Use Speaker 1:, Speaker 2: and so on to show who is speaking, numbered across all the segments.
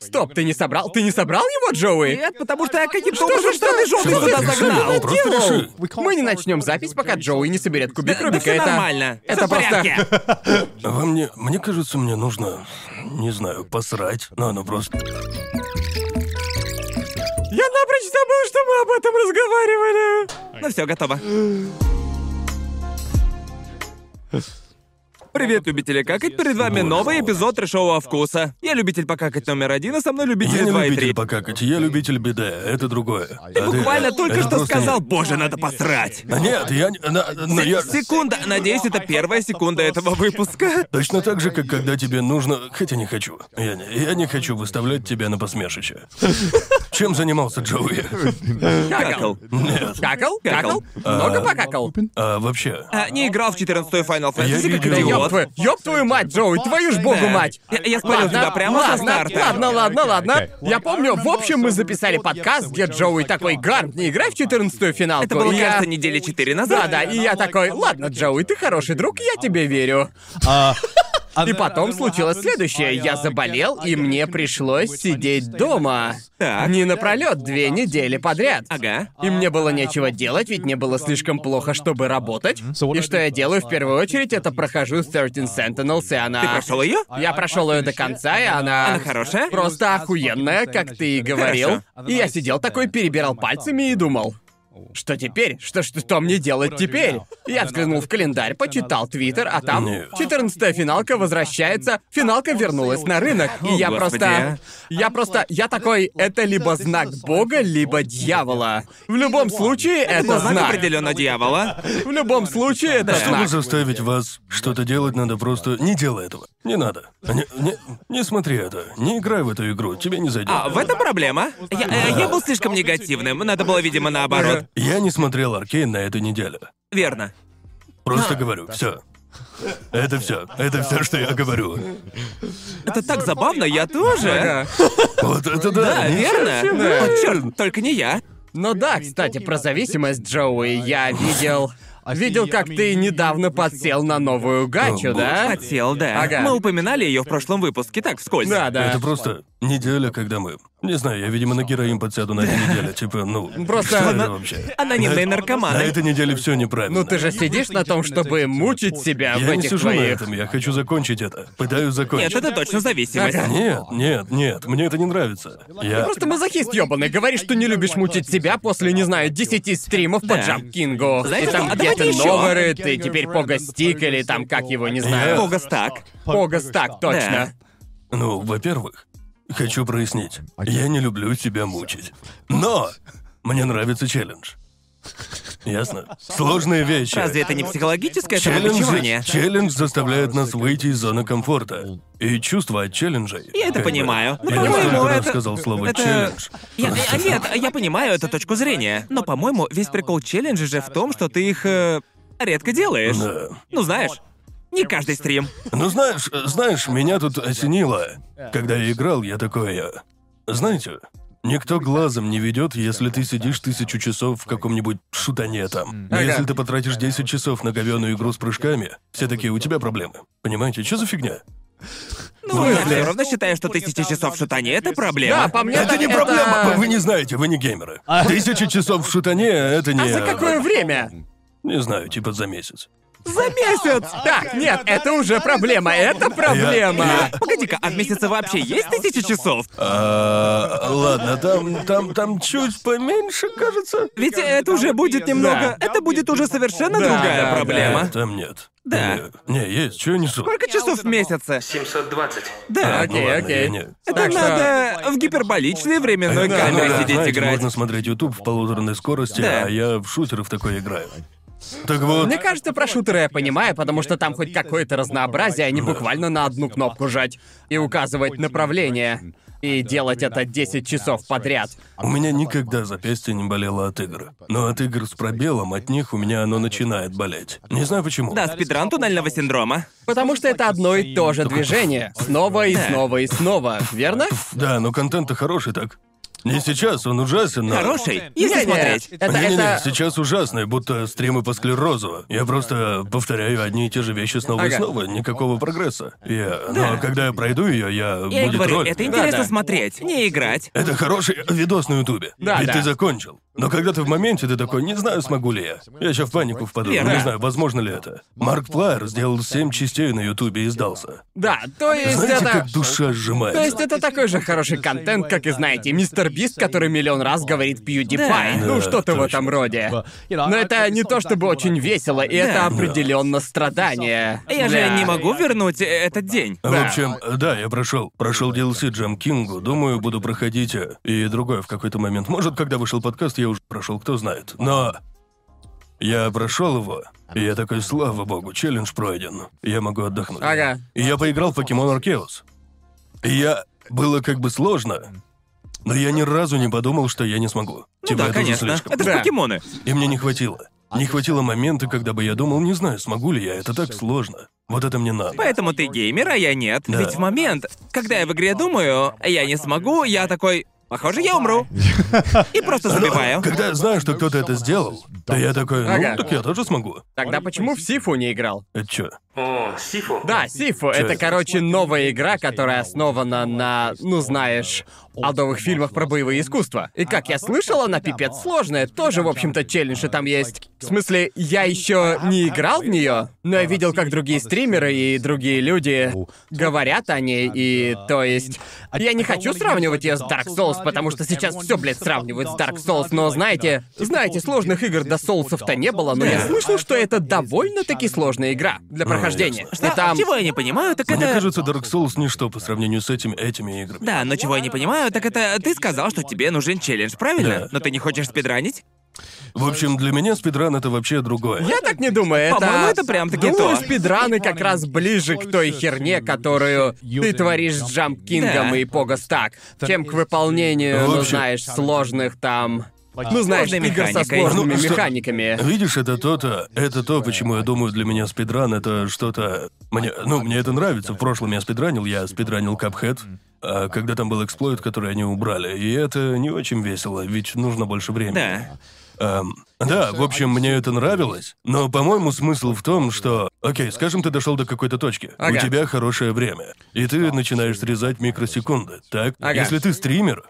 Speaker 1: Стоп, ты не собрал, ты не собрал его, Джоуи?
Speaker 2: Нет, потому что я каким-то
Speaker 1: Что же
Speaker 2: образом
Speaker 1: что ты
Speaker 2: жёлтый
Speaker 1: что ты-
Speaker 2: туда загнал?
Speaker 1: что ты
Speaker 3: Просто
Speaker 1: делал?
Speaker 3: реши.
Speaker 1: Мы не начнем запись, пока Джоуи не соберет кубик
Speaker 2: Да
Speaker 1: Рубика.
Speaker 2: всё
Speaker 1: это
Speaker 2: нормально.
Speaker 1: Это
Speaker 2: Всё в порядке.
Speaker 1: просто.
Speaker 3: Во мне... Мне кажется, мне нужно... Не знаю, посрать, но оно просто...
Speaker 1: Я напрочь забыл, что мы об этом разговаривали.
Speaker 2: Ну все, готово. Привет, любители какать. Перед вами новый эпизод трешового вкуса. Я любитель покакать номер один, а со мной
Speaker 3: Я
Speaker 2: любители
Speaker 3: не
Speaker 2: 2 и 3.
Speaker 3: любитель покакать, я любитель беды, это другое.
Speaker 2: Ты
Speaker 3: А
Speaker 2: буквально
Speaker 3: это-
Speaker 2: только
Speaker 3: это
Speaker 2: что
Speaker 3: просто
Speaker 2: сказал,
Speaker 3: не-
Speaker 2: боже, надо посрать.
Speaker 3: А Нет, я... не- на- но я...
Speaker 2: Секунда, надеюсь, это первая секунда этого выпуска.
Speaker 3: Точно так же, как когда тебе нужно... Хотя не хочу. Я не, я не хочу выставлять тебя на посмешище. Чем занимался Джоуи?
Speaker 2: Какал.
Speaker 3: Нет.
Speaker 1: Какал?
Speaker 2: Какал.
Speaker 1: Какал? Много покакал?
Speaker 3: А вообще...
Speaker 2: А, не играл в 14-й Final
Speaker 3: Я
Speaker 2: Fantasy, как
Speaker 3: видел.
Speaker 1: Да ёб
Speaker 2: идиот.
Speaker 1: твою, ёб твою мать, Джоуи, твою ж богу
Speaker 2: Да.
Speaker 1: мать.
Speaker 2: Я, я смотрел
Speaker 1: Ладно,
Speaker 2: тебя прямо
Speaker 1: ладно,
Speaker 2: со старта.
Speaker 1: Ладно, ладно, ладно.
Speaker 4: Окей.
Speaker 1: Я помню, в общем, мы записали подкаст, где Джоуи такой, Гарнт, не играй в 14-ю финалку.
Speaker 2: Это было,
Speaker 1: И я-
Speaker 2: кажется, недели 4
Speaker 1: Да,
Speaker 2: назад.
Speaker 1: да, и я такой, ладно, Джоуи, ты хороший друг, я тебе верю.
Speaker 4: И
Speaker 1: И потом случилось следующее. Я заболел, и мне пришлось сидеть дома.
Speaker 2: Так.
Speaker 1: Не напролет, две недели подряд.
Speaker 2: Ага.
Speaker 1: И мне было нечего делать, ведь мне было слишком плохо, чтобы работать. И что я делаю в первую очередь, это прохожу 13 Sentinels, и она...
Speaker 2: Ты прошел ее?
Speaker 1: Я прошел ее до конца, и она...
Speaker 2: Она хорошая?
Speaker 1: Просто охуенная, как ты и говорил.
Speaker 4: Хорошо.
Speaker 1: И я сидел такой, перебирал пальцами и думал. Что теперь? Что, что, что мне делать теперь? Я взглянул в календарь, почитал твиттер, а там
Speaker 3: Нет.
Speaker 1: 14-я финалка возвращается, финалка вернулась на рынок. И я
Speaker 2: О,
Speaker 1: просто...
Speaker 2: господи.
Speaker 1: Я просто... Я такой, это либо знак бога, либо дьявола. В любом случае, это знак.
Speaker 2: определенно дьявола.
Speaker 1: В любом случае, это
Speaker 3: Чтобы
Speaker 1: знак.
Speaker 3: заставить вас что-то делать, надо просто... Не делай этого. Не надо. Не, не- не смотри это. Не играй в эту игру, тебе не зайдет.
Speaker 2: А в этом проблема. Я, э, я был слишком негативным. Надо было, видимо, наоборот.
Speaker 3: Я не смотрел Аркейн на этой неделе.
Speaker 2: Верно.
Speaker 1: А,
Speaker 3: Просто говорю, все. Это все. Это все, что я говорю.
Speaker 2: Это так забавно, я тоже.
Speaker 1: Ага.
Speaker 3: Вот это да.
Speaker 2: Да,
Speaker 3: не-
Speaker 2: верно.
Speaker 1: Да.
Speaker 2: Ну, черт, только не я.
Speaker 1: Ну да, кстати, про зависимость, Джоуи, я видел... Видел, как ты недавно подсел на новую гачу, да?
Speaker 2: Хотел, да.
Speaker 1: А? Ага.
Speaker 2: Мы упоминали ее в прошлом выпуске, так вскользь.
Speaker 1: Да, да.
Speaker 3: Это просто неделя, когда мы... Не знаю, я, видимо, на героин подсяду на этой неделе. Типа, ну,
Speaker 1: Просто
Speaker 3: что
Speaker 1: она-
Speaker 3: это вообще?
Speaker 2: Анонимные
Speaker 3: На
Speaker 2: наркоманы.
Speaker 3: этой неделе все неправильно.
Speaker 1: Ну ты же сидишь на том, чтобы мучить себя в
Speaker 3: Я не
Speaker 1: этих
Speaker 3: сижу на
Speaker 1: твоих.
Speaker 3: этом, я хочу закончить это. Пытаюсь закончить.
Speaker 2: Нет, это точно зависимость.
Speaker 3: Нет, нет, нет, мне это не нравится. Я...
Speaker 1: Просто мазохист ёбаный, говоришь, что не любишь мучить себя после, не знаю, 10 стримов по
Speaker 2: Да.
Speaker 1: Джамп Кингу. И
Speaker 2: Знаете
Speaker 1: там
Speaker 2: что, а
Speaker 1: где ты
Speaker 2: давайте ещё.
Speaker 1: Новоры, ты теперь Погостик или там как его, не
Speaker 3: Я-
Speaker 1: знаю.
Speaker 2: Бога стак.
Speaker 1: Погас так, точно.
Speaker 3: Ну, во-первых, хочу прояснить. Я не люблю себя мучить. Но мне нравится челлендж. Ясно? Сложные вещи.
Speaker 2: Разве это не психологическое самобичевание?
Speaker 3: Челленджи, челлендж заставляет нас выйти из зоны комфорта. И чувство от челленджей.
Speaker 2: Я это
Speaker 3: как бы-
Speaker 2: понимаю. Ну,
Speaker 3: я не
Speaker 2: по-моему,
Speaker 3: столько раз
Speaker 2: это-
Speaker 3: сказал слово
Speaker 2: это-
Speaker 3: челлендж.
Speaker 2: Я, я- нет, я понимаю эту точку зрения. Но, по-моему, весь прикол челленджа же в том, что ты их э, редко делаешь.
Speaker 3: Да.
Speaker 2: Ну, знаешь, не каждый стрим.
Speaker 3: Ну знаешь, э, знаешь, меня тут осенило. Когда я играл, я такой. э, Знаете, никто глазом не ведет, если ты сидишь тысячу часов в каком-нибудь шутане там. Но
Speaker 1: Ага.
Speaker 3: Если ты потратишь 10 часов на говёную игру с прыжками, все такие у тебя проблемы. Понимаете, что за фигня?
Speaker 2: Ну, я все равно считаю, что тысяча часов в шутане — это
Speaker 1: Да,
Speaker 2: проблема.
Speaker 1: по мне
Speaker 3: Это
Speaker 1: так
Speaker 3: не проблема! Вы не знаете, вы не геймеры. Тысяча часов в шутане это не.
Speaker 1: А за какое время?
Speaker 3: Не знаю, типа за месяц.
Speaker 1: За месяц! Так, нет, это уже проблема, это проблема!
Speaker 2: Погоди-ка, а в месяце вообще есть тысяча часов?
Speaker 3: А, ладно, там, там, там чуть поменьше, кажется.
Speaker 2: Ведь это уже будет немного... Это будет уже совершенно
Speaker 1: Да, да,
Speaker 2: другая
Speaker 1: да.
Speaker 2: проблема.
Speaker 3: Нет, там нет.
Speaker 2: Да.
Speaker 3: Э, Не, есть, чего несу. А,
Speaker 2: Сколько часов в месяце?
Speaker 5: 720.
Speaker 2: Да.
Speaker 1: Так, Окей,
Speaker 3: ладно,
Speaker 1: окей.
Speaker 3: я не-
Speaker 2: Это
Speaker 1: Так что-
Speaker 2: надо в гиперболичной временной
Speaker 3: Да,
Speaker 2: камере
Speaker 3: да,
Speaker 2: Э, сидеть
Speaker 3: знаете,
Speaker 2: играть.
Speaker 3: Можно смотреть YouTube в полуторной скорости,
Speaker 2: Да.
Speaker 3: а я в шутеры в такое играю. Так вот,
Speaker 1: Мне кажется, про шутеры я понимаю, потому что там хоть какое-то разнообразие, а не буквально на одну кнопку жать и указывать направление. И делать это 10 часов подряд.
Speaker 3: у меня никогда запястье не болело от игр. Но от игр с пробелом, от них у меня оно начинает болеть. Не знаю почему.
Speaker 2: Да, спидран туннельного синдрома.
Speaker 1: Потому что это одно и то же движение. Снова и снова и снова, верно?
Speaker 3: Да, но контент-то хороший так. Не сейчас, он ужасен, но...
Speaker 2: Хороший, если
Speaker 1: Не-не,
Speaker 2: смотреть.
Speaker 1: Это,
Speaker 3: Не-не-не,
Speaker 1: это...
Speaker 3: сейчас ужасный, будто стримы по склерозу. Я просто повторяю одни и те же вещи снова и
Speaker 1: Ага.
Speaker 3: снова, никакого прогресса. Я... Но когда я пройду ее, я...
Speaker 2: Я и
Speaker 3: будет
Speaker 2: говорю,
Speaker 3: роль.
Speaker 2: это интересно
Speaker 1: Да-да.
Speaker 2: смотреть, не играть.
Speaker 3: Это хороший видос на Ютубе.
Speaker 1: Да,
Speaker 3: Ведь
Speaker 1: да.
Speaker 3: ты закончил. Но когда ты в моменте, ты такой, не знаю, смогу ли я. Я еще в панику впаду,
Speaker 2: Верно.
Speaker 3: не знаю, возможно ли это. Марк Плайер сделал семь частей на Ютубе и сдался.
Speaker 1: Да, то есть
Speaker 3: Знаете,
Speaker 1: это...
Speaker 3: как душа сжимается?
Speaker 1: То есть это такой же хороший контент, как и знаете, мистер Бист, который миллион раз говорит PewDiePie.
Speaker 2: Да.
Speaker 1: Ну
Speaker 3: Да,
Speaker 1: что-то в
Speaker 3: точно.
Speaker 1: этом роде.
Speaker 4: Но
Speaker 1: Но это не то чтобы очень весело, и это
Speaker 2: Да.
Speaker 1: определенно страдание.
Speaker 2: Я же
Speaker 1: Да.
Speaker 2: не могу вернуть э, этот день.
Speaker 3: В
Speaker 1: Да.
Speaker 3: общем, да, я прошел. Прошел DLC Джам Кингу. Думаю, буду проходить э, и другое в какой-то момент. Может, когда вышел подкаст, я уже прошел, кто знает. Но я прошел его, и я такой, слава богу, челлендж пройден. Я могу отдохнуть.
Speaker 1: Ага.
Speaker 3: И я поиграл в Pokemon Arceus. И я... Было как бы сложно, но я ни разу не подумал, что я не смогу. Типа,
Speaker 2: Ну да,
Speaker 3: это уже
Speaker 2: конечно.
Speaker 3: слишком.
Speaker 2: Это же
Speaker 1: Да.
Speaker 2: покемоны.
Speaker 3: И мне не хватило. Не хватило момента, когда бы я думал, не знаю, смогу ли я, это так сложно. Вот это мне надо.
Speaker 2: Поэтому ты геймер, а я нет.
Speaker 3: Да.
Speaker 2: Ведь в момент, когда я в игре думаю, я не смогу, я такой, похоже, я умру. И просто забиваю.
Speaker 3: Когда я знаю, что кто-то это сделал, да я такой, ну,
Speaker 1: Ага.
Speaker 3: так я тоже смогу.
Speaker 1: Тогда почему в Сифу не играл?
Speaker 3: Это чё?
Speaker 5: О, Сифу.
Speaker 1: Да, Сифу — это,
Speaker 3: это?
Speaker 1: короче, новая игра, которая основана на, ну знаешь, о новых фильмах про боевые искусства. И как я слышал, она пипец сложная, тоже, в общем-то, челленджи там есть. В смысле, я еще не играл в нее, но я видел, как другие стримеры и другие люди говорят о ней, и то есть... Я не хочу сравнивать ее с Dark Souls, потому что сейчас все, блядь, сравнивают с Dark Souls, но знаете, знаете, сложных игр до Соулсов-то не было, но я слышал, что это довольно-таки сложная игра для прохождения. Что
Speaker 2: Да,
Speaker 1: там...
Speaker 2: Чего я не понимаю, так
Speaker 3: Мне
Speaker 2: это...
Speaker 3: кажется, Dark Souls ничто по сравнению с этими, этими играми.
Speaker 2: Да, но чего я не понимаю, так это ты сказал, что тебе нужен челлендж, правильно?
Speaker 3: Да.
Speaker 2: Но ты не хочешь спидранить?
Speaker 3: В общем, для меня спидран это вообще другое.
Speaker 1: Я так не думаю, это...
Speaker 2: По-моему, это прям-таки
Speaker 1: Думаю,
Speaker 2: то.
Speaker 1: спидраны как раз ближе к той херне, которую ты творишь с Джамп Кингом
Speaker 2: Да.
Speaker 1: и Погостак, чем к выполнению,
Speaker 3: В
Speaker 1: ну
Speaker 3: общем-
Speaker 1: знаешь, сложных там... Ну знаешь,
Speaker 2: Сложной
Speaker 1: игр со
Speaker 2: механикой.
Speaker 1: сложными
Speaker 3: Ну, что-
Speaker 1: механиками.
Speaker 3: Видишь, это то-то, это то, почему я думаю, для меня спидран это что-то... Мне, ну, мне это нравится. В прошлом я спидранил, я спидранил Cuphead, а когда там был эксплойт, который они убрали. И это не очень весело, ведь нужно больше времени.
Speaker 2: Да.
Speaker 3: Эм, да, в общем, мне это нравилось, но, по-моему, смысл в том, что, окей, скажем, ты дошел до какой-то точки,
Speaker 1: Ага.
Speaker 3: у тебя хорошее время, и ты начинаешь срезать микросекунды, так?
Speaker 1: Ага.
Speaker 3: Если ты стример,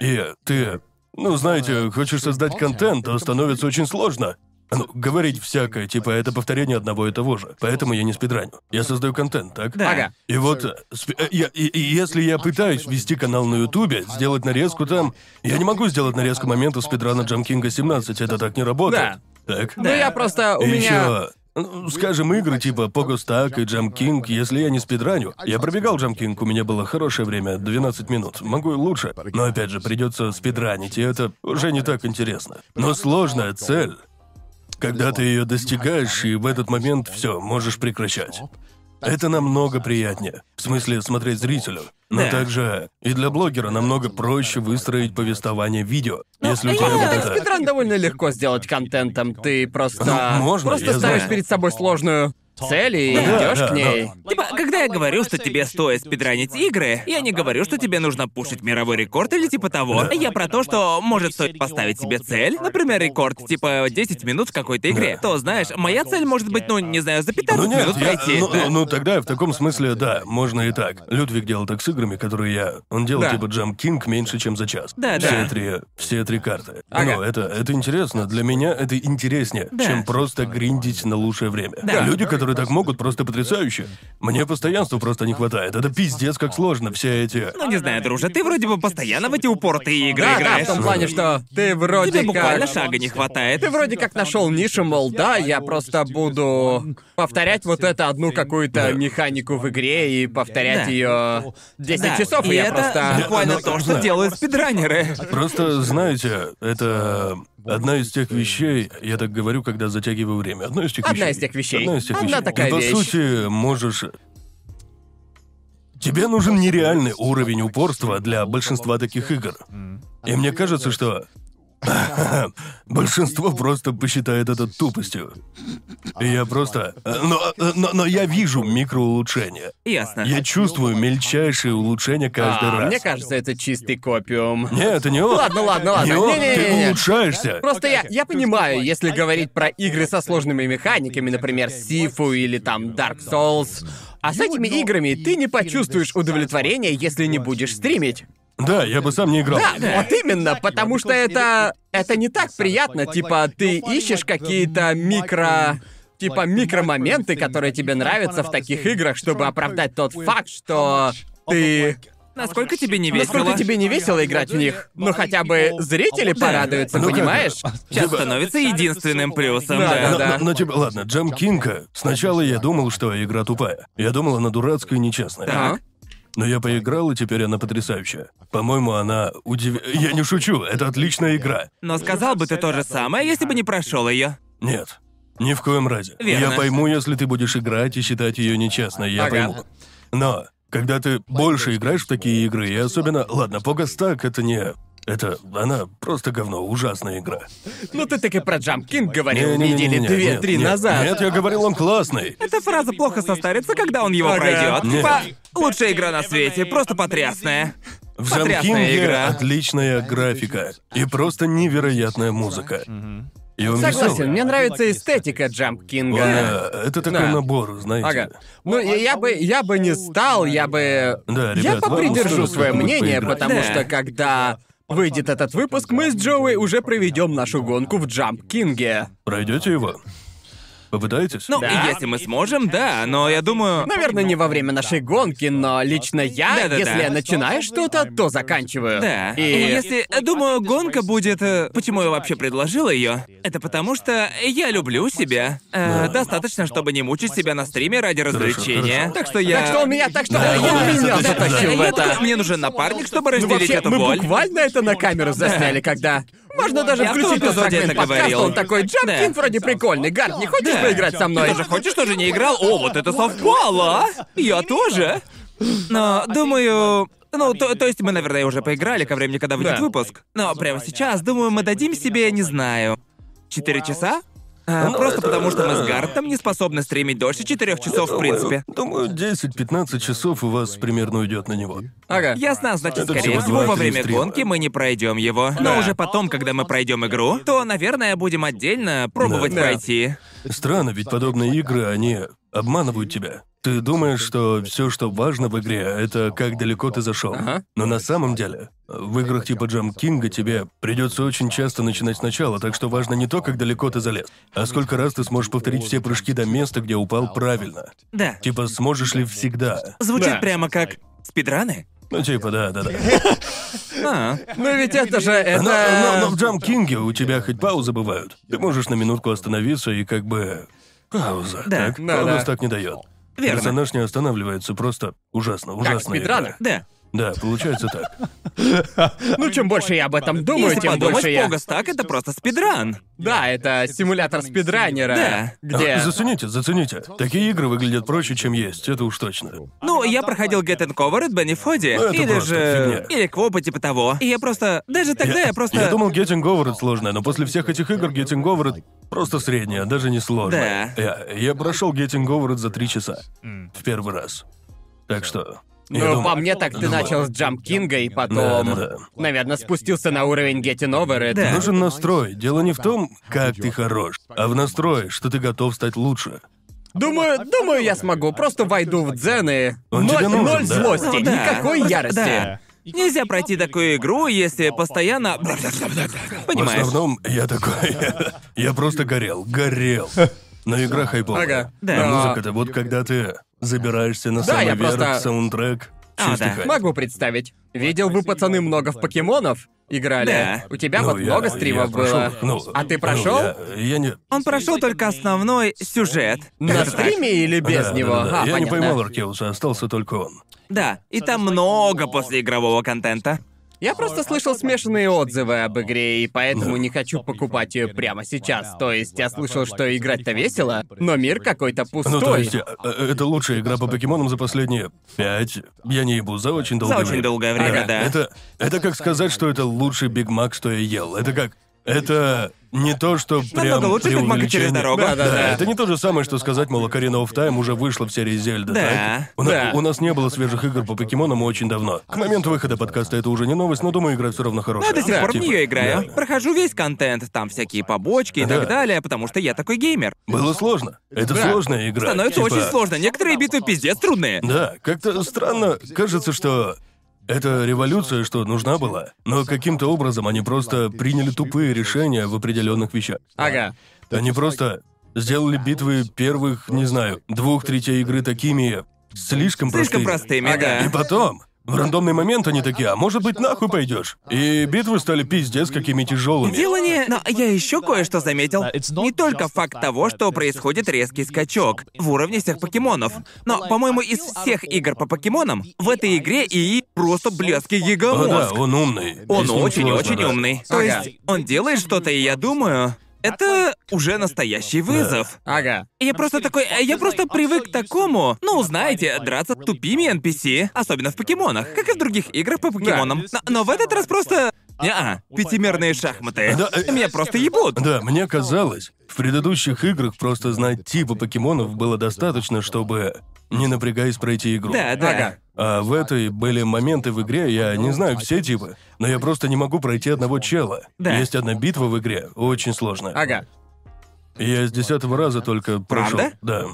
Speaker 3: и ты, ну, знаете, хочешь создать контент, то становится очень сложно. Ну, говорить всякое, типа, это повторение одного и того же, поэтому я не спидраню. Я создаю контент, так?
Speaker 2: Да.
Speaker 1: Ага.
Speaker 3: И вот, э, спи- э, я- и, и если я пытаюсь вести канал на Ютубе, сделать нарезку там, я не могу сделать нарезку момента спидрана Джамкинга 17, это так не работает. Так?
Speaker 1: Ну я просто... У
Speaker 3: и
Speaker 1: меня...
Speaker 3: еще, ну, скажем, игры типа Погостак и Джамкинг, если я не спидраню. Я пробегал Джамкинг, у меня было хорошее время, 12 минут. Могу и лучше. Но опять же, придется спидранить, и это уже не так интересно. Но сложная цель. Когда ты ее достигаешь, и в этот момент все, можешь прекращать. Это намного приятнее. В смысле, смотреть зрителю. Но
Speaker 2: Да.
Speaker 3: также и для блогера намного проще выстроить повествование видео. Если у тебя
Speaker 1: Ну,
Speaker 3: вот
Speaker 1: так
Speaker 3: это-
Speaker 1: спидран довольно легко сделать контентом. Ты просто...
Speaker 3: Ну, можно,
Speaker 1: просто
Speaker 3: я
Speaker 1: ставишь
Speaker 2: знаю.
Speaker 1: перед собой сложную цель и
Speaker 2: Да,
Speaker 1: идешь
Speaker 3: да,
Speaker 1: к ней.
Speaker 2: Типа, когда я говорю, что тебе стоит спидранить игры, я не говорю, что тебе нужно пушить мировой рекорд или типа того. Я про то, что может стоит поставить себе цель, например, рекорд, типа 10 минут в какой-то игре. То, знаешь, моя цель может быть, ну, не знаю, за 15
Speaker 3: Ну нет,
Speaker 2: минут
Speaker 3: я-
Speaker 2: пройти.
Speaker 3: ну,
Speaker 2: Да.
Speaker 3: ну, тогда в таком смысле, да, можно и так. Людвиг делал так с играми, которые я. Он делал
Speaker 1: Да.
Speaker 3: типа Джамп Кинг меньше, чем за час.
Speaker 2: Да,
Speaker 3: все
Speaker 2: да.
Speaker 3: три, все три карты.
Speaker 1: Ага.
Speaker 3: Ну, это, это интересно. Для меня это интереснее,
Speaker 2: Да.
Speaker 3: чем просто гриндить на лучшее время.
Speaker 2: Да.
Speaker 3: Люди, которые так могут, просто потрясающе. Мне постоянства просто не хватает. Это пиздец, как сложно, все эти.
Speaker 2: Ну, не знаю, друже, ты вроде бы постоянно в эти упортые игры
Speaker 1: Да, да, в
Speaker 2: играешь.
Speaker 1: том плане, что ты вроде
Speaker 2: Тебе
Speaker 1: как...
Speaker 2: буквально шага не хватает.
Speaker 1: Ты вроде как нашел нишу, мол, да, я просто буду повторять вот это одну какую-то
Speaker 3: Да.
Speaker 1: механику в игре и повторять
Speaker 2: Да.
Speaker 1: ее 10
Speaker 2: Да,
Speaker 1: часов, и,
Speaker 2: и
Speaker 1: я
Speaker 2: это
Speaker 1: просто.
Speaker 2: буквально
Speaker 3: Ну,
Speaker 2: то, что
Speaker 3: да.
Speaker 2: делают спидранеры.
Speaker 3: Просто, знаете, это одна из тех вещей, я так говорю, когда затягиваю время. Одна из тех
Speaker 1: Одна
Speaker 3: вещей.
Speaker 1: из тех вещей.
Speaker 3: Одна из тех
Speaker 1: Одна
Speaker 3: вещей.
Speaker 1: такая
Speaker 3: И, по
Speaker 1: вещь.
Speaker 3: сути, можешь... Тебе нужен нереальный уровень упорства для большинства таких игр. И мне кажется, что Большинство просто посчитает это тупостью. И Я просто... Но, но, но я вижу микроулучшения.
Speaker 2: Ясно.
Speaker 3: Я чувствую мельчайшие улучшения каждый
Speaker 1: А,
Speaker 3: раз.
Speaker 1: мне кажется, это чистый копиум.
Speaker 3: Нет, это не он.
Speaker 1: Ладно, ладно, Ну ладно.
Speaker 3: Не он, ты
Speaker 1: Не-не-не.
Speaker 3: улучшаешься.
Speaker 1: Просто я, я
Speaker 4: Окей.
Speaker 1: понимаю, если говорить про игры со сложными механиками, например, Сифу или там Dark Souls, а с
Speaker 4: Ну,
Speaker 1: этими играми ты не почувствуешь удовлетворения, если не будешь стримить.
Speaker 3: Да, я бы сам не играл. Типа,
Speaker 1: Да, вот именно, потому что это... Это не так приятно, типа ты ищешь какие-то микро... Типа микромоменты, которые тебе нравятся в таких играх, чтобы оправдать тот факт, что ты...
Speaker 2: Насколько тебе не весело?
Speaker 1: Насколько тебе не весело играть в них, но хотя бы зрители
Speaker 4: Да.
Speaker 1: порадуются,
Speaker 3: Ну,
Speaker 1: понимаешь?
Speaker 2: Сейчас становится единственным плюсом,
Speaker 1: Да,
Speaker 2: да.
Speaker 3: Но,
Speaker 1: да.
Speaker 3: но- но типа, ладно, Джам Кинка. Сначала я думал, что игра тупая. Я думал, она дурацкая и нечестная.
Speaker 1: Так.
Speaker 3: Но я поиграл, и теперь она потрясающая. По-моему, она удив... Я не шучу, это отличная игра.
Speaker 2: Но сказал бы ты то же самое, если бы не прошел ее.
Speaker 3: Нет. Ни в коем разе.
Speaker 2: Верно.
Speaker 3: Я пойму, если ты будешь играть и считать ее нечестной, я
Speaker 1: Ага.
Speaker 3: пойму. Но, когда ты больше играешь в такие игры, и особенно... Ладно, Погастак — это не... Это... Она просто говно, ужасная игра.
Speaker 1: Ну ты так и про Джамп Кинг говорил
Speaker 3: Не-не-не-не-не,
Speaker 1: недели
Speaker 3: нет,
Speaker 1: две-три
Speaker 3: нет,
Speaker 1: назад.
Speaker 3: Нет, я говорил, он классный.
Speaker 2: Эта фраза плохо состарится, когда он его
Speaker 1: Ага.
Speaker 2: пройдет.
Speaker 3: Нет.
Speaker 2: Типа, лучшая игра на свете, просто потрясная.
Speaker 3: В
Speaker 2: Потрясная
Speaker 3: Замкинге
Speaker 2: игра.
Speaker 3: отличная графика и просто невероятная музыка. И он
Speaker 1: Согласен,
Speaker 3: веселый.
Speaker 1: мне нравится эстетика Джамп
Speaker 3: Он,
Speaker 1: Кинга.
Speaker 3: э, Это такой
Speaker 1: Да.
Speaker 3: набор, знаете.
Speaker 1: Ага. Ну, я, я бы, я бы не стал, я бы...
Speaker 3: Да,
Speaker 1: я
Speaker 3: А, ребят, вам
Speaker 1: попридержу
Speaker 3: стоит
Speaker 1: свое
Speaker 3: как-нибудь
Speaker 1: мнение,
Speaker 3: поиграть.
Speaker 1: потому
Speaker 2: Да.
Speaker 1: что когда выйдет этот выпуск, мы с Джоуи уже проведем нашу гонку в Джамп Кинге.
Speaker 3: Пройдете его? Попытаетесь?
Speaker 2: Ну,
Speaker 1: Да.
Speaker 2: если мы сможем, да, но я думаю...
Speaker 1: Наверное, не во время нашей гонки, но лично я,
Speaker 2: Да-да-да.
Speaker 1: если я начинаю что-то, то заканчиваю.
Speaker 2: Да.
Speaker 1: И...
Speaker 2: Ну, Если, думаю, гонка будет. э, Почему я вообще предложил ее? Это потому что я люблю себя. Э, Достаточно, чтобы не мучить себя на стриме ради развлечения.
Speaker 3: хорошо.
Speaker 2: Так что я.
Speaker 1: Так что он меня, так что
Speaker 3: Да,
Speaker 1: он
Speaker 3: да,
Speaker 1: меня
Speaker 3: да,
Speaker 1: затащил
Speaker 3: да,
Speaker 1: в
Speaker 2: я-
Speaker 1: это.
Speaker 2: Мне нужен напарник, чтобы
Speaker 1: Ну,
Speaker 2: разделить
Speaker 1: вообще,
Speaker 2: эту
Speaker 1: мы
Speaker 2: боль. Ну,
Speaker 1: буквально это на камеру засняли, когда... Можно даже
Speaker 2: Я в том
Speaker 1: включить этот
Speaker 2: эпизоде
Speaker 1: фрагмент
Speaker 2: это
Speaker 1: подкаста,
Speaker 2: говорил.
Speaker 1: он такой,
Speaker 2: Да.
Speaker 1: Джампкин вроде прикольный, Гард, не хочешь
Speaker 2: Да.
Speaker 1: поиграть со
Speaker 2: Ты
Speaker 1: мной?
Speaker 2: тоже хочешь, тоже не играл? О, вот это совпало, а? Я тоже. Но, думаю... Ну, то, то есть мы, наверное, уже поиграли ко времени, когда выйдет
Speaker 1: Да.
Speaker 2: выпуск. Но прямо сейчас, думаю, мы дадим себе, не знаю, четыре часа? А, просто потому, что мы с Гартом не способны стримить дольше четырех часов, в принципе.
Speaker 3: Думаю, 10-15 часов у вас примерно уйдет на него.
Speaker 1: Ага.
Speaker 2: Ясно, значит,
Speaker 3: Это
Speaker 2: скорее
Speaker 3: всего
Speaker 2: всего, во
Speaker 3: два-три
Speaker 2: время
Speaker 3: стрима.
Speaker 2: гонки мы не пройдем его. Но
Speaker 1: Да.
Speaker 2: уже потом, когда мы пройдем игру, то, наверное, будем отдельно пробовать
Speaker 1: Да.
Speaker 2: пройти.
Speaker 3: Странно, ведь подобные игры, они обманывают тебя. Ты думаешь, что все, что важно в игре, это как далеко ты зашел.
Speaker 1: Ага.
Speaker 3: Но на самом деле, в играх типа Джам Кинга тебе придется очень часто начинать сначала, так что важно не то, как далеко ты залез, а сколько раз ты сможешь повторить все прыжки до места, где упал правильно.
Speaker 2: Да.
Speaker 3: Типа, сможешь ли всегда?
Speaker 2: Звучит
Speaker 1: Да.
Speaker 2: прямо как спидраны.
Speaker 3: Ну, типа, да, да, да.
Speaker 2: А.
Speaker 1: Ну ведь это же,
Speaker 3: Но, но- но
Speaker 1: это...
Speaker 3: в Джам Кинге у тебя хоть паузы бывают. Ты можешь на минутку остановиться и как бы... Пауза.
Speaker 2: Да.
Speaker 3: Так?
Speaker 1: Да,
Speaker 3: Пауза
Speaker 1: да.
Speaker 3: так не дает.
Speaker 2: Верно.
Speaker 3: Персонаж не останавливается, просто ужасно,
Speaker 1: Как
Speaker 3: ужасно.
Speaker 1: спидранер.
Speaker 2: Да.
Speaker 3: Да, получается так.
Speaker 1: Ну чем больше я об этом думаю,
Speaker 2: Если
Speaker 1: тем больше
Speaker 2: подумать,
Speaker 1: я...
Speaker 2: Погас так, это просто спидран.
Speaker 1: Да, это симулятор спидранера,
Speaker 2: Да.
Speaker 3: А,
Speaker 1: где...
Speaker 3: Зацените, зацените. Такие игры выглядят проще, чем есть, это уж точно.
Speaker 1: А
Speaker 2: Ну, я проходил Get and Cover от Бенни Фоди.
Speaker 3: Ну, это
Speaker 2: или
Speaker 3: просто
Speaker 2: же...
Speaker 3: фигня.
Speaker 2: Или Квопа типа того. И я просто... Даже тогда я, просто...
Speaker 3: Я думал, Getting Over It сложная, но после всех этих игр Getting Over It просто средняя, даже не сложная.
Speaker 2: Да.
Speaker 3: Я, я прошел Getting Over It за три часа. В первый раз. Так что... я
Speaker 1: Ну,
Speaker 3: думаю-
Speaker 1: по мне, так ты
Speaker 3: думаю.
Speaker 1: начал с Джамп Кинга и
Speaker 3: Да,
Speaker 1: потом...
Speaker 3: да, да.
Speaker 1: Наверное, спустился на уровень Getting Over It.
Speaker 2: Да.
Speaker 3: Нужен настрой. Дело не в том, как ты хорош, а в настрое, что ты готов стать лучше.
Speaker 1: Ну, Думаю, думаю, я смогу. Просто войду в дзен и...
Speaker 3: Он
Speaker 1: ноль,
Speaker 3: тебе нужен,
Speaker 1: ноль
Speaker 3: да.
Speaker 1: злости,
Speaker 2: Ну да.
Speaker 1: никакой
Speaker 2: Просто-
Speaker 1: ярости.
Speaker 2: да. Нельзя пройти такую игру, если постоянно...
Speaker 3: В
Speaker 2: Понимаешь?
Speaker 3: основном я такой. Я просто горел, горел. На игра хайповая.
Speaker 1: Ага, да.
Speaker 3: А музыка это вот когда ты забираешься на самый
Speaker 1: я
Speaker 3: верх,
Speaker 1: просто-
Speaker 3: саундтрек,
Speaker 2: А,
Speaker 3: чистый
Speaker 2: да.
Speaker 3: кайф.
Speaker 1: Могу представить. Видел вы, пацаны, много в покемонов играли.
Speaker 2: Да.
Speaker 1: У тебя
Speaker 3: Ну,
Speaker 1: вот
Speaker 3: я-
Speaker 1: много
Speaker 3: я
Speaker 1: стримов
Speaker 3: прошёл.
Speaker 1: было.
Speaker 3: Ну,
Speaker 1: а ты
Speaker 3: ну,
Speaker 1: прошел?
Speaker 3: я, я не...
Speaker 2: Он прошел только основной сюжет.
Speaker 1: На
Speaker 2: Даже так.
Speaker 1: стриме или без
Speaker 3: Да,
Speaker 1: него?
Speaker 3: да, да, да.
Speaker 1: А,
Speaker 3: я не
Speaker 1: понятно.
Speaker 3: поймал Аркеуса, остался только он.
Speaker 2: Да, и там много послеигрового контента.
Speaker 1: Я просто слышал смешанные отзывы об игре, и поэтому не хочу покупать ее прямо сейчас. То есть я слышал, что играть-то весело, но мир какой-то пустой.
Speaker 3: Ну, то есть, э, э, это лучшая игра по покемонам за последние пять, я не ебу, за очень долгое
Speaker 2: очень долгое время, да.
Speaker 3: Это, это как сказать, что это лучший Биг Мак, что я ел. Это как... Это не то, что прям
Speaker 2: Намного лучше, как «Мага через
Speaker 3: преувеличение.
Speaker 2: дорогу».
Speaker 3: Да,
Speaker 1: Да-да-да.
Speaker 3: это не то же самое, что сказать, мол, Ocarina of Time уже вышла в серии Зельда,
Speaker 2: Да.
Speaker 3: так? У, на-
Speaker 1: Да.
Speaker 3: у нас не было свежих игр по покемонам очень давно. К моменту выхода подкаста это уже не новость, но думаю, игра все равно
Speaker 2: Я
Speaker 3: хорошая.
Speaker 2: до сих пор в
Speaker 3: Типа,
Speaker 2: нее играю.
Speaker 3: да.
Speaker 2: Прохожу весь контент, там всякие побочки и так
Speaker 3: Да.
Speaker 2: далее, потому что я такой геймер.
Speaker 3: Было сложно. Это
Speaker 1: Да.
Speaker 3: сложная игра.
Speaker 2: Становится
Speaker 3: Типа, Ну,
Speaker 2: очень сложно. Некоторые битвы пиздец трудные.
Speaker 3: Да, как-то странно. Кажется, что это революция, что нужна была. Но каким-то образом они просто приняли тупые решения в определенных вещах.
Speaker 1: Ага.
Speaker 3: Они просто сделали битвы первых, не знаю, двух третей игры такими слишком
Speaker 2: Слишком
Speaker 3: простыми.
Speaker 2: простыми,
Speaker 1: Ага.
Speaker 3: И
Speaker 2: да.
Speaker 3: потом, в рандомный момент они такие, а может быть нахуй пойдешь? И битвы стали пиздец какими тяжелыми.
Speaker 2: Дело не... Но я еще кое-что заметил. Не только факт того, что происходит резкий скачок в уровне всех покемонов. Но, по-моему, из всех игр по покемонам в этой игре и просто блески
Speaker 3: О, Ну да,
Speaker 2: гигамозг.
Speaker 3: он умный. И
Speaker 2: Он
Speaker 3: с ним сложно,
Speaker 2: очень-очень
Speaker 3: да.
Speaker 2: умный. То
Speaker 1: Ага.
Speaker 2: есть он делает что-то, и я думаю, это уже настоящий вызов.
Speaker 1: Ага.
Speaker 2: Я просто такой, э, я просто привык к такому. Ну, знаете, драться тупими NPC, особенно в покемонах, как и в других играх по покемонам. Но, но в этот раз просто... Неа, пятимерные шахматы.
Speaker 3: Да, э,
Speaker 2: Меня просто ебут.
Speaker 3: Да, мне казалось, в предыдущих играх просто знать типа покемонов было достаточно, чтобы, не напрягаясь, пройти игру.
Speaker 2: Да, да.
Speaker 1: Ага.
Speaker 3: А в этой были моменты в игре, я не знаю все типы, но я просто не могу пройти одного чела.
Speaker 2: Да.
Speaker 3: Есть одна битва в игре, очень сложная.
Speaker 1: Ага.
Speaker 3: Я с десятого раза только прошел.
Speaker 2: Правда?
Speaker 3: Да.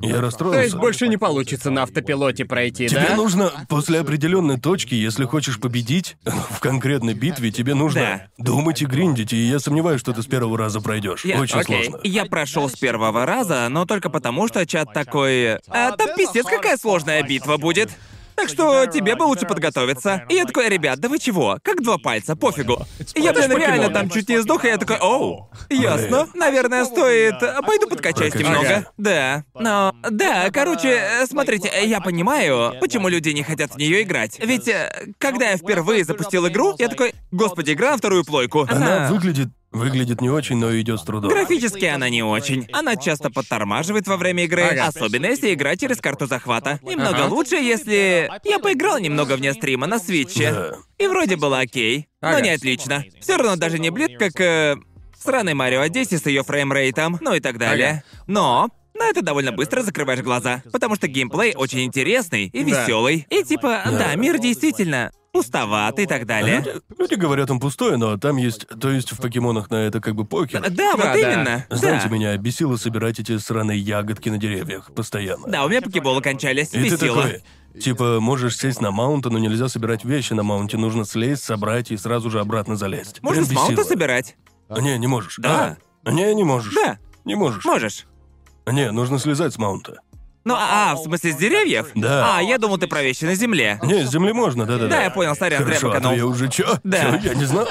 Speaker 3: Я расстроился.
Speaker 1: То есть больше не получится на автопилоте пройти,
Speaker 3: Тебе
Speaker 1: да?
Speaker 3: нужно после определенной точки, если хочешь победить в конкретной битве, тебе нужно думать и гриндить, и я сомневаюсь, что ты с первого раза пройдешь.
Speaker 2: Я-
Speaker 3: Очень
Speaker 1: окей.
Speaker 3: сложно.
Speaker 2: Я прошел с первого раза, но только потому, что чат такой... А там пиздец, какая сложная битва будет. Так что тебе бы лучше подготовиться. И я такой, ребят, да вы чего? Как два пальца, пофигу. Я, блин, реально там чуть не сдох, и я такой, оу. Ясно. Наверное, стоит... э, Пойду подкачаюсь
Speaker 3: Прокачаться.
Speaker 2: немного.
Speaker 1: Ага.
Speaker 2: Да. Но... Да, короче, э, смотрите, э, я понимаю, почему люди не хотят в нее играть. Ведь, э, когда я впервые запустил игру, я такой, господи, игра на вторую плойку.
Speaker 3: Она
Speaker 2: Ага.
Speaker 3: выглядит выглядит не очень, но идет с трудом.
Speaker 2: Графически она не очень. Она часто подтормаживает во время игры,
Speaker 1: Ага.
Speaker 2: особенно если играть через карту захвата. Немного
Speaker 1: Ага.
Speaker 2: лучше, если... Я поиграл немного вне стрима на свитче.
Speaker 3: Да.
Speaker 2: И вроде было окей, но
Speaker 1: Ага.
Speaker 2: не отлично. Все равно даже не блин, как... э, Сраный Марио Одессе с ее фреймрейтом, ну и так далее. Но... На это довольно быстро закрываешь глаза, потому что геймплей очень интересный
Speaker 1: Да.
Speaker 2: и веселый. И типа, да. мир действительно пустоват и так далее.
Speaker 3: Люди, люди говорят, он пустой, но там есть... То есть в покемонах на это как бы покер.
Speaker 2: Да, вот
Speaker 1: Ну, Да, да.
Speaker 2: именно.
Speaker 3: Знаете,
Speaker 2: да.
Speaker 3: меня бесило собирать эти сраные ягодки на деревьях постоянно.
Speaker 2: Да, у меня покеболы кончались.
Speaker 3: И ты
Speaker 2: Бесило.
Speaker 3: такой, типа, можешь сесть на маунта, но нельзя собирать вещи на маунте. Нужно слезть, собрать и сразу же обратно залезть.
Speaker 2: Можно
Speaker 3: Прям
Speaker 2: с маунта
Speaker 3: бесило.
Speaker 2: собирать?
Speaker 3: Не, не можешь.
Speaker 2: Да.
Speaker 3: А? Не, не можешь.
Speaker 2: Да,
Speaker 3: Не можешь.
Speaker 2: можешь.
Speaker 3: Не, нужно слезать с маунта.
Speaker 2: Ну, а, а, в смысле, с деревьев?
Speaker 3: Да.
Speaker 2: А, я думал, ты про вещи на земле.
Speaker 3: Не, с земли можно, да-да-да.
Speaker 2: Да, я понял, сорян, зря
Speaker 3: Хорошо, а то я
Speaker 2: поканул.
Speaker 3: уже чё?
Speaker 2: Да.
Speaker 3: Чё, Я не знал.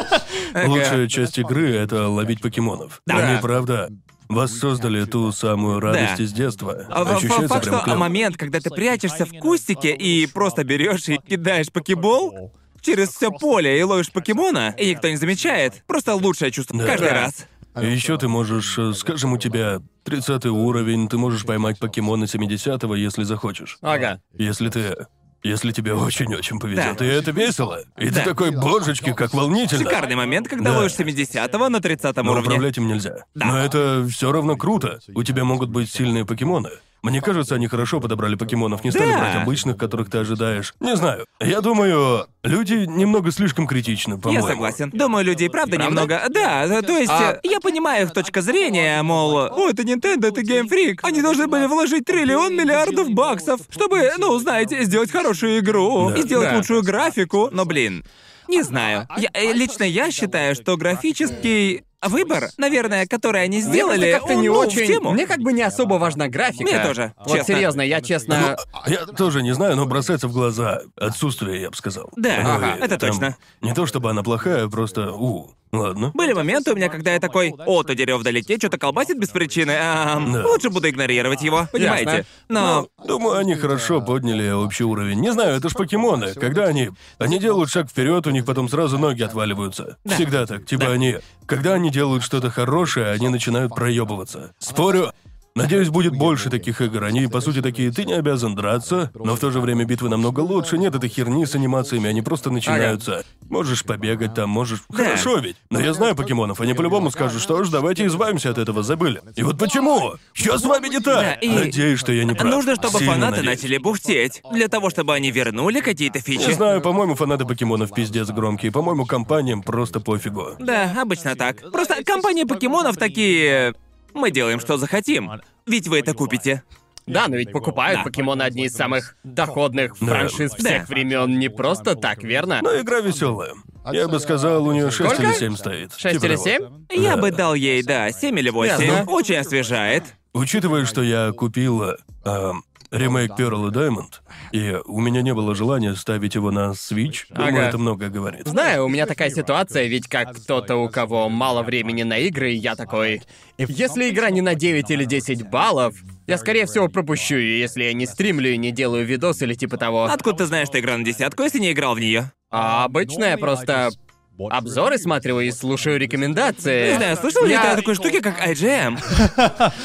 Speaker 3: Лучшая часть игры — это ловить покемонов.
Speaker 2: Да.
Speaker 3: Они, правда, воссоздали ту самую радость
Speaker 2: Да.
Speaker 3: из детства.
Speaker 2: А ф- ф-
Speaker 3: Ощущается
Speaker 2: Факт,
Speaker 3: прям
Speaker 2: что а,
Speaker 3: клёво.
Speaker 2: момент, когда ты прячешься в кустике и просто берешь и кидаешь покебол через все поле и ловишь покемона, и никто не замечает. Просто лучшее чувство
Speaker 3: Да.
Speaker 2: каждый
Speaker 1: Да.
Speaker 2: раз.
Speaker 3: И еще ты можешь, э, скажем, у тебя 30 уровень, ты можешь поймать покемона 70-го, если захочешь.
Speaker 1: Ага.
Speaker 3: Если ты... Если тебе очень-очень повезет.
Speaker 2: Да.
Speaker 3: И это весело. И
Speaker 2: Да.
Speaker 3: ты такой, божечки, как волнительно.
Speaker 2: Шикарный момент, когда
Speaker 3: Да.
Speaker 2: ловишь 70-го на 30
Speaker 3: Но
Speaker 2: уровне.
Speaker 3: управлять им нельзя.
Speaker 2: Да.
Speaker 3: Но это все равно круто. У тебя могут быть сильные покемоны. Мне кажется, они хорошо подобрали покемонов, не стали
Speaker 2: Да.
Speaker 3: брать обычных, которых ты ожидаешь. Не знаю. Я думаю, люди немного слишком критичны,
Speaker 2: Я
Speaker 3: по-моему.
Speaker 2: согласен. Думаю, людей правда,
Speaker 1: Правда?
Speaker 2: немного. Да, да, то есть
Speaker 1: А-
Speaker 2: э, я понимаю их точка зрения, мол, о, это Nintendo, это Game Freak. Они должны были вложить триллион миллиардов баксов, чтобы, ну, знаете, сделать хорошую игру
Speaker 3: Да.
Speaker 2: и сделать
Speaker 1: Да.
Speaker 2: лучшую графику. Но, блин, не знаю. Я- э, лично я считаю, что графический выбор, наверное, который они
Speaker 1: Мне просто
Speaker 2: сделали,
Speaker 1: как-то
Speaker 2: он,
Speaker 1: не
Speaker 2: ну, в
Speaker 1: очень.
Speaker 2: тему.
Speaker 1: Мне как бы не особо важна графика.
Speaker 2: Мне тоже,
Speaker 1: Вот
Speaker 2: честно.
Speaker 1: серьезно, я честно.
Speaker 3: Ну, Я тоже не знаю, но бросается в глаза отсутствие, я бы сказал.
Speaker 2: Да,
Speaker 3: Ну
Speaker 2: ага,
Speaker 3: и
Speaker 2: это
Speaker 3: там
Speaker 2: точно.
Speaker 3: Не то чтобы она плохая, просто у. Ладно.
Speaker 2: Были моменты у меня, когда я такой, о, то дерево вдалеке что-то колбасит без причины, ам,
Speaker 3: Да.
Speaker 2: лучше буду игнорировать его, понимаете?
Speaker 1: Ну,
Speaker 2: Но...
Speaker 3: Ну, Думаю, они хорошо подняли общий уровень. Не знаю, это ж покемоны. Когда они... Они делают шаг вперед, у них потом сразу ноги отваливаются. Всегда так. Типа они... Когда они делают что-то хорошее, они начинают проебываться. Спорю, Надеюсь, будет больше таких игр. Они, по сути, такие, ты не обязан драться, но в то же время битвы намного лучше. Нет этой херни с анимациями, они просто начинаются. Можешь побегать там, можешь... Хорошо ведь. Но я знаю покемонов, они по-любому скажут, что ж, давайте избавимся от этого, забыли. И вот почему? Что с вами не так?
Speaker 2: Да, и-
Speaker 3: Надеюсь, что я не прав.
Speaker 2: Нужно, чтобы
Speaker 3: Сильно
Speaker 2: фанаты
Speaker 3: надеюсь.
Speaker 2: начали бухтеть. Для того, чтобы они вернули какие-то
Speaker 3: Не
Speaker 2: фичи.
Speaker 3: знаю, по-моему, фанаты покемонов пиздец громкие. По-моему, компаниям просто пофигу.
Speaker 2: Да, обычно так. Просто компания покемонов такие... Мы делаем, что захотим. Ведь вы это купите.
Speaker 1: Да, но ведь покупают
Speaker 2: Да.
Speaker 1: покемоны одни из самых доходных
Speaker 3: Ну,
Speaker 1: франшиз
Speaker 2: Да.
Speaker 1: всех времен. Не просто так, верно?
Speaker 3: Но игра веселая. Я бы сказал, у нее 6
Speaker 1: Сколько?
Speaker 3: или 7 стоит.
Speaker 1: Шесть
Speaker 3: Типа
Speaker 1: или
Speaker 3: того.
Speaker 1: семь?
Speaker 2: Я
Speaker 3: Да.
Speaker 2: бы дал ей, да, 7 или 8.
Speaker 1: Ясно.
Speaker 2: Очень освежает.
Speaker 3: Учитывая, что я купил эм, ремейк Pearl и Diamond, и у меня не было желания ставить его на Switch, думаю,
Speaker 1: Ага.
Speaker 3: это многое говорит.
Speaker 1: Знаю, у меня такая ситуация, ведь как кто-то, у кого мало времени на игры, я такой... Если игра не на 9 или 10 баллов, я, скорее всего, пропущу ее, если я не стримлю и не делаю видос или типа того.
Speaker 2: Откуда ты знаешь, что игра на десятку, если не играл в нее?
Speaker 1: А обычно я просто обзоры смотрю и слушаю рекомендации.
Speaker 2: Не знаю, слышал ли
Speaker 1: Я- А
Speaker 2: ты о такой штуке, как IGM?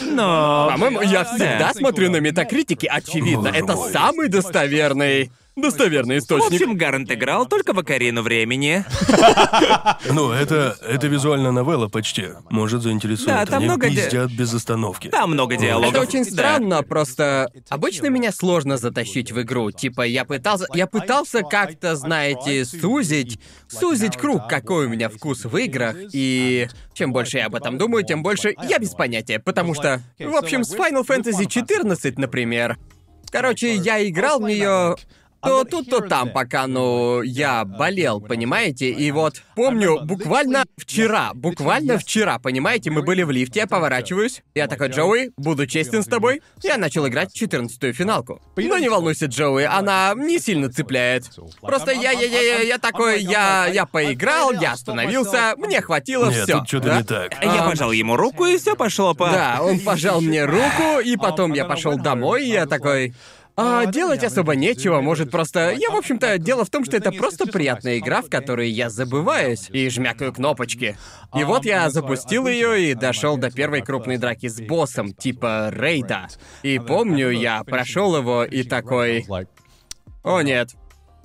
Speaker 2: Но...
Speaker 1: По-моему, я
Speaker 2: Да.
Speaker 1: всегда смотрю на метакритики, очевидно.
Speaker 3: Боже
Speaker 1: Это
Speaker 3: мой.
Speaker 1: самый достоверный... Достоверный
Speaker 2: В
Speaker 1: источник.
Speaker 2: общем, Гарнт играл только в Окарину времени.
Speaker 3: Ну, это, это визуальная новелла почти. Может, заинтересует.
Speaker 2: Да, там
Speaker 3: Они
Speaker 2: много де-
Speaker 3: пиздят без остановки.
Speaker 2: Там много диалогов.
Speaker 1: Это очень
Speaker 2: Да.
Speaker 1: странно, просто обычно меня сложно затащить в игру. Типа я пытался, я пытался как-то, знаете, сузить, сузить круг, какой у меня вкус в играх, и чем больше я об этом думаю, тем больше я без понятия, потому что, в общем, с Final Fantasy 14, например, короче, я играл в нее то тут, то там, пока, ну, я болел, понимаете? И вот помню, буквально вчера, буквально вчера, понимаете, мы были в лифте, я поворачиваюсь. Я такой, Джоуи, буду честен с тобой. Я начал играть 14-ю финалку. Но не волнуйся, Джоуи, она не сильно цепляет. Просто я, я, я, я, я такой, я, я поиграл, я остановился, мне хватило,
Speaker 3: Нет,
Speaker 1: все.
Speaker 3: тут что-то не так.
Speaker 2: Я
Speaker 1: А.
Speaker 2: пожал ему руку, и все пошло по...
Speaker 1: Да, он пожал мне руку, и потом я пошел домой, и я такой. «А, делать особо нечего, может просто... Я, в общем-то, дело в том, что это просто приятная игра, в которой я забываюсь и жмякаю кнопочки. И вот я запустил ее и дошел до первой крупной драки с боссом, типа рейда. И помню, я прошел его и такой... О нет,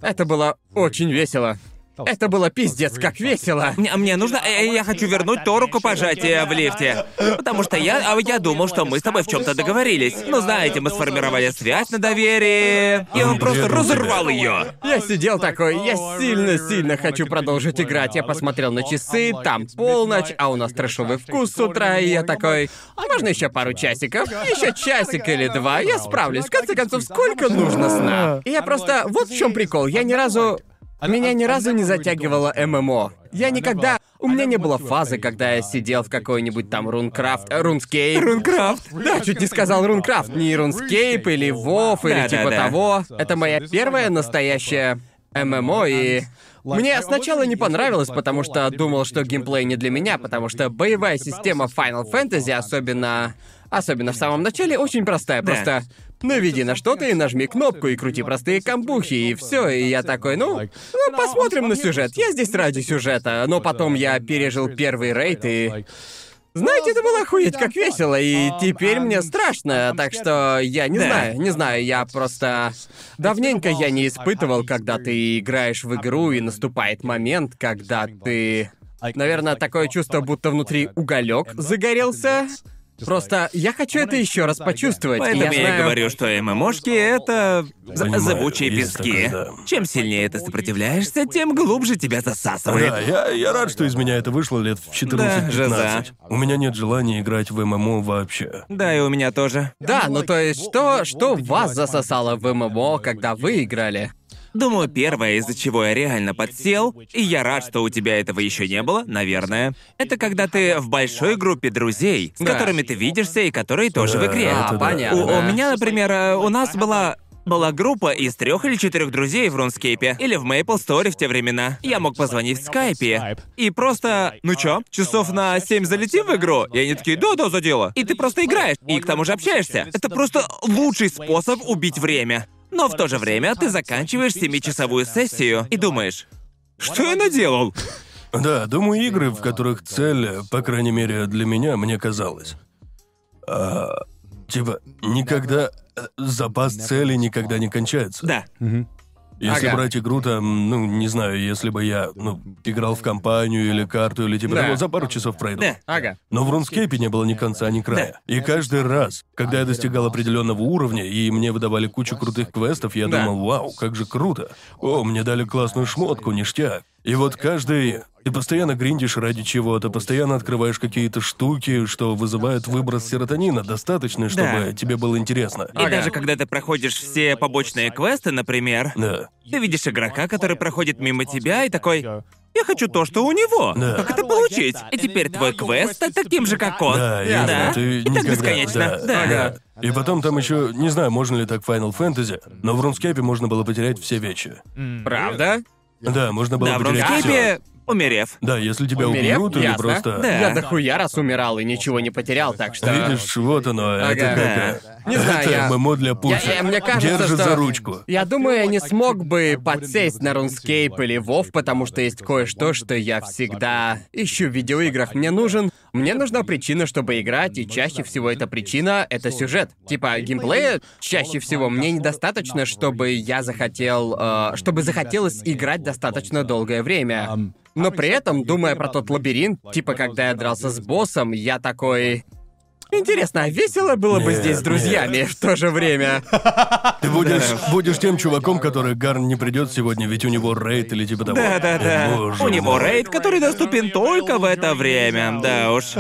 Speaker 1: это было очень весело. Это было пиздец, как весело.
Speaker 2: Мне, мне нужно... э, я хочу вернуть то рукопожатие в лифте. Потому что я... а Я думал, что мы с тобой в чем то договорились. Но знаете, мы сформировали связь на доверии. И он просто
Speaker 3: Верно тебе.
Speaker 2: разорвал ее.
Speaker 1: Я сидел такой, я сильно-сильно хочу продолжить играть. Я посмотрел на часы, там полночь, а у нас трэшовый вкус с утра, и я такой... Можно еще пару часиков? Еще часик или два, я справлюсь. В конце концов, сколько нужно сна? И я просто... Вот в чем прикол, я ни разу... Меня ни разу не затягивало ММО. Я никогда... У меня не было фазы, когда я сидел в какой-нибудь там Рункрафт... э, Рунскейп. Рункрафт? Да, чуть не сказал Рункрафт. Не Рунскейп или Вов, или
Speaker 2: Да-да-да.
Speaker 1: типа того. Это моя первая настоящая ММО, и... Мне сначала не понравилось, потому что думал, что геймплей не для меня, потому что боевая система Final Fantasy, особенно... Особенно в самом начале, очень простая.
Speaker 2: Да.
Speaker 1: Просто наведи «Ну, на что-то и нажми кнопку, и крути простые камбухи, и все. И я такой, ну, ну, посмотрим на сюжет. Я здесь ради сюжета. Но потом я пережил первый рейд, и знаете, это было охуеть как весело, и теперь мне страшно, так что я не
Speaker 2: Да.
Speaker 1: знаю, Э, не знаю, я просто... Давненько я не испытывал, когда ты играешь в игру, и наступает момент, когда ты... Наверное, такое чувство, будто внутри уголек загорелся. Просто я хочу это еще раз почувствовать. и
Speaker 2: Поэтому я,
Speaker 1: знаю-
Speaker 2: и говорю, что ММОшки — это з-
Speaker 3: Понимаю,
Speaker 2: зыбучие
Speaker 3: есть
Speaker 2: пески.
Speaker 3: такое, да.
Speaker 2: Чем сильнее ты сопротивляешься, тем глубже тебя засасывает.
Speaker 3: Да, я, я рад, что из меня это вышло лет в 14-15.
Speaker 2: Да, жеза.
Speaker 3: У меня нет желания играть в ММО вообще.
Speaker 2: Да, и у меня тоже.
Speaker 1: Да, ну то есть, что, что вас засосало в ММО, когда вы играли?
Speaker 2: Думаю, первое, из-за чего я реально подсел, и я рад, что у тебя этого еще не было, наверное, это когда ты в большой группе друзей, с
Speaker 1: Да.
Speaker 2: которыми ты видишься и которые тоже
Speaker 3: Да,
Speaker 2: в игре.
Speaker 3: это
Speaker 1: А,
Speaker 3: да.
Speaker 2: У,
Speaker 1: понятно.
Speaker 2: у меня, например, э, у нас была была группа из трех или четырех друзей в Рунскейпе или в Мейпл Стори в те времена. Я мог позвонить в скайпе и просто... Ну чё, часов на семь залетим в игру? И они такие, да-да, за дело. И ты просто играешь, и к тому же общаешься. Это просто лучший способ убить время. Но в то же время ты заканчиваешь семичасовую сессию и думаешь, что я наделал?
Speaker 3: Да, думаю, игры, в которых цель, по крайней мере, для меня, мне казалось. а, Типа, никогда... э, Запас цели никогда не кончается.
Speaker 2: Да.
Speaker 3: Если
Speaker 1: Ага.
Speaker 3: брать игру там, ну, не знаю, если бы я, ну, играл в компанию или карту, или типа
Speaker 1: Да.
Speaker 3: того, за пару часов пройду.
Speaker 2: Да.
Speaker 1: Ага.
Speaker 3: Но в Рунскейпе не было ни конца, ни края. И каждый раз, когда я достигал определенного уровня, и мне выдавали кучу крутых квестов, я
Speaker 1: Да.
Speaker 3: думал, вау, как же круто. О, мне дали классную шмотку, ништяк. И вот каждый... Ты постоянно гриндишь ради чего-то, постоянно открываешь какие-то штуки, что вызывают выброс серотонина, достаточный, чтобы
Speaker 2: Да.
Speaker 3: тебе было интересно.
Speaker 2: И
Speaker 1: Ага.
Speaker 2: даже когда ты проходишь все побочные квесты, например,
Speaker 3: Да.
Speaker 2: ты видишь игрока, который проходит мимо тебя и такой «Я хочу то, что у него!
Speaker 3: Да.
Speaker 2: Как это получить?» И теперь твой квест стать таким же, как он.
Speaker 3: Да,
Speaker 1: я
Speaker 3: именно.
Speaker 2: Да.
Speaker 3: Ты
Speaker 2: И так
Speaker 3: никогда-
Speaker 2: бесконечно.
Speaker 3: Да,
Speaker 2: Да.
Speaker 3: да. И потом там еще, не знаю, можно ли так Final Fantasy, но в Рунскейпе можно было потерять все вещи.
Speaker 1: Правда?
Speaker 3: Да, можно было
Speaker 2: Да, в
Speaker 3: потерять все.
Speaker 2: Рунскейпе, умерев.
Speaker 3: Да, если тебя
Speaker 1: Умерев?
Speaker 3: убьют или
Speaker 1: Ясно.
Speaker 3: просто...
Speaker 2: Да.
Speaker 1: Я дохуя раз умирал и ничего не потерял, так что...
Speaker 3: Видишь, вот оно, это
Speaker 1: Ага.
Speaker 3: как...
Speaker 1: Не знаю,
Speaker 3: это
Speaker 1: я-
Speaker 3: ММО для пушек.
Speaker 1: Я- я- мне кажется,
Speaker 3: Держит
Speaker 1: что-
Speaker 3: за ручку.
Speaker 1: Я думаю, я не смог бы подсесть на RuneScape или WoW, потому что есть кое-что, что я всегда ищу в видеоиграх. Мне нужен... Мне нужна причина, чтобы играть, и чаще всего эта причина — это сюжет. Типа, геймплея чаще всего мне недостаточно, чтобы я захотел... э, чтобы захотелось играть достаточно долгое время. Но при этом, думая про тот лабиринт, типа, когда я дрался с боссом, я такой... Интересно, а весело было бы
Speaker 3: Нет,
Speaker 1: здесь с друзьями в то же время?
Speaker 3: Ты будешь, будешь тем чуваком, который Гарн не придет сегодня, ведь у него рейд или типа того.
Speaker 2: Да, да,
Speaker 3: О,
Speaker 2: да.
Speaker 3: боже
Speaker 2: У него
Speaker 3: мой.
Speaker 2: рейд, который доступен только в это время. Да уж.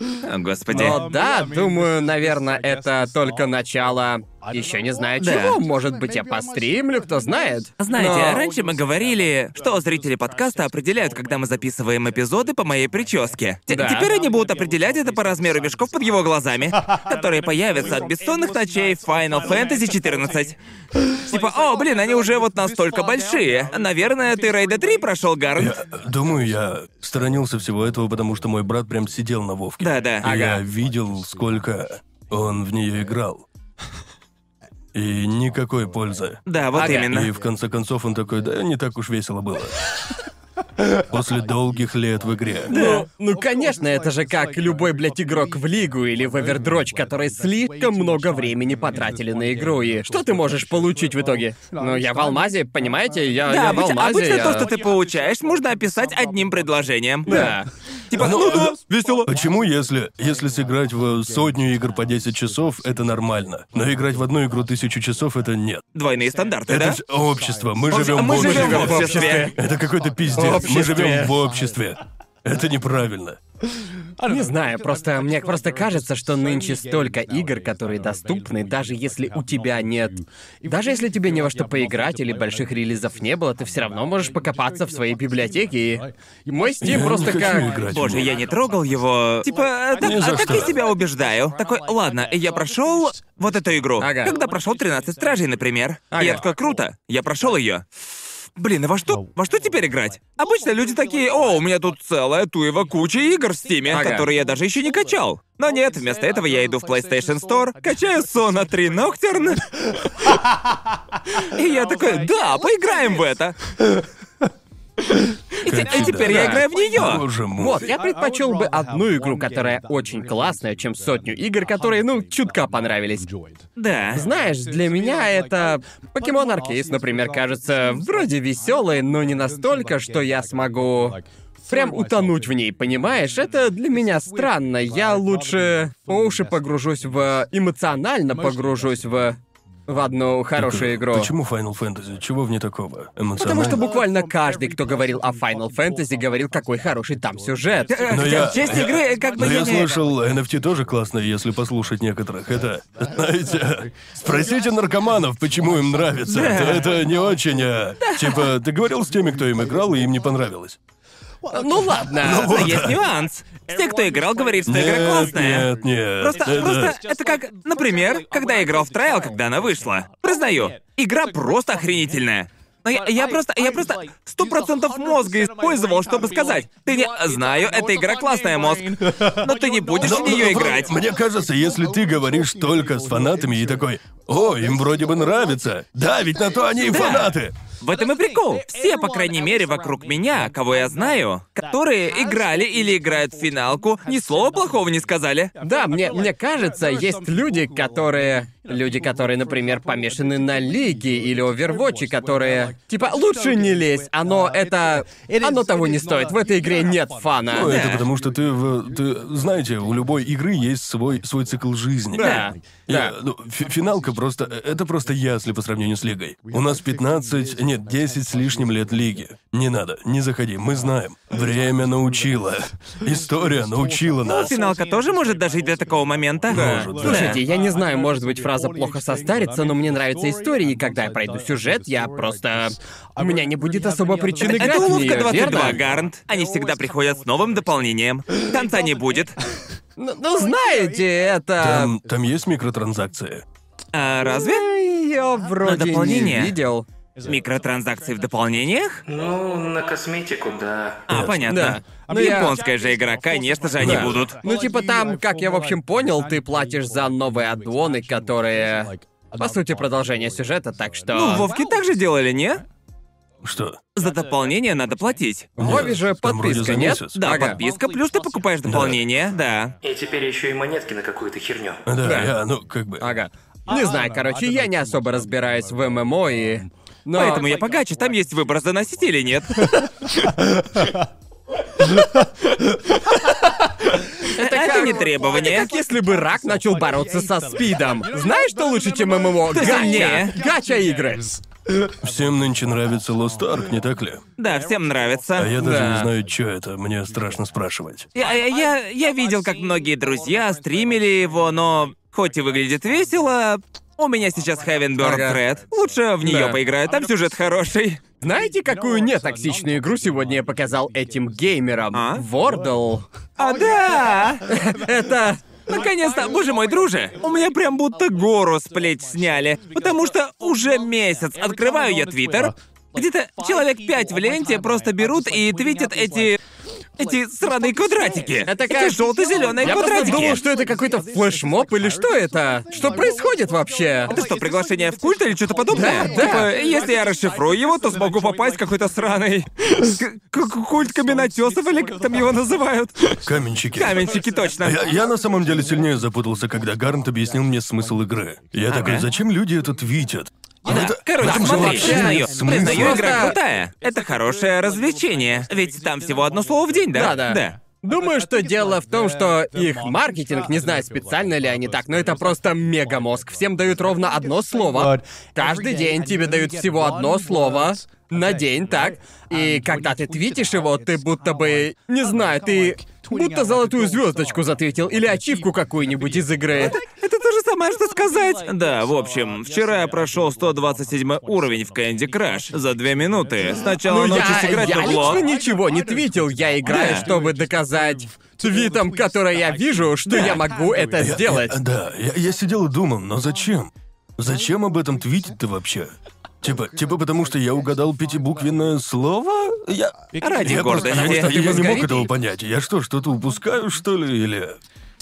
Speaker 2: О, Господи.
Speaker 1: Но да, думаю, наверное, это только начало. Еще не знаю
Speaker 2: Да.
Speaker 1: чего. Может быть, я постримлю, кто знает.
Speaker 2: Знаете,
Speaker 1: Но-
Speaker 2: раньше мы говорили, что зрители подкаста определяют, когда мы записываем эпизоды по моей прическе. Те-
Speaker 1: Да.
Speaker 2: Теперь они будут определять это по размеру мешков под его глазами, которые появятся от бессонных ночей в Final Fantasy 14. Типа, о, блин, они уже вот настолько большие. Наверное, ты Рейда 3 прошел, Гарн.
Speaker 3: Я думаю, я сторонился всего этого, потому что мой брат прям сидел на Вовке.
Speaker 2: Да-да.
Speaker 3: И Я видел, сколько он в нее играл. И никакой пользы.
Speaker 2: Да, вот
Speaker 1: Ага.
Speaker 2: именно.
Speaker 3: И в конце концов он такой, да не так уж весело было. После долгих лет в игре.
Speaker 1: Ну, ну, конечно, это же как любой, блядь, игрок в лигу или в овердроч, которые слишком много времени потратили на игру. И что ты можешь получить в итоге? Ну, я в алмазе, понимаете? Я,
Speaker 2: Да,
Speaker 1: я в а
Speaker 2: обычно,
Speaker 1: алмазе.
Speaker 2: обычно
Speaker 1: я-
Speaker 2: то, что ты получаешь, можно описать одним предложением.
Speaker 1: Да. э,
Speaker 2: Типа, ну да, весело.
Speaker 3: Почему, если, если сыграть в сотню игр по 10 часов, это нормально? Но играть в одну игру тысячу часов это нет.
Speaker 2: Двойные стандарты,
Speaker 3: Это
Speaker 2: да?
Speaker 3: ж общество. Мы
Speaker 2: Общ-
Speaker 3: живем
Speaker 2: мы
Speaker 3: в
Speaker 2: живем
Speaker 3: обществе.
Speaker 2: в обществе.
Speaker 3: Это какой-то пиздец.
Speaker 1: Обществе.
Speaker 3: Мы живем в обществе. Это неправильно.
Speaker 1: Не знаю, просто мне просто кажется, что нынче столько игр, которые доступны, даже если у тебя нет... Даже если тебе не во что поиграть или больших релизов не было, ты все равно можешь покопаться в своей библиотеке. И мой
Speaker 3: Я
Speaker 1: Steam
Speaker 3: не
Speaker 1: просто
Speaker 3: хочу
Speaker 1: как...
Speaker 3: играть.
Speaker 2: Боже, я не трогал его. Типа, э, так,
Speaker 3: Ни за
Speaker 2: а так
Speaker 3: что.
Speaker 2: я себя убеждаю. Такой, ладно, я прошел вот эту игру.
Speaker 1: Ага.
Speaker 2: Когда прошел 13 стражей, например. И Я
Speaker 1: Ага.
Speaker 2: такой, круто, я прошел ее. Блин, а во что, во что теперь играть? Обычно люди такие, о, у меня тут целая туева куча игр в стиме,
Speaker 1: Ага.
Speaker 2: которые я даже еще не качал. Но нет, вместо этого я иду в PlayStation Store, качаю Sona 3 Nocturne. И я такой, да, поиграем в это. И те- и теперь я
Speaker 1: Да.
Speaker 2: играю в нее.
Speaker 3: Боже мой.
Speaker 1: Вот, я предпочел бы одну игру, которая очень классная, чем сотню игр, которые, ну, чутка понравились.
Speaker 2: Да.
Speaker 1: Знаешь, для меня это... Покемон Аркейс, например, кажется вроде веселой, но не настолько, что я смогу... Прям утонуть в ней, понимаешь? Это для меня странно. Я лучше по уши погружусь в... э, ну, Эмоционально погружусь в... В одну хорошую игру.
Speaker 3: Почему Final Fantasy? Чего в ней такого?
Speaker 1: Потому
Speaker 3: Эмоционально?
Speaker 1: что буквально каждый, кто говорил о Final Fantasy, говорил, какой хороший там сюжет.
Speaker 2: Э,
Speaker 3: Но
Speaker 2: хотя
Speaker 3: я-
Speaker 2: в части
Speaker 3: я-
Speaker 2: игры, как бы
Speaker 3: Но я
Speaker 2: я не...
Speaker 3: слышал, NFT тоже классно, если послушать некоторых. Это, знаете, спросите наркоманов, почему им нравится. Это, это не очень, а, типа, ты говорил с теми, кто им играл, и им не понравилось.
Speaker 1: Ну ладно.
Speaker 2: Но есть нюанс. Все, кто играл, говорит, что игра
Speaker 3: Нет,
Speaker 2: классная.
Speaker 3: нет, нет.
Speaker 2: Просто,
Speaker 3: это-
Speaker 2: просто, это как, например, когда я играл в Трайл, когда она вышла. Признаю, игра просто охренительная. Но я, я просто, я просто сто процентов мозга использовал, чтобы сказать, ты не... Знаю, эта игра классная, мозг, но ты не будешь в
Speaker 3: Ну, ну,
Speaker 2: нее
Speaker 3: вро-
Speaker 2: играть.
Speaker 3: Мне кажется, если ты говоришь только с фанатами и такой, о, им вроде бы нравится. Да, ведь на то они и фанаты.
Speaker 2: В этом и прикол. Все, по крайней мере, вокруг меня, кого я знаю, которые играли или играют в финалку, ни слова плохого не сказали.
Speaker 1: Да, мне, мне кажется, есть люди, которые... Люди, которые, например, помешаны на лиге или овервотче, которые... Типа, лучше не лезь, оно это... Оно того не стоит, в этой игре нет фана.
Speaker 3: Ну, это
Speaker 2: Да.
Speaker 3: потому что ты, в- ты- знаете, у любой игры есть свой, свой цикл жизни.
Speaker 1: Да,
Speaker 3: Я- ну, фи- финалка просто... э, Это просто ясли по сравнению с Лигой. У нас 15... Нет, 10 с лишним лет Лиги. Не надо, не заходи, мы знаем. Время научило. История научила нас.
Speaker 2: Финалка тоже может дожить до такого момента.
Speaker 3: Да.
Speaker 2: Да.
Speaker 1: Слушайте, я не знаю, может быть, фраза плохо состарится, но мне нравятся истории, и когда я пройду сюжет, я просто... У А меня не будет особо причин играть
Speaker 2: Это
Speaker 1: в
Speaker 2: уловка
Speaker 1: неё,
Speaker 2: 22,
Speaker 1: верно?
Speaker 2: Гарнт. Они всегда приходят с новым дополнением. Конца не будет.
Speaker 1: Ну, ну, знаете, это...
Speaker 3: Там, там есть микротранзакции.
Speaker 2: А разве?
Speaker 1: Я вроде
Speaker 2: Ну, дополнение?
Speaker 1: не видел.
Speaker 2: Микротранзакции в дополнениях?
Speaker 4: Ну, на косметику, да.
Speaker 2: А, понятно.
Speaker 1: Да.
Speaker 2: Ну,
Speaker 1: Ну, я-
Speaker 2: японская же игра, конечно же, они
Speaker 1: Да.
Speaker 2: будут.
Speaker 1: Ну, типа там, как я в общем понял, ты платишь за новые аддоны, которые... По сути, продолжение сюжета, так что...
Speaker 2: Ну, Вовки так же делали, не?
Speaker 3: Что?
Speaker 2: За дополнение надо платить.
Speaker 1: В Вове же
Speaker 3: там вроде
Speaker 1: подписка,
Speaker 3: за
Speaker 1: нет?
Speaker 3: месяц.
Speaker 2: Да,
Speaker 1: Ага.
Speaker 2: подписка, плюс ты покупаешь дополнение, да.
Speaker 4: И теперь еще и монетки на какую-то херню.
Speaker 3: Да, я, ну, как бы...
Speaker 1: Ага. Не знаю, короче, я не особо разбираюсь в ММО и... Но...
Speaker 2: Поэтому я погаче, там есть выбор, заносить или нет. Это не требование.
Speaker 1: Как если бы рак начал бороться со спидом. Знаешь, что лучше, чем ММО?
Speaker 2: Да
Speaker 1: Гача!
Speaker 2: не.
Speaker 1: Гача игры!
Speaker 3: Всем нынче нравится Lost Ark, не так ли?
Speaker 2: Да, всем нравится.
Speaker 3: А я даже
Speaker 1: Да.
Speaker 3: не знаю, что это, мне страшно спрашивать.
Speaker 2: Я, я- я, я видел, как многие друзья стримили его, но хоть и выглядит весело, у меня сейчас Heavenbird
Speaker 1: Ага.
Speaker 2: Thread. Лучше в нее
Speaker 1: Да.
Speaker 2: поиграю, там сюжет хороший.
Speaker 1: Знаете, какую нетоксичную игру сегодня я показал этим геймерам?
Speaker 2: А?
Speaker 1: Вордл.
Speaker 2: А да! Это... Наконец-то, боже мой, друже, у меня прям будто гору с плеч сняли, потому что уже месяц открываю я твиттер, где-то человек пять в ленте просто берут и твитят эти... эти сраные квадратики.
Speaker 1: Это как-
Speaker 2: эти желто-зеленые
Speaker 1: Я просто
Speaker 2: квадратики.
Speaker 1: думал, что это какой-то флешмоб или что это? Что происходит вообще?
Speaker 2: Это что, приглашение в культ или что-то подобное?
Speaker 1: Да, да.
Speaker 2: Типа, если я расшифрую его, то смогу попасть в какой-то сраный... к- к- Культ каменотесов или как там его называют?
Speaker 3: Каменщики.
Speaker 2: Каменщики, точно.
Speaker 3: Я, я на самом деле сильнее запутался, когда Гарнт объяснил мне смысл игры. Я такой, зачем люди это твитят?
Speaker 2: Да, короче,
Speaker 3: там же
Speaker 2: смотри,
Speaker 3: вообще
Speaker 2: признаю,
Speaker 3: нет смысла.
Speaker 2: признаю, игра
Speaker 1: Просто-
Speaker 2: крутая. Это хорошее развлечение. Ведь там всего одно слово в день, да?
Speaker 1: Да-да. Думаю, что дело в том, что их маркетинг, не знаю, специально ли они так, но это просто мегамозг. Всем дают ровно одно слово. Каждый день тебе дают всего одно слово на день, так? И когда ты твитишь его, ты будто бы, не знаю, ты будто золотую звездочку затвитил или ачивку какую-нибудь из игры.
Speaker 2: Это то же самое, что сказать. Да, в общем, вчера я прошел 127 уровень в Кэнди Краш за две минуты. Сначала
Speaker 1: Ну, я,
Speaker 2: начал сыграть
Speaker 1: я
Speaker 2: бабло.
Speaker 1: лично ничего не твитил, я играю,
Speaker 2: Да.
Speaker 1: чтобы доказать твитам, которые я вижу, что я могу это
Speaker 3: Я-
Speaker 1: сделать.
Speaker 3: я- да, я, я сидел и думал, но зачем? Зачем об этом твитить-то вообще? Типа, типа потому что я угадал пятибуквенное слово? Я...
Speaker 2: Ради
Speaker 3: я просто,
Speaker 2: гордости.
Speaker 3: потому что
Speaker 1: Ты
Speaker 3: я не мог
Speaker 1: мозговитый?
Speaker 3: этого понять. Я что, что-то упускаю, что ли, или...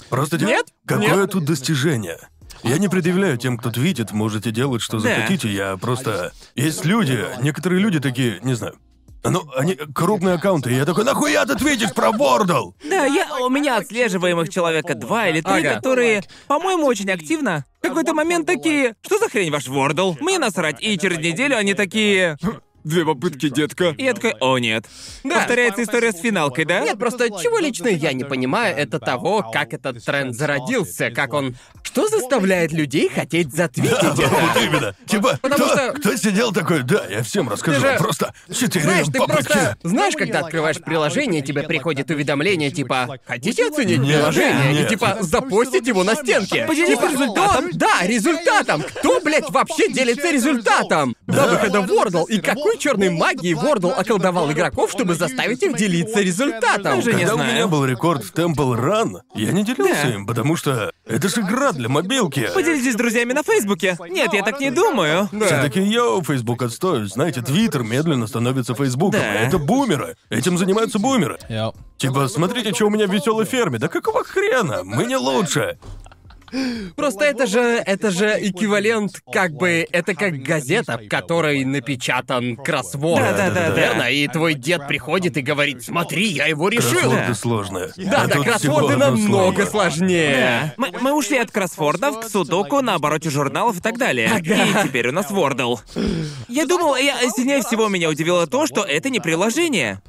Speaker 3: Просто дело-
Speaker 1: Нет,
Speaker 3: Какое
Speaker 1: нет.
Speaker 3: тут достижение? Я не предъявляю тем, кто твитит, можете делать, что
Speaker 2: Да.
Speaker 3: захотите, я просто... Есть люди, некоторые люди такие, не знаю, ну, они крупные аккаунты, и я такой, нахуя ты твитишь про Бордл?
Speaker 2: Да, я, у меня отслеживаемых человека два или три,
Speaker 1: Ага.
Speaker 2: которые, по-моему, очень активно. В какой-то момент такие, что за хрень ваш Вордл? Мне насрать. И через неделю они такие... Две попытки, детка. И я такой, о нет. Повторяется история с финалкой, да?
Speaker 1: Нет, просто чего лично я не понимаю, это того, как этот тренд зародился, как он... Что заставляет людей хотеть затвитить
Speaker 3: Вот
Speaker 1: это?
Speaker 3: именно. Типа,
Speaker 1: Потому
Speaker 3: кто,
Speaker 1: что-
Speaker 3: кто сидел такой, да, я всем расскажу,
Speaker 1: Ты же-
Speaker 3: просто четыре
Speaker 1: Знаешь, ты
Speaker 3: попытки».
Speaker 1: просто... Знаешь, когда открываешь приложение, тебе приходит уведомление, типа, хотите оценить
Speaker 3: Нет,
Speaker 1: приложение? И
Speaker 3: нет.
Speaker 1: типа, запостить его на стенке.
Speaker 2: Поделись
Speaker 1: Типа,
Speaker 2: результатом.
Speaker 1: кто- Да, результатом. Кто, блядь, вообще делится результатом? До
Speaker 5: Да.
Speaker 1: выхода Вордл. И какой черной магией Вордл околдовал игроков, чтобы заставить их делиться результатом?
Speaker 2: Даже не
Speaker 3: Когда у
Speaker 2: знаю.
Speaker 3: меня был рекорд в Temple Run, я не делился
Speaker 2: Да.
Speaker 3: им, потому что это же игра для мобилки.
Speaker 2: Поделитесь с друзьями на Фейсбуке. Нет, я так не думаю.
Speaker 3: Все такие, йоу, Фейсбук отстой. Знаете, Твиттер медленно становится Фейсбуком.
Speaker 2: Да.
Speaker 3: а Это бумеры. Этим занимаются бумеры.
Speaker 5: Yep.
Speaker 3: Типа, смотрите, что у меня в веселой ферме. Да какого хрена? Мы не лучше.
Speaker 1: Просто это же, это же эквивалент, как бы, это как газета, в которой напечатан кроссворд.
Speaker 2: Да-да-да-да.
Speaker 1: Верно? И твой дед приходит и говорит, смотри, я его решил.
Speaker 3: Кроссворды сложные.
Speaker 1: Да,
Speaker 3: А
Speaker 1: да,
Speaker 3: тут всего
Speaker 1: кроссворды
Speaker 3: одно
Speaker 1: намного
Speaker 3: слово.
Speaker 1: сложнее.
Speaker 2: Э, Мы, мы ушли от кроссвордов к судоку на обороте журналов и так далее. И теперь у нас Wordle. Я думал, я, сильнее всего меня удивило то, что это не приложение.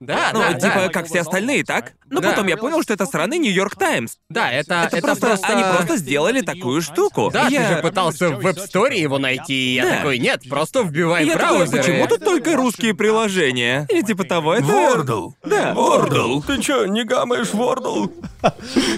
Speaker 1: А, Да,
Speaker 2: Ну,
Speaker 1: да,
Speaker 2: типа,
Speaker 1: да.
Speaker 2: как все остальные, так? Но
Speaker 1: Да.
Speaker 2: потом я понял, что это сраный Нью-Йорк Таймс.
Speaker 1: Да, это, это,
Speaker 2: просто, они просто сделали такую штуку.
Speaker 1: Да,
Speaker 2: я...
Speaker 1: ты же пытался в веб-сторе его найти, и я
Speaker 2: Да.
Speaker 1: такой, нет, просто вбивай
Speaker 2: я
Speaker 1: в
Speaker 2: такой,
Speaker 1: браузер.
Speaker 2: почему тут только русские приложения? Или типа того, это...
Speaker 3: Вордл!
Speaker 2: Да.
Speaker 3: Вордл! Ты чё, не гамаешь Вордл?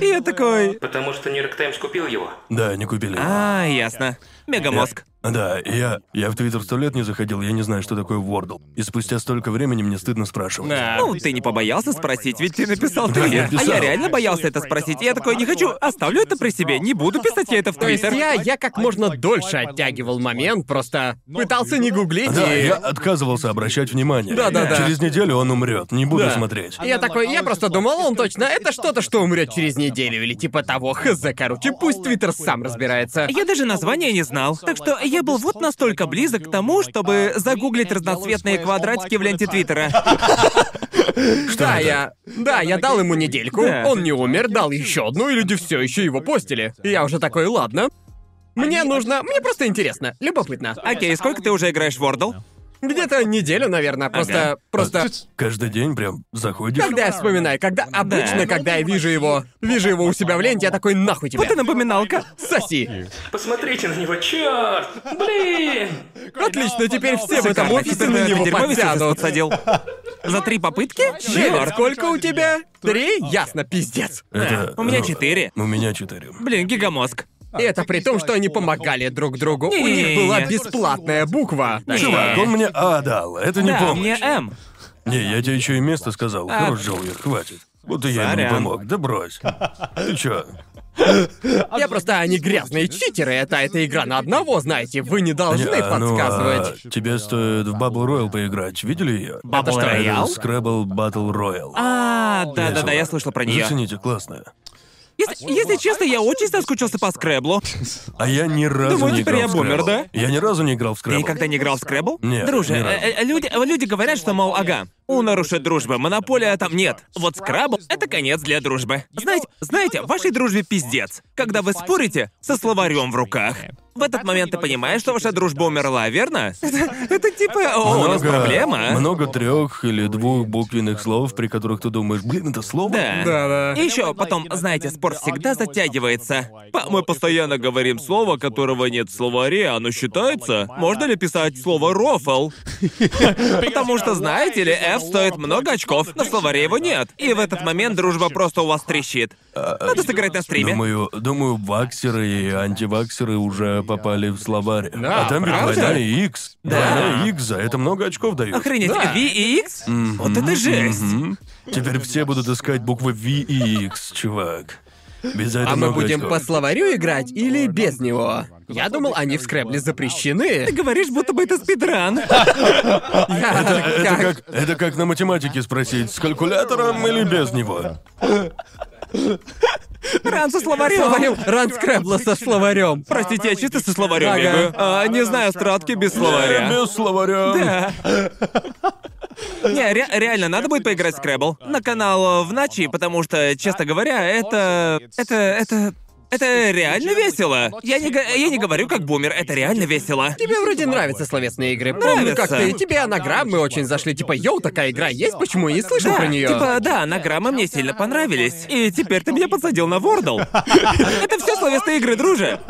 Speaker 2: И я такой...
Speaker 4: Потому что Нью-Йорк Таймс купил его.
Speaker 3: Да, не купили.
Speaker 2: А, ясно. Мегамозг.
Speaker 3: Да, я... Я в Твиттер сто лет не заходил, я не знаю, что такое Вордл. И спустя столько времени мне стыдно спрашивать.
Speaker 1: Да.
Speaker 2: Ну, ты не побоялся спросить, ведь ты написал
Speaker 3: Да,
Speaker 2: Твиттер.
Speaker 3: я
Speaker 2: А
Speaker 3: писал.
Speaker 2: я реально боялся это спросить. И я такой, не хочу, оставлю это при себе, не буду писать я это в
Speaker 1: То есть
Speaker 2: Твиттер.
Speaker 1: я, я как можно дольше оттягивал момент, просто пытался не гуглить
Speaker 3: Да,
Speaker 1: и...
Speaker 3: я отказывался обращать внимание.
Speaker 1: Да-да-да.
Speaker 3: Через неделю он умрет, не буду
Speaker 1: Да.
Speaker 3: смотреть.
Speaker 1: А Я такой, я просто думал, он точно, это что-то, что умрет через неделю или типа того, хз, короче, пусть Твиттер сам разбирается.
Speaker 2: Я даже названия не знал. Так что я был вот настолько близок к тому, чтобы загуглить разноцветные квадратики в ленте Твиттера.
Speaker 1: да, я... Да, я дал ему недельку,
Speaker 2: Да.
Speaker 1: он не умер, дал еще одну, и люди все еще его постили. И я уже такой, ладно. Мне нужно... Мне просто интересно, любопытно. А
Speaker 2: Окей, сколько ты уже играешь в Wordle?
Speaker 1: где-то неделю, наверное, просто...
Speaker 2: Ага.
Speaker 1: Просто...
Speaker 3: Каждый день прям заходишь.
Speaker 1: Когда я вспоминаю, когда обычно, когда я вижу его, вижу его у себя в ленте, я такой нахуй тебя.
Speaker 2: Вот и напоминалка.
Speaker 1: Соси.
Speaker 4: Посмотрите на него, черт! Блин!
Speaker 1: Отлично, теперь все в этом
Speaker 2: Шикарно.
Speaker 1: офисе
Speaker 2: Теперь
Speaker 1: на него
Speaker 2: дерьмо весь офис
Speaker 1: подтянут.
Speaker 2: подсадил. За три попытки?
Speaker 1: Дэвид,
Speaker 2: Черт.
Speaker 1: сколько у тебя? Три? Ясно, пиздец.
Speaker 3: Это,
Speaker 2: У меня
Speaker 3: ну,
Speaker 2: четыре.
Speaker 3: У меня четыре.
Speaker 2: Блин, гигамозг.
Speaker 1: И это при том, что они помогали друг другу. У них была бесплатная буква.
Speaker 3: Чувак, он мне А дал, это не
Speaker 2: Да,
Speaker 3: помощь.
Speaker 2: мне М.
Speaker 3: Не, я тебе еще и место сказал.
Speaker 2: А.
Speaker 3: Хорош, Джоуи, хватит. Будто я ему
Speaker 2: Сорян.
Speaker 3: помог. Да брось. Ты чё?
Speaker 1: Я просто они грязные читеры. Это эта игра на одного, знаете. Вы не
Speaker 3: Не,
Speaker 1: должны
Speaker 3: а, ну,
Speaker 1: подсказывать.
Speaker 3: а, тебе стоит в Бабл Royal поиграть. Видели ее?
Speaker 1: Бабл
Speaker 2: что,
Speaker 1: Роял?
Speaker 3: Scrabble Battle Royal.
Speaker 2: А, да, да, да, я слышал про нее.
Speaker 3: Зацените, классно.
Speaker 2: Если, если честно, я очень соскучился по скреблу.
Speaker 3: А я ни разу
Speaker 2: Думаю,
Speaker 3: не
Speaker 2: теперь я
Speaker 3: играл в
Speaker 2: бумер,
Speaker 3: Scrabble.
Speaker 2: да?
Speaker 3: Я ни разу не играл в
Speaker 2: Ты
Speaker 3: Scrabble.
Speaker 2: никогда не играл в скребл?
Speaker 3: Нет,
Speaker 2: Друже,
Speaker 3: ни разу.
Speaker 2: э, э, люди, люди говорят, что, мол, ага, уно рушит дружбы, монополия там нет. Вот скрабл — это конец для дружбы. Знаете, знаете, в вашей дружбе пиздец, когда вы спорите со словарем в руках. В этот момент ты понимаешь, что ваша дружба умерла, верно? Это, это типа, о, у нас проблема. а?
Speaker 3: Много трех или двух буквенных слов, при которых ты думаешь, блин, это слово?
Speaker 2: Да.
Speaker 1: Да-да.
Speaker 2: И еще потом, знаете, спор всегда затягивается. Па- Мы постоянно говорим слово, которого нет в словаре, а оно считается. Можно ли писать слово рофл? Потому что, знаете ли, F стоит много очков, на словаре его нет. И в этот момент дружба просто у вас трещит. Надо сыграть на
Speaker 1: Ну,
Speaker 2: стриме.
Speaker 3: Думаю, думаю, ваксеры и антиваксеры уже попали в словарь.
Speaker 1: Да,
Speaker 3: а там ведь
Speaker 1: правда?
Speaker 3: война и X. Война и X за это много очков дают.
Speaker 2: Охренеть,
Speaker 1: Да.
Speaker 2: V и X? Вот это жесть.
Speaker 3: М? Теперь все будут искать буквы V и X, чувак. Без этого
Speaker 1: А мы
Speaker 3: много
Speaker 1: будем
Speaker 3: очков.
Speaker 1: по словарю играть или без него? Я думал, они в скребле запрещены.
Speaker 2: Ты говоришь, будто бы это спидран.
Speaker 3: Это как, это как на математике спросить, с калькулятором или без него.
Speaker 2: Ран со словарем.
Speaker 1: Словарем. Ран скребла со словарем.
Speaker 2: Простите, я чисто со словарем
Speaker 1: Ага.
Speaker 2: бегаю. А, не знаю стратки без словаря.
Speaker 3: Э, Без словаря.
Speaker 2: Да. Не, ре- реально, надо будет поиграть в Scrabble на канал э, в ночи, потому что, честно говоря, это... Это... Это... Это реально весело. Я не, г- я не говорю как бумер, это реально весело.
Speaker 1: Тебе вроде нравятся словесные игры. Помню,
Speaker 2: Нравятся.
Speaker 1: как ты тебе анаграммы очень зашли. Типа, йоу, такая игра есть, почему я не слышал
Speaker 2: Да,
Speaker 1: про нее?
Speaker 2: типа, да, анаграммы мне сильно понравились. И теперь ты меня подсадил на Вордл. Это все словесные игры, друже.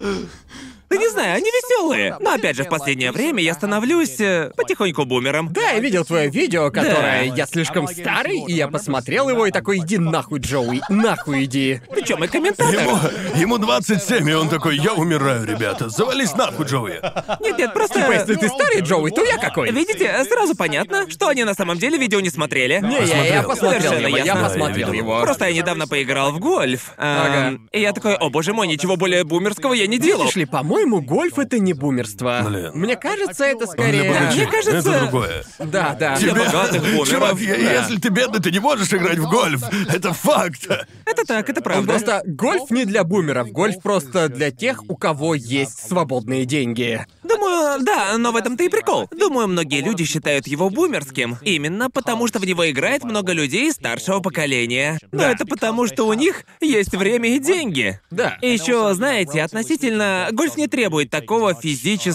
Speaker 2: Да не знаю, они веселые. Но опять же, в последнее время я становлюсь э, потихоньку бумером.
Speaker 1: Да, я видел твое видео, которое
Speaker 2: Да.
Speaker 1: «Я слишком старый», и я посмотрел его и такой «Иди нахуй, Джоуи, нахуй иди».
Speaker 2: Причем и комментатор.
Speaker 3: Ему, ему 27, и он такой, я умираю, ребята, завались нахуй, Джоуи.
Speaker 2: Нет, нет, просто.
Speaker 1: Типа, если ты старый Джоуи, то я какой?
Speaker 2: Видите, сразу понятно, что они на самом деле видео не смотрели.
Speaker 1: Не, я, я
Speaker 3: Посмотрел.
Speaker 1: посмотрел
Speaker 2: Совершенно
Speaker 1: его, я
Speaker 2: ясно.
Speaker 1: посмотрел
Speaker 3: Да, я видел.
Speaker 1: его.
Speaker 2: Просто я недавно поиграл в гольф. Эм,
Speaker 1: Ага.
Speaker 2: И я такой, о боже мой, ничего более бумерского я не делал.
Speaker 1: Видишь ли, По-моему, гольф это не бумерство.
Speaker 3: Блин.
Speaker 1: Мне кажется, это
Speaker 3: Он для
Speaker 1: скорее.
Speaker 3: богачей.
Speaker 2: мне кажется-
Speaker 3: Это другое.
Speaker 1: Да, да.
Speaker 2: Тебе-
Speaker 1: Да.
Speaker 2: богатых бумеров,
Speaker 3: Чувак, я-
Speaker 2: да.
Speaker 3: если ты бедный, ты не можешь играть в гольф. Это факт.
Speaker 2: Это так, это
Speaker 1: Он
Speaker 2: правда.
Speaker 1: просто гольф не для бумеров, гольф просто для тех, у кого есть свободные деньги.
Speaker 2: Думаю, да, но в этом-то и прикол. Думаю, многие люди считают его бумерским. Именно потому, что в него играет много людей старшего поколения. Но
Speaker 1: Да.
Speaker 2: это потому, что у них есть время и деньги.
Speaker 1: Да.
Speaker 2: И еще, знаете, относительно... Гольф не требует такого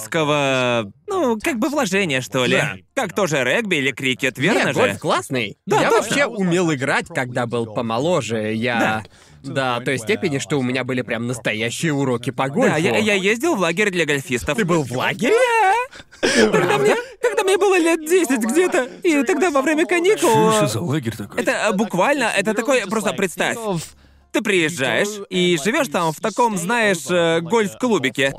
Speaker 2: физического... Ну, как бы вложения, что ли.
Speaker 1: Да.
Speaker 2: Как тоже регби или крикет, верно
Speaker 1: Не,
Speaker 2: же?
Speaker 1: гольф классный.
Speaker 2: Да,
Speaker 1: я
Speaker 2: точно.
Speaker 1: вообще умел играть, когда был помоложе. Я. Да, той степени, что у меня были прям настоящие уроки по гольфу.
Speaker 2: Да, я, я ездил в лагерь для гольфистов.
Speaker 1: Ты был в лагере?
Speaker 2: Когда мне, когда мне было лет 10 где-то, и тогда во время каникул...
Speaker 3: Что за лагерь такой?
Speaker 2: Это э, буквально, это такой, просто представь. Ты приезжаешь и живешь там в таком, знаешь, э, гольф-клубике.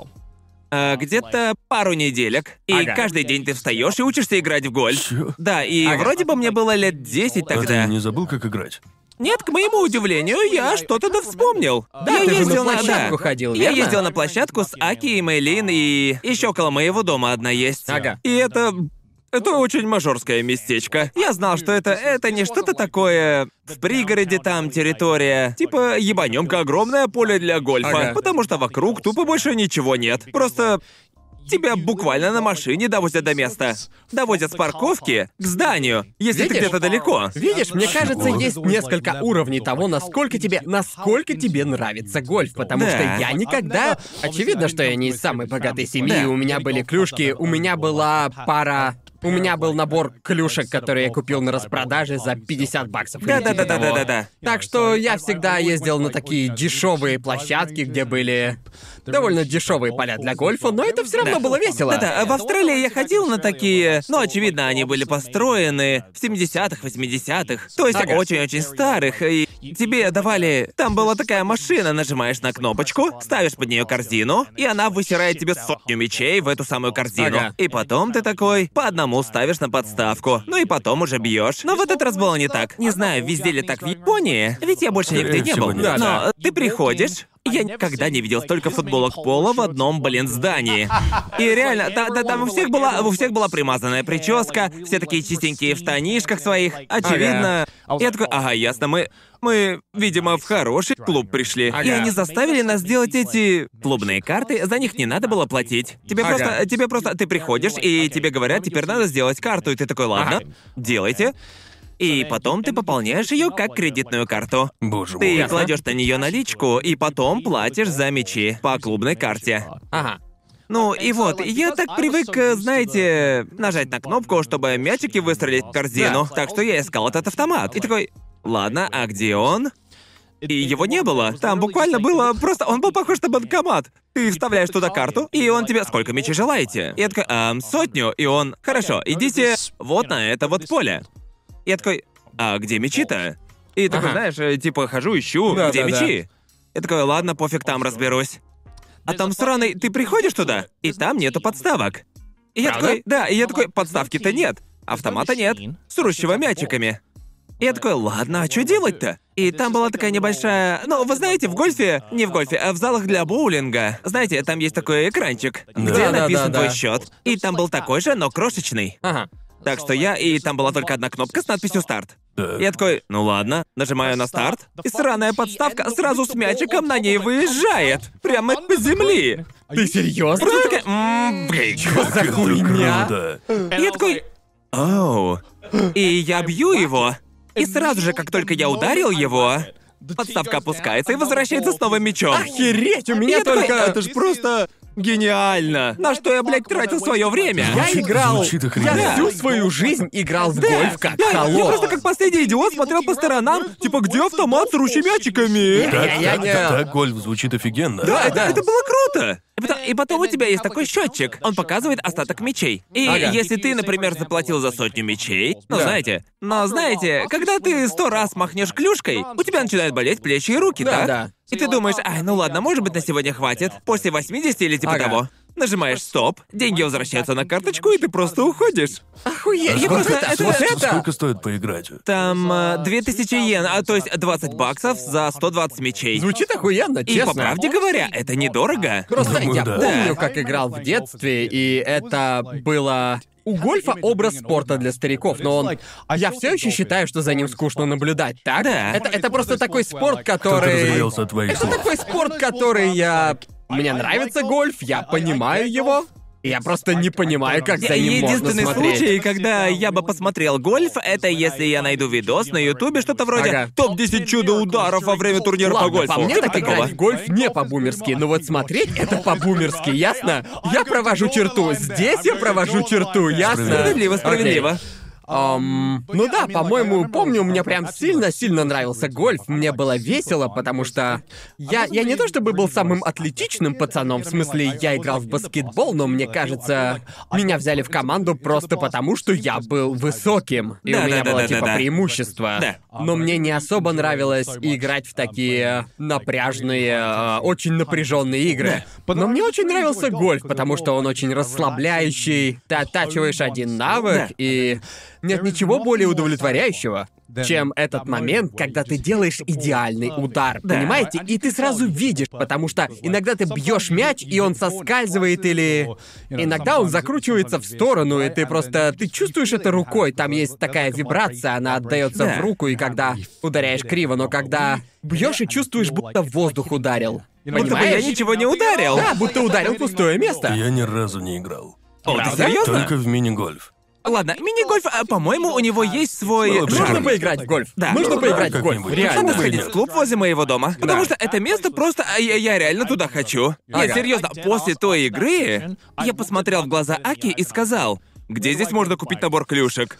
Speaker 2: Э, Где-то пару неделек. И
Speaker 1: Ага.
Speaker 2: каждый день ты встаешь и учишься играть в гольф.
Speaker 3: Чё?
Speaker 2: Да, и вроде бы мне было лет 10
Speaker 3: А
Speaker 2: тогда.
Speaker 3: ты не забыл, как играть?
Speaker 2: Нет, к моему удивлению, я что-то да вспомнил.
Speaker 1: Да,
Speaker 2: я
Speaker 1: ты же на
Speaker 2: ездил да.
Speaker 1: площадку ходил,
Speaker 2: Я
Speaker 1: верно?
Speaker 2: ездил на площадку с Аки и Мэйлин, и еще около моего дома одна есть.
Speaker 1: Ага.
Speaker 2: И это... Это очень мажорское местечко. Я знал, что это... Это не что-то такое... В пригороде там территория. Типа, ебанем-ка огромное поле для гольфа.
Speaker 1: Ага.
Speaker 2: Потому что вокруг тупо больше ничего нет. Просто Тебя буквально на машине довозят до места. Довозят с парковки к зданию, если ты
Speaker 1: Видишь?
Speaker 2: где-то далеко.
Speaker 1: Видишь, мне кажется,
Speaker 3: Чего?
Speaker 1: есть несколько уровней того, насколько тебе, насколько тебе нравится гольф, потому
Speaker 2: Да.
Speaker 1: что я никогда. Очевидно, что я не из самой богатой семьи,
Speaker 2: Да.
Speaker 1: у меня были клюшки, у меня была пара. У меня был набор клюшек, которые я купил на распродаже за 50 баксов. или
Speaker 2: Да,
Speaker 1: типа
Speaker 2: да, да, да, да,
Speaker 1: того.
Speaker 2: да, да.
Speaker 1: Так что я всегда ездил на такие дешевые площадки, где были довольно дешевые поля для гольфа, но это все равно
Speaker 2: Да.
Speaker 1: было весело.
Speaker 2: Да-да, в Австралии я ходил на такие, ну, очевидно, они были построены в 70-х, 80-х, то есть
Speaker 1: Ага.
Speaker 2: очень-очень старых, и тебе давали... Там была такая машина, нажимаешь на кнопочку, ставишь под нее корзину, и она высирает тебе сотню мечей в эту самую корзину.
Speaker 1: Ага.
Speaker 2: И потом ты такой, по одному ставишь на подставку, ну и потом уже бьешь. Но в этот раз было не так. Не знаю, везде ли так в Японии, ведь я больше
Speaker 3: Скорее
Speaker 1: Э,
Speaker 2: нигде не
Speaker 3: всего,
Speaker 2: был.
Speaker 3: нет.
Speaker 1: Да,
Speaker 2: Но
Speaker 1: да.
Speaker 2: ты приходишь, я никогда не видел столько футболок пола в одном, блин, здании. И реально, та- та- там у всех была, у всех была примазанная прическа, все такие чистенькие в штанишках своих. Очевидно. Я такой, ага, ясно, мы, мы, видимо, в хороший клуб пришли. И
Speaker 1: Ага.
Speaker 2: они заставили нас делать эти клубные карты, за них не надо было платить. Тебе
Speaker 1: Ага.
Speaker 2: просто, тебе просто, ты приходишь и тебе говорят, теперь надо сделать карту, и ты такой, ладно, делайте. И потом ты пополняешь ее как кредитную карту.
Speaker 3: Боже
Speaker 2: Ты
Speaker 3: мой.
Speaker 2: кладешь на нее наличку и потом платишь за мечи по клубной карте.
Speaker 1: Ага.
Speaker 2: Ну и вот, я так привык, э, знаете, нажать на кнопку, чтобы мячики выстрелить в корзину.
Speaker 5: Да.
Speaker 2: Так что я искал этот автомат. И такой, ладно, а где он? И его не было. Там буквально было просто... Он был похож на банкомат. Ты вставляешь туда карту, и он тебе... Сколько мечей желаете? Я такой, «Эм, сотню. И он... Хорошо, идите вот на это вот поле. Я такой, а где мечи-то? И такой,
Speaker 1: Ага.
Speaker 2: знаешь, э, типа, хожу, ищу,
Speaker 1: Да,
Speaker 2: где
Speaker 1: да, да.
Speaker 2: мечи? Я такой, ладно, пофиг, там разберусь. А там сраный, ты приходишь туда, и там нету подставок. И я
Speaker 1: Правда?
Speaker 2: такой, да, и я такой, подставки-то нет, автомата нет, с рущего мячиками. И я такой, ладно, а что делать-то? И там была такая небольшая... Ну, вы знаете, в гольфе... Не в гольфе, а в залах для боулинга. Знаете, там есть такой экранчик, где
Speaker 1: Да, да,
Speaker 2: написан
Speaker 1: да,
Speaker 2: твой
Speaker 1: да.
Speaker 2: счет. И там был такой же, но крошечный.
Speaker 1: Ага.
Speaker 2: Так что я... И там была только одна кнопка с надписью «Старт». Я такой, ну ладно, нажимаю на старт, и сраная подставка сразу с мячиком на ней выезжает. Прямо по земли.
Speaker 1: Ты серьезно?
Speaker 2: Просто такая, «М, блин».
Speaker 1: За хуйня.
Speaker 3: Круто.
Speaker 2: Я такой, оу. И я бью его. И сразу же, как только я ударил его, подставка опускается и возвращается с новым мячом.
Speaker 1: Охереть, у меня
Speaker 2: Я такой,
Speaker 1: только...
Speaker 2: это ж просто гениально. На что я, блядь, тратил свое время?
Speaker 1: Я играл.
Speaker 3: звучит охрененно.
Speaker 1: Я всю свою жизнь играл в гольф как
Speaker 2: Я, я
Speaker 1: холоп.
Speaker 2: просто как последний идиот смотрел по сторонам, типа, где автомат с ручемячиками?
Speaker 3: Так,
Speaker 1: я
Speaker 3: так,
Speaker 1: не-
Speaker 3: так, так, гольф звучит офигенно.
Speaker 2: Да,
Speaker 1: да.
Speaker 2: это было круто. И потом, и потом у тебя есть такой счетчик. Он показывает остаток мечей. И
Speaker 1: Ага.
Speaker 2: если ты, например, заплатил за сотню мечей, ну
Speaker 1: Да.
Speaker 2: знаете, но знаете, когда ты сто раз махнешь клюшкой, у тебя начинают болеть плечи и руки,
Speaker 1: Да,
Speaker 2: так?
Speaker 1: да.
Speaker 2: И ты думаешь, ай, ну ладно, может быть, на сегодня хватит. После 80 или типа
Speaker 1: Ага.
Speaker 2: того. Нажимаешь стоп, деньги возвращаются на карточку, и ты просто уходишь.
Speaker 1: Охуеть, я
Speaker 3: А Сколько,
Speaker 1: просто...
Speaker 2: это-
Speaker 1: вот
Speaker 3: сколько-
Speaker 1: это-
Speaker 3: сколько стоит поиграть?
Speaker 2: Там э, 2000 йен, а то есть 20 баксов за 120 мечей.
Speaker 1: Звучит охуенно,
Speaker 2: И по
Speaker 1: честно.
Speaker 2: правде говоря, это недорого.
Speaker 1: Просто
Speaker 3: Думаю,
Speaker 1: я
Speaker 3: да.
Speaker 1: помню,
Speaker 2: Да.
Speaker 1: как играл в детстве, и это было... У гольфа образ спорта для стариков, но он... Я все еще считаю, что за ним скучно наблюдать, так?
Speaker 2: Да.
Speaker 1: Это, это просто такой спорт,
Speaker 3: Кто-то
Speaker 1: который...
Speaker 3: разревелся от твоих
Speaker 1: Это
Speaker 3: слов.
Speaker 1: такой спорт, который я... Мне нравится гольф, я понимаю его. и Я просто не понимаю, как за ним можно
Speaker 2: Единственный
Speaker 1: смотреть.
Speaker 2: случай, когда я бы посмотрел гольф, это если я найду видос на Ютубе, что-то вроде
Speaker 1: Ага.
Speaker 2: «Топ-10 чудо-ударов во время турнира
Speaker 1: Ладно,
Speaker 2: по гольфу».
Speaker 1: по мне
Speaker 2: Типа
Speaker 1: так играть в гольф не по-бумерски, но вот смотреть это по-бумерски, ясно? Я провожу черту, здесь я провожу черту, ясно?
Speaker 2: Справедливо,
Speaker 1: Окей.
Speaker 2: справедливо.
Speaker 1: Ам, ну да, по-моему, помню, мне прям сильно-сильно нравился гольф. Мне было весело, потому что я, я не то чтобы был самым атлетичным пацаном, в смысле, я играл в баскетбол, но мне кажется, меня взяли в команду просто потому, что я был высоким. И у
Speaker 2: Да,
Speaker 1: меня
Speaker 2: да,
Speaker 1: было
Speaker 2: да,
Speaker 1: типа
Speaker 2: да, да.
Speaker 1: преимущество.
Speaker 2: Да.
Speaker 1: Но мне не особо нравилось играть в а, такие напряжные, э, очень напряженные игры. Но мне очень нравился гольф, потому что он очень расслабляющий. Ты оттачиваешь один навык,
Speaker 2: Да.
Speaker 1: и нет ничего более удовлетворяющего, чем этот момент, когда ты делаешь идеальный удар,
Speaker 2: Да.
Speaker 1: понимаете? И ты сразу видишь, потому что иногда ты бьешь мяч, и он соскальзывает или... Иногда он закручивается в сторону, и ты просто... Ты чувствуешь это рукой, там есть такая вибрация, она отдается в
Speaker 2: Да.
Speaker 1: руку, и когда ударяешь криво, но когда бьешь и чувствуешь, будто воздух ударил.
Speaker 2: Будто бы я
Speaker 1: Понимаешь?
Speaker 2: ничего не ударил.
Speaker 1: Да, будто ударил в пустое место.
Speaker 3: Я ни разу не играл.
Speaker 2: О, ты
Speaker 1: Правда?
Speaker 2: серьезно?
Speaker 3: Только в мини-гольф.
Speaker 2: Ладно, мини-гольф, а, по-моему, у него есть свой
Speaker 3: Ну, да.
Speaker 2: шарм.
Speaker 1: Нужно поиграть в гольф.
Speaker 2: Да.
Speaker 1: Нужно
Speaker 2: Ну,
Speaker 1: поиграть в
Speaker 3: да,
Speaker 1: гольф.
Speaker 3: как-нибудь.
Speaker 1: Реально.
Speaker 2: Надо
Speaker 3: Почему бы и
Speaker 2: сходить
Speaker 3: нет?
Speaker 2: в клуб возле моего дома. Потому что это место просто... а, Я, я реально туда хочу. Я
Speaker 1: Ага.
Speaker 2: серьезно, после той игры я посмотрел в глаза Аки и сказал, где здесь можно купить набор клюшек?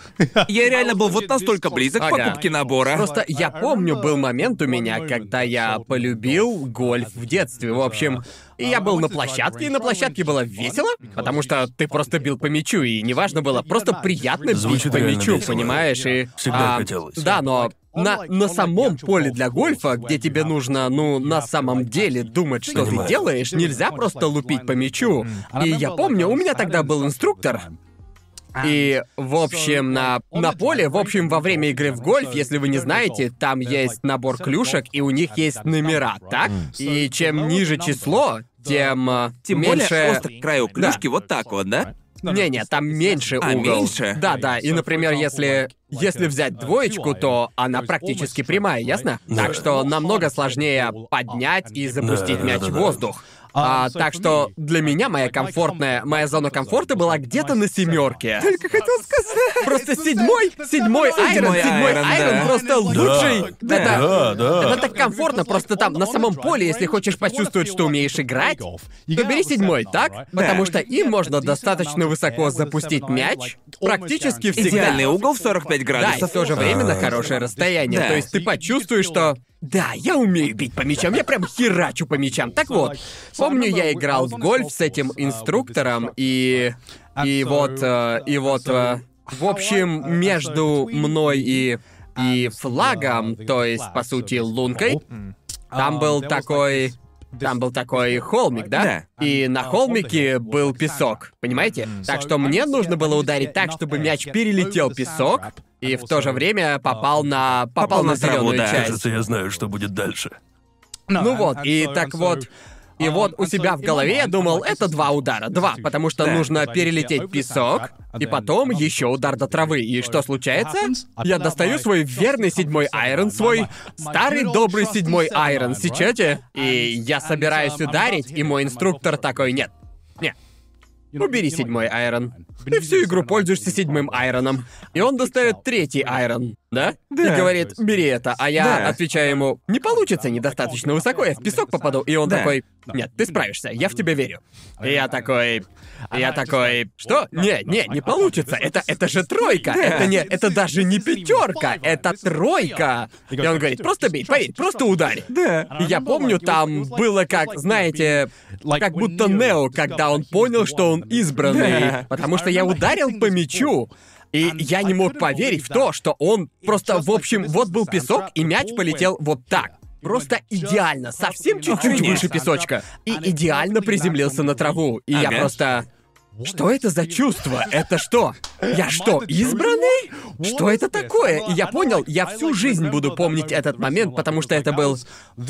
Speaker 2: Я реально был вот настолько близок к
Speaker 1: Ага.
Speaker 2: покупке набора.
Speaker 1: Просто я помню, был момент у меня, когда я полюбил А гольф в детстве. В общем, и я был на площадке, и на площадке было весело, потому что ты просто бил по мячу, и неважно было, просто приятно бить
Speaker 3: Звучит
Speaker 1: по
Speaker 3: реально
Speaker 1: мячу,
Speaker 3: весело.
Speaker 1: понимаешь? И,
Speaker 3: Всегда
Speaker 1: а,
Speaker 3: хотелось.
Speaker 1: Да, но на, на самом поле для гольфа, где тебе нужно, ну, на самом деле думать, что ты
Speaker 3: Понимаю.
Speaker 1: делаешь, нельзя просто лупить по мячу. И я помню, у меня тогда был инструктор,
Speaker 2: А,
Speaker 1: и, в общем, на, на поле, в общем, во время игры в гольф, если вы не знаете, там есть набор клюшек, и у них есть номера, так? И чем ниже число, тем, э,
Speaker 2: Тем более
Speaker 1: меньше...
Speaker 2: остро к краю клюшки вот так вот, да?
Speaker 1: Не-не, там меньше
Speaker 2: А,
Speaker 1: угол.
Speaker 2: меньше?
Speaker 1: Да-да, и, например, если... Если
Speaker 2: Э,
Speaker 1: взять двоечку, то она практически прямая, ясно?
Speaker 3: Да.
Speaker 1: Так что намного сложнее
Speaker 2: А,
Speaker 1: поднять и запустить
Speaker 2: типа
Speaker 3: Да,
Speaker 1: мяч в
Speaker 3: да-да-да.
Speaker 1: воздух. А, так что для меня моя комфортная, моя зона комфорта была где-то на семерке. Только хотел сказать. Просто седьмой, седьмой Айрон,
Speaker 2: Седьмой
Speaker 1: седьмой
Speaker 2: Айрон, да.
Speaker 1: Айрон просто лучший.
Speaker 3: Да,
Speaker 1: Это-
Speaker 3: да, да.
Speaker 1: Это так комфортно, просто там на самом поле, если хочешь почувствовать, что умеешь играть, то бери седьмой, так? Потому что им можно достаточно высоко запустить мяч, практически всегда.
Speaker 2: Идеальный угол в 45
Speaker 1: Да, и
Speaker 2: градусов.
Speaker 1: в то же время на хорошее расстояние.
Speaker 2: Да.
Speaker 1: То есть ты почувствуешь, что да, я умею бить по мячам, я прям херачу по мячам. Так вот, помню, я играл в гольф с этим инструктором, и... И вот... э, И вот... э, В общем, между мной и... И флагом, то есть, по сути, лункой, там был такой... Там был такой холмик, да? И на холмике был песок, понимаете? Так что мне нужно было ударить так, чтобы мяч перелетел песок и в то же время попал на попал
Speaker 2: Попал
Speaker 1: на
Speaker 2: на траву,
Speaker 1: зеленую
Speaker 2: да.
Speaker 1: часть.
Speaker 3: Кажется, я знаю, что будет дальше.
Speaker 1: Ну вот, и так вот. И вот у себя в голове я думал, это два удара, два, потому что
Speaker 2: Да.
Speaker 1: нужно перелететь песок, и потом еще удар до травы. И что случается? Я достаю свой верный седьмой айрон, свой старый добрый седьмой айрон, сечете? И я собираюсь ударить, и мой инструктор такой, нет, нет, Убери седьмой айрон. Ты всю игру пользуешься седьмым айроном. И он достает третий айрон, да?
Speaker 2: Да.
Speaker 1: И говорит, бери это. А я
Speaker 2: Да.
Speaker 1: отвечаю ему, не получится, недостаточно высоко, я в песок попаду. И он
Speaker 2: Да.
Speaker 1: такой, нет, ты справишься, я в тебя верю. И я такой...
Speaker 2: А
Speaker 1: Я такой, что? Не, не, не получится. Это, это же тройка. Это не, это даже не пятерка, это тройка. И он говорит, просто бей, поверь, просто ударь.
Speaker 2: Да.
Speaker 1: И Я помню, там было как, знаете, как будто Нео, когда он понял, что он избранный.
Speaker 2: Да.
Speaker 1: Потому что я ударил по мячу. И я не мог поверить в то, что он просто, в общем, вот был песок, и мяч полетел вот так. Просто идеально, совсем чуть-чуть
Speaker 2: Охренеть.
Speaker 1: выше песочка. И идеально приземлился на траву. И я
Speaker 2: Ага.
Speaker 1: просто... Что это за чувство? Это что? Я что, избранный? Что это такое? И я понял, я всю жизнь буду помнить этот момент, потому что это был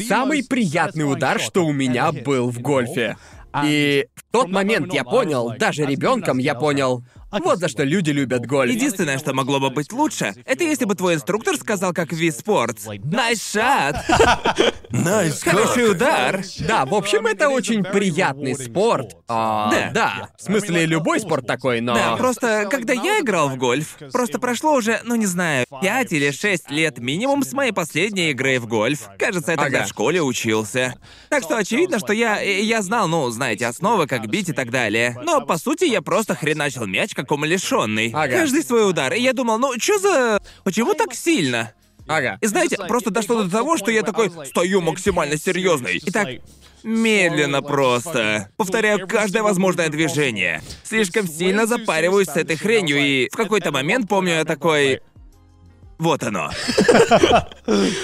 Speaker 1: самый приятный удар, что у меня был в гольфе. И в тот момент я понял, даже ребенком я понял, вот за что люди любят гольф.
Speaker 2: Единственное, что могло бы быть лучше, это если бы твой инструктор сказал, как Ви Спортс. Найс шат!
Speaker 3: Найс,
Speaker 2: Хороший удар!
Speaker 1: Да, в общем, это очень приятный спорт. А,
Speaker 2: Да.
Speaker 1: да. В смысле, любой спорт такой, но...
Speaker 2: Да, просто когда я играл в гольф, просто прошло уже, ну не знаю, 5 или 6 лет минимум с моей последней игры в гольф. Кажется, я тогда
Speaker 1: Ага.
Speaker 2: в школе учился. Так что очевидно, что я, я знал, ну, знаете, основы, как бить и так далее. Но по сути я просто хреначил мяч, как умалишенный.
Speaker 1: Ага.
Speaker 2: Каждый свой удар. И я думал, ну чё за... Почему так сильно?
Speaker 1: Ага.
Speaker 2: И знаете, просто дошло до того, что я такой стою максимально серьезный. И так медленно просто. Повторяю каждое возможное движение. Слишком сильно запариваюсь с этой хренью, и в какой-то момент помню я такой... Вот оно.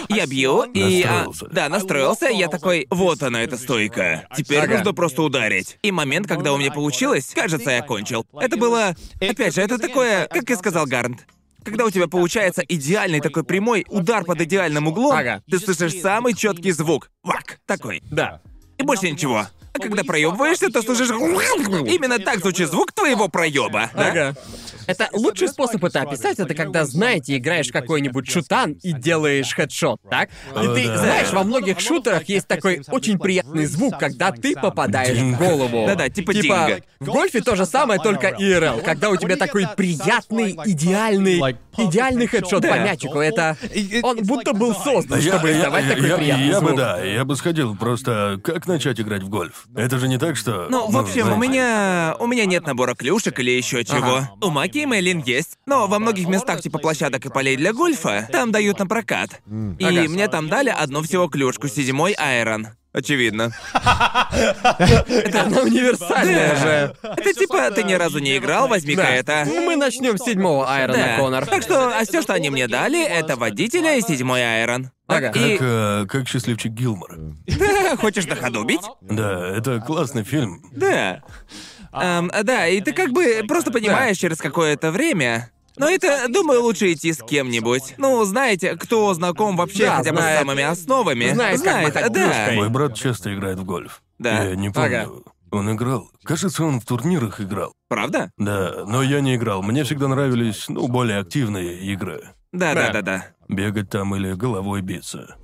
Speaker 2: Я бью, и... а,
Speaker 3: Настроился.
Speaker 2: да, настроился, я такой, вот она эта стойка. Теперь
Speaker 1: Ага.
Speaker 2: нужно просто ударить. И момент, когда у меня получилось, кажется, я кончил. Это было... Опять же, это такое, как и сказал Гарнт. Когда у тебя получается идеальный такой прямой удар под идеальным углом,
Speaker 1: Ага.
Speaker 2: ты слышишь самый четкий звук. Вак! Такой.
Speaker 1: Да.
Speaker 2: И больше ничего. А когда проебываешься, то слышишь... Именно так звучит звук твоего проеба. Да?
Speaker 1: Ага. А? Это лучший способ это описать, это когда, знаете, играешь в какой-нибудь шутан и делаешь хедшот, так? И
Speaker 3: О,
Speaker 1: ты,
Speaker 3: да.
Speaker 1: знаешь, во многих шутерах есть такой очень приятный звук, когда ты попадаешь в
Speaker 3: Динго.
Speaker 1: голову.
Speaker 2: Да-да, типа динго.
Speaker 1: в гольфе то же самое, только ИРЛ, когда у тебя такой приятный, идеальный, идеальный хедшот по мячику, это... Он будто был создан, чтобы издавать такой
Speaker 3: Ну, я-
Speaker 1: приятный
Speaker 3: я бы
Speaker 1: звук.
Speaker 3: да, я бы сходил, просто как начать играть в гольф? Это же не так, что...
Speaker 2: Ну, в общем, у
Speaker 3: знаете.
Speaker 2: меня. у меня нет набора клюшек или еще чего. У Маки и Мэйлин есть. Но во многих местах, типа площадок и полей для гольфа, там дают на прокат. И
Speaker 1: Ага.
Speaker 2: мне там дали одну всего клюшку седьмой айрон. Очевидно.
Speaker 1: Она универсальная
Speaker 2: Да.
Speaker 1: же.
Speaker 2: Это типа ты ни разу не играл, возьми-ка
Speaker 1: Да.
Speaker 2: это.
Speaker 1: Ну, Мы начнем с седьмого Айрона,
Speaker 2: Да.
Speaker 1: Конор.
Speaker 2: Так что, а все, что они мне дали, это водителя и седьмой айрон.
Speaker 1: Ага.
Speaker 2: И
Speaker 3: Как, э, как счастливчик Гилмор.
Speaker 2: хочешь на ходу бить?
Speaker 3: Да, это классный фильм.
Speaker 2: Да.
Speaker 1: А,
Speaker 2: Эм, да, и ты как бы просто понимаешь через какое-то время.
Speaker 1: Ну,
Speaker 2: Но это, думаю, лучше идти с кем-нибудь. Ну, знаете, кто знаком вообще
Speaker 1: Да,
Speaker 2: хотя бы
Speaker 1: знает.
Speaker 2: с самыми основами.
Speaker 1: Знает, как махать
Speaker 2: да.
Speaker 1: кружкой.
Speaker 3: Мой брат часто играет в гольф.
Speaker 2: Да.
Speaker 3: Я не помню.
Speaker 1: Ага.
Speaker 3: Он играл. Кажется, он в турнирах играл.
Speaker 2: Правда?
Speaker 3: Да, но я не играл. Мне всегда нравились, ну, более активные игры.
Speaker 2: Да, да,
Speaker 1: Да.
Speaker 2: да, да.
Speaker 3: Бегать там или головой биться.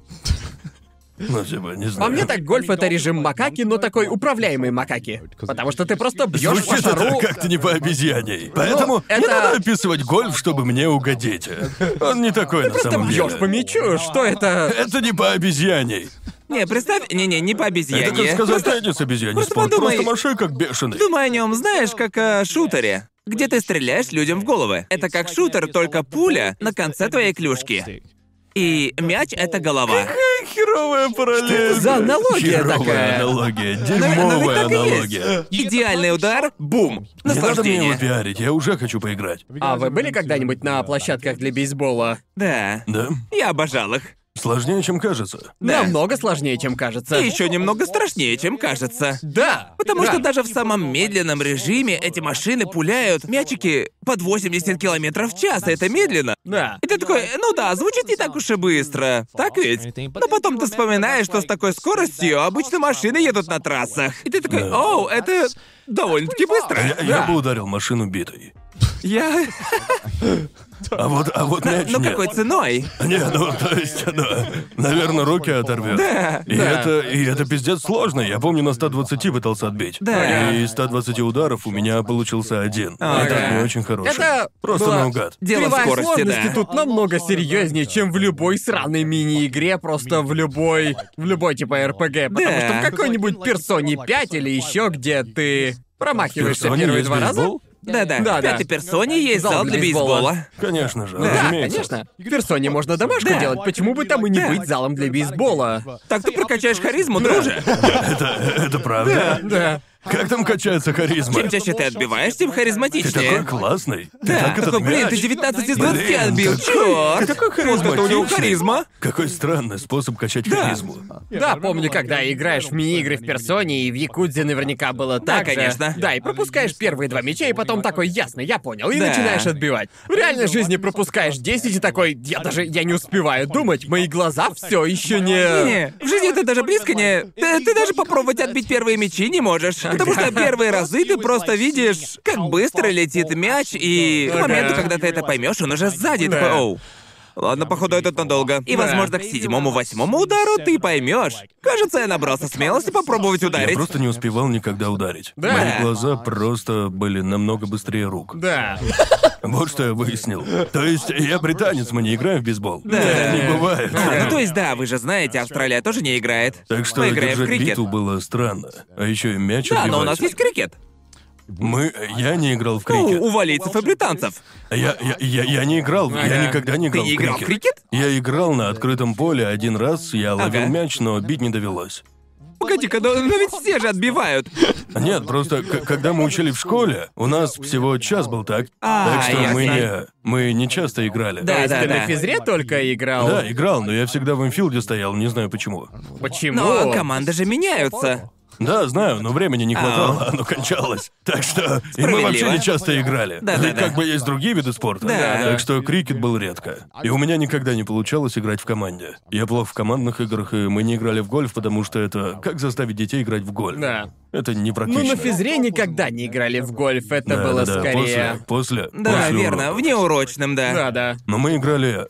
Speaker 3: Ну, типа, не
Speaker 1: По
Speaker 2: А
Speaker 3: знаю.
Speaker 1: мне так гольф это режим макаки, но такой управляемый макаки. Потому что ты просто бьешь по
Speaker 3: Звучит это
Speaker 1: шару.
Speaker 3: как-то не по
Speaker 2: Ну,
Speaker 3: обезьяней. Поэтому не
Speaker 1: это-
Speaker 3: надо описывать гольф, чтобы мне угодить. Он не такой на
Speaker 1: Просто
Speaker 3: самом деле.
Speaker 1: бьешь по мячу. Что это?
Speaker 3: Это не по обезьяней.
Speaker 2: Не, представь, не-не, не по
Speaker 3: это как
Speaker 2: обезьяне.
Speaker 3: сказать теннис обезьяне
Speaker 2: просто
Speaker 3: спорт.
Speaker 2: подумай.
Speaker 3: Просто маши как бешеный.
Speaker 2: Думаю о нем, знаешь, как о шутере. Где ты стреляешь людям в головы. Это как шутер, только пуля на конце твоей клюшки. И мяч — это голова.
Speaker 3: Херовая параллель.
Speaker 1: за аналогия
Speaker 3: Херовая
Speaker 1: такая?
Speaker 3: аналогия.
Speaker 2: Наверное,
Speaker 3: Дерьмовая
Speaker 2: Ну, так и есть.
Speaker 3: аналогия.
Speaker 2: Идеальный удар — бум.
Speaker 3: Не надо мне его
Speaker 2: Наслаждение.
Speaker 3: пиарить, я уже хочу поиграть.
Speaker 1: А вы были когда-нибудь на площадках для бейсбола?
Speaker 2: Да.
Speaker 3: Да?
Speaker 2: Я обожал их.
Speaker 3: Сложнее, чем кажется.
Speaker 2: Да.
Speaker 1: Намного сложнее, чем кажется.
Speaker 2: И еще немного страшнее, чем кажется.
Speaker 1: Да.
Speaker 2: Потому
Speaker 1: да.
Speaker 2: что даже в самом медленном режиме эти машины пуляют мячики под 80 километров в час, и это медленно.
Speaker 1: Да.
Speaker 2: И ты такой, ну да, звучит не так уж и быстро. Так ведь? Но потом ты вспоминаешь, что с такой скоростью обычно машины едут на трассах. И ты такой,
Speaker 3: Да.
Speaker 2: оу, это довольно-таки
Speaker 3: Я,
Speaker 2: быстро.
Speaker 3: я
Speaker 1: Да.
Speaker 3: бы ударил машину битой.
Speaker 2: Я...
Speaker 3: А вот, а вот мяч
Speaker 2: Ну
Speaker 3: нет.
Speaker 2: какой ценой?
Speaker 3: Не, ну, то есть, да. Наверное, руки оторвет. Да, и,
Speaker 1: да.
Speaker 3: Это, и это пиздец сложно. Я помню, на 120 пытался отбить.
Speaker 2: Да.
Speaker 3: И из 120 ударов у меня получился один.
Speaker 2: Ага.
Speaker 3: Это не очень хороший.
Speaker 1: Это
Speaker 3: Просто
Speaker 1: была
Speaker 3: наугад.
Speaker 2: Дело в
Speaker 1: Кривая
Speaker 2: скорости,
Speaker 1: сложности
Speaker 2: да.
Speaker 1: тут намного серьезнее, чем в любой сраной мини-игре, просто в любой, в любой типа РПГ. Потому
Speaker 2: Да.
Speaker 1: что в какой-нибудь Персоне 5 или еще где ты промахиваешься
Speaker 3: Персоне
Speaker 1: первые
Speaker 3: есть
Speaker 1: два раза.
Speaker 3: бейсбол?
Speaker 2: Да-да.
Speaker 1: Да, да.
Speaker 2: В пятой персоне есть зал для бейсбола.
Speaker 3: Конечно же,
Speaker 1: Да,
Speaker 3: разумеется.
Speaker 1: конечно. В персоне можно домашку
Speaker 2: Да.
Speaker 1: делать, почему бы там и не
Speaker 2: Да.
Speaker 1: быть залом для бейсбола?
Speaker 2: Так ты прокачаешь харизму, друже.
Speaker 3: Это, это правда.
Speaker 1: Да.
Speaker 3: Как там качается харизма?
Speaker 2: Чем чаще ты отбиваешь, тем
Speaker 3: Ты такой
Speaker 2: харизматичнее.
Speaker 3: классный. Ты
Speaker 2: Да,
Speaker 3: так этот
Speaker 2: такой, блин,
Speaker 3: мяч.
Speaker 2: ты 19 из 20
Speaker 3: Блин,
Speaker 2: отбил,
Speaker 3: такой-
Speaker 2: чёрт!
Speaker 3: такой
Speaker 2: это у него
Speaker 3: харизматичный.
Speaker 2: харизма.
Speaker 3: Какой странный способ качать харизму.
Speaker 1: Да, помню, когда играешь в мини-игры в персоне, и в Якудзе наверняка было так же.
Speaker 2: конечно.
Speaker 1: Да, и пропускаешь первые два мяча, и потом такой, ясно, я понял, и
Speaker 2: Да.
Speaker 1: начинаешь отбивать. В реальной жизни пропускаешь 10 и такой, я даже, я не успеваю думать, мои глаза все еще не...
Speaker 2: Не, в жизни ты даже близко не... Ты, ты даже попробовать отбить первые мячи не можешь. Потому что первые разы ты просто видишь, как быстро летит мяч, и к
Speaker 1: Ага.
Speaker 2: моменту, когда ты это поймешь, он уже сзади. и
Speaker 1: Да.
Speaker 2: Такой, оу. Ладно, походу, это надолго. И,
Speaker 1: Да.
Speaker 2: возможно, к седьмому-восьмому удару ты поймешь. Кажется, я набрался смелости попробовать
Speaker 3: Я
Speaker 2: ударить.
Speaker 3: просто не успевал никогда ударить.
Speaker 1: Да.
Speaker 3: Мои глаза просто были намного быстрее рук.
Speaker 1: Да.
Speaker 3: Вот что я выяснил. То есть я британец, мы не играем в бейсбол.
Speaker 2: Да.
Speaker 3: Так не бывает.
Speaker 2: А, ну то есть, да, вы же знаете, Австралия тоже не играет.
Speaker 3: Так что
Speaker 2: мы играем в
Speaker 3: держать
Speaker 2: крикет.
Speaker 3: биту было странно. А еще и мяч
Speaker 2: Да, но у
Speaker 3: отбивать.
Speaker 2: нас есть крикет.
Speaker 3: Мы... Я не играл в
Speaker 2: Ну,
Speaker 3: крикет.
Speaker 2: у валийцев и британцев.
Speaker 3: Я, я, я, я не играл, я
Speaker 1: Ага.
Speaker 3: никогда не
Speaker 2: Ты
Speaker 3: играл
Speaker 2: не
Speaker 3: в
Speaker 2: играл в
Speaker 3: крикет.
Speaker 2: крикет?
Speaker 3: Я играл на открытом поле один раз, я ловил
Speaker 2: Ага.
Speaker 3: мяч, но бить не довелось.
Speaker 2: Погоди-ка, но, но ведь все же отбивают.
Speaker 3: Нет, просто к- когда мы учили в школе, у нас всего час был так.
Speaker 2: А,
Speaker 3: так что мы
Speaker 2: ясно.
Speaker 3: не, мы не часто играли.
Speaker 2: Да,
Speaker 1: То есть
Speaker 2: да,
Speaker 1: ты
Speaker 2: да.
Speaker 1: на физре только играл?
Speaker 3: Да, играл, но я всегда в инфилде стоял, не знаю почему.
Speaker 1: Почему?
Speaker 2: Но команды же меняются.
Speaker 3: Да, знаю, но времени не хватало, оно кончалось. Так что и мы
Speaker 2: А.
Speaker 3: вообще
Speaker 2: Справедливо.
Speaker 3: не часто играли.
Speaker 2: Да,
Speaker 3: Ведь
Speaker 2: да, да.
Speaker 3: как бы есть другие виды спорта.
Speaker 2: Да.
Speaker 3: Так что крикет был редко. И у меня никогда не получалось играть в команде. Я плох в командных играх, и мы не играли в гольф, потому что это как заставить детей играть в гольф.
Speaker 1: Да.
Speaker 3: Это
Speaker 1: Ну,
Speaker 3: непрактично.
Speaker 1: на физре никогда не играли в гольф, это
Speaker 3: Да,
Speaker 1: было
Speaker 3: да, да,
Speaker 1: скорее...
Speaker 3: После, после,
Speaker 2: Да,
Speaker 3: после
Speaker 2: верно,
Speaker 3: урока.
Speaker 2: в неурочном, да.
Speaker 1: Да, да.
Speaker 3: Но мы играли,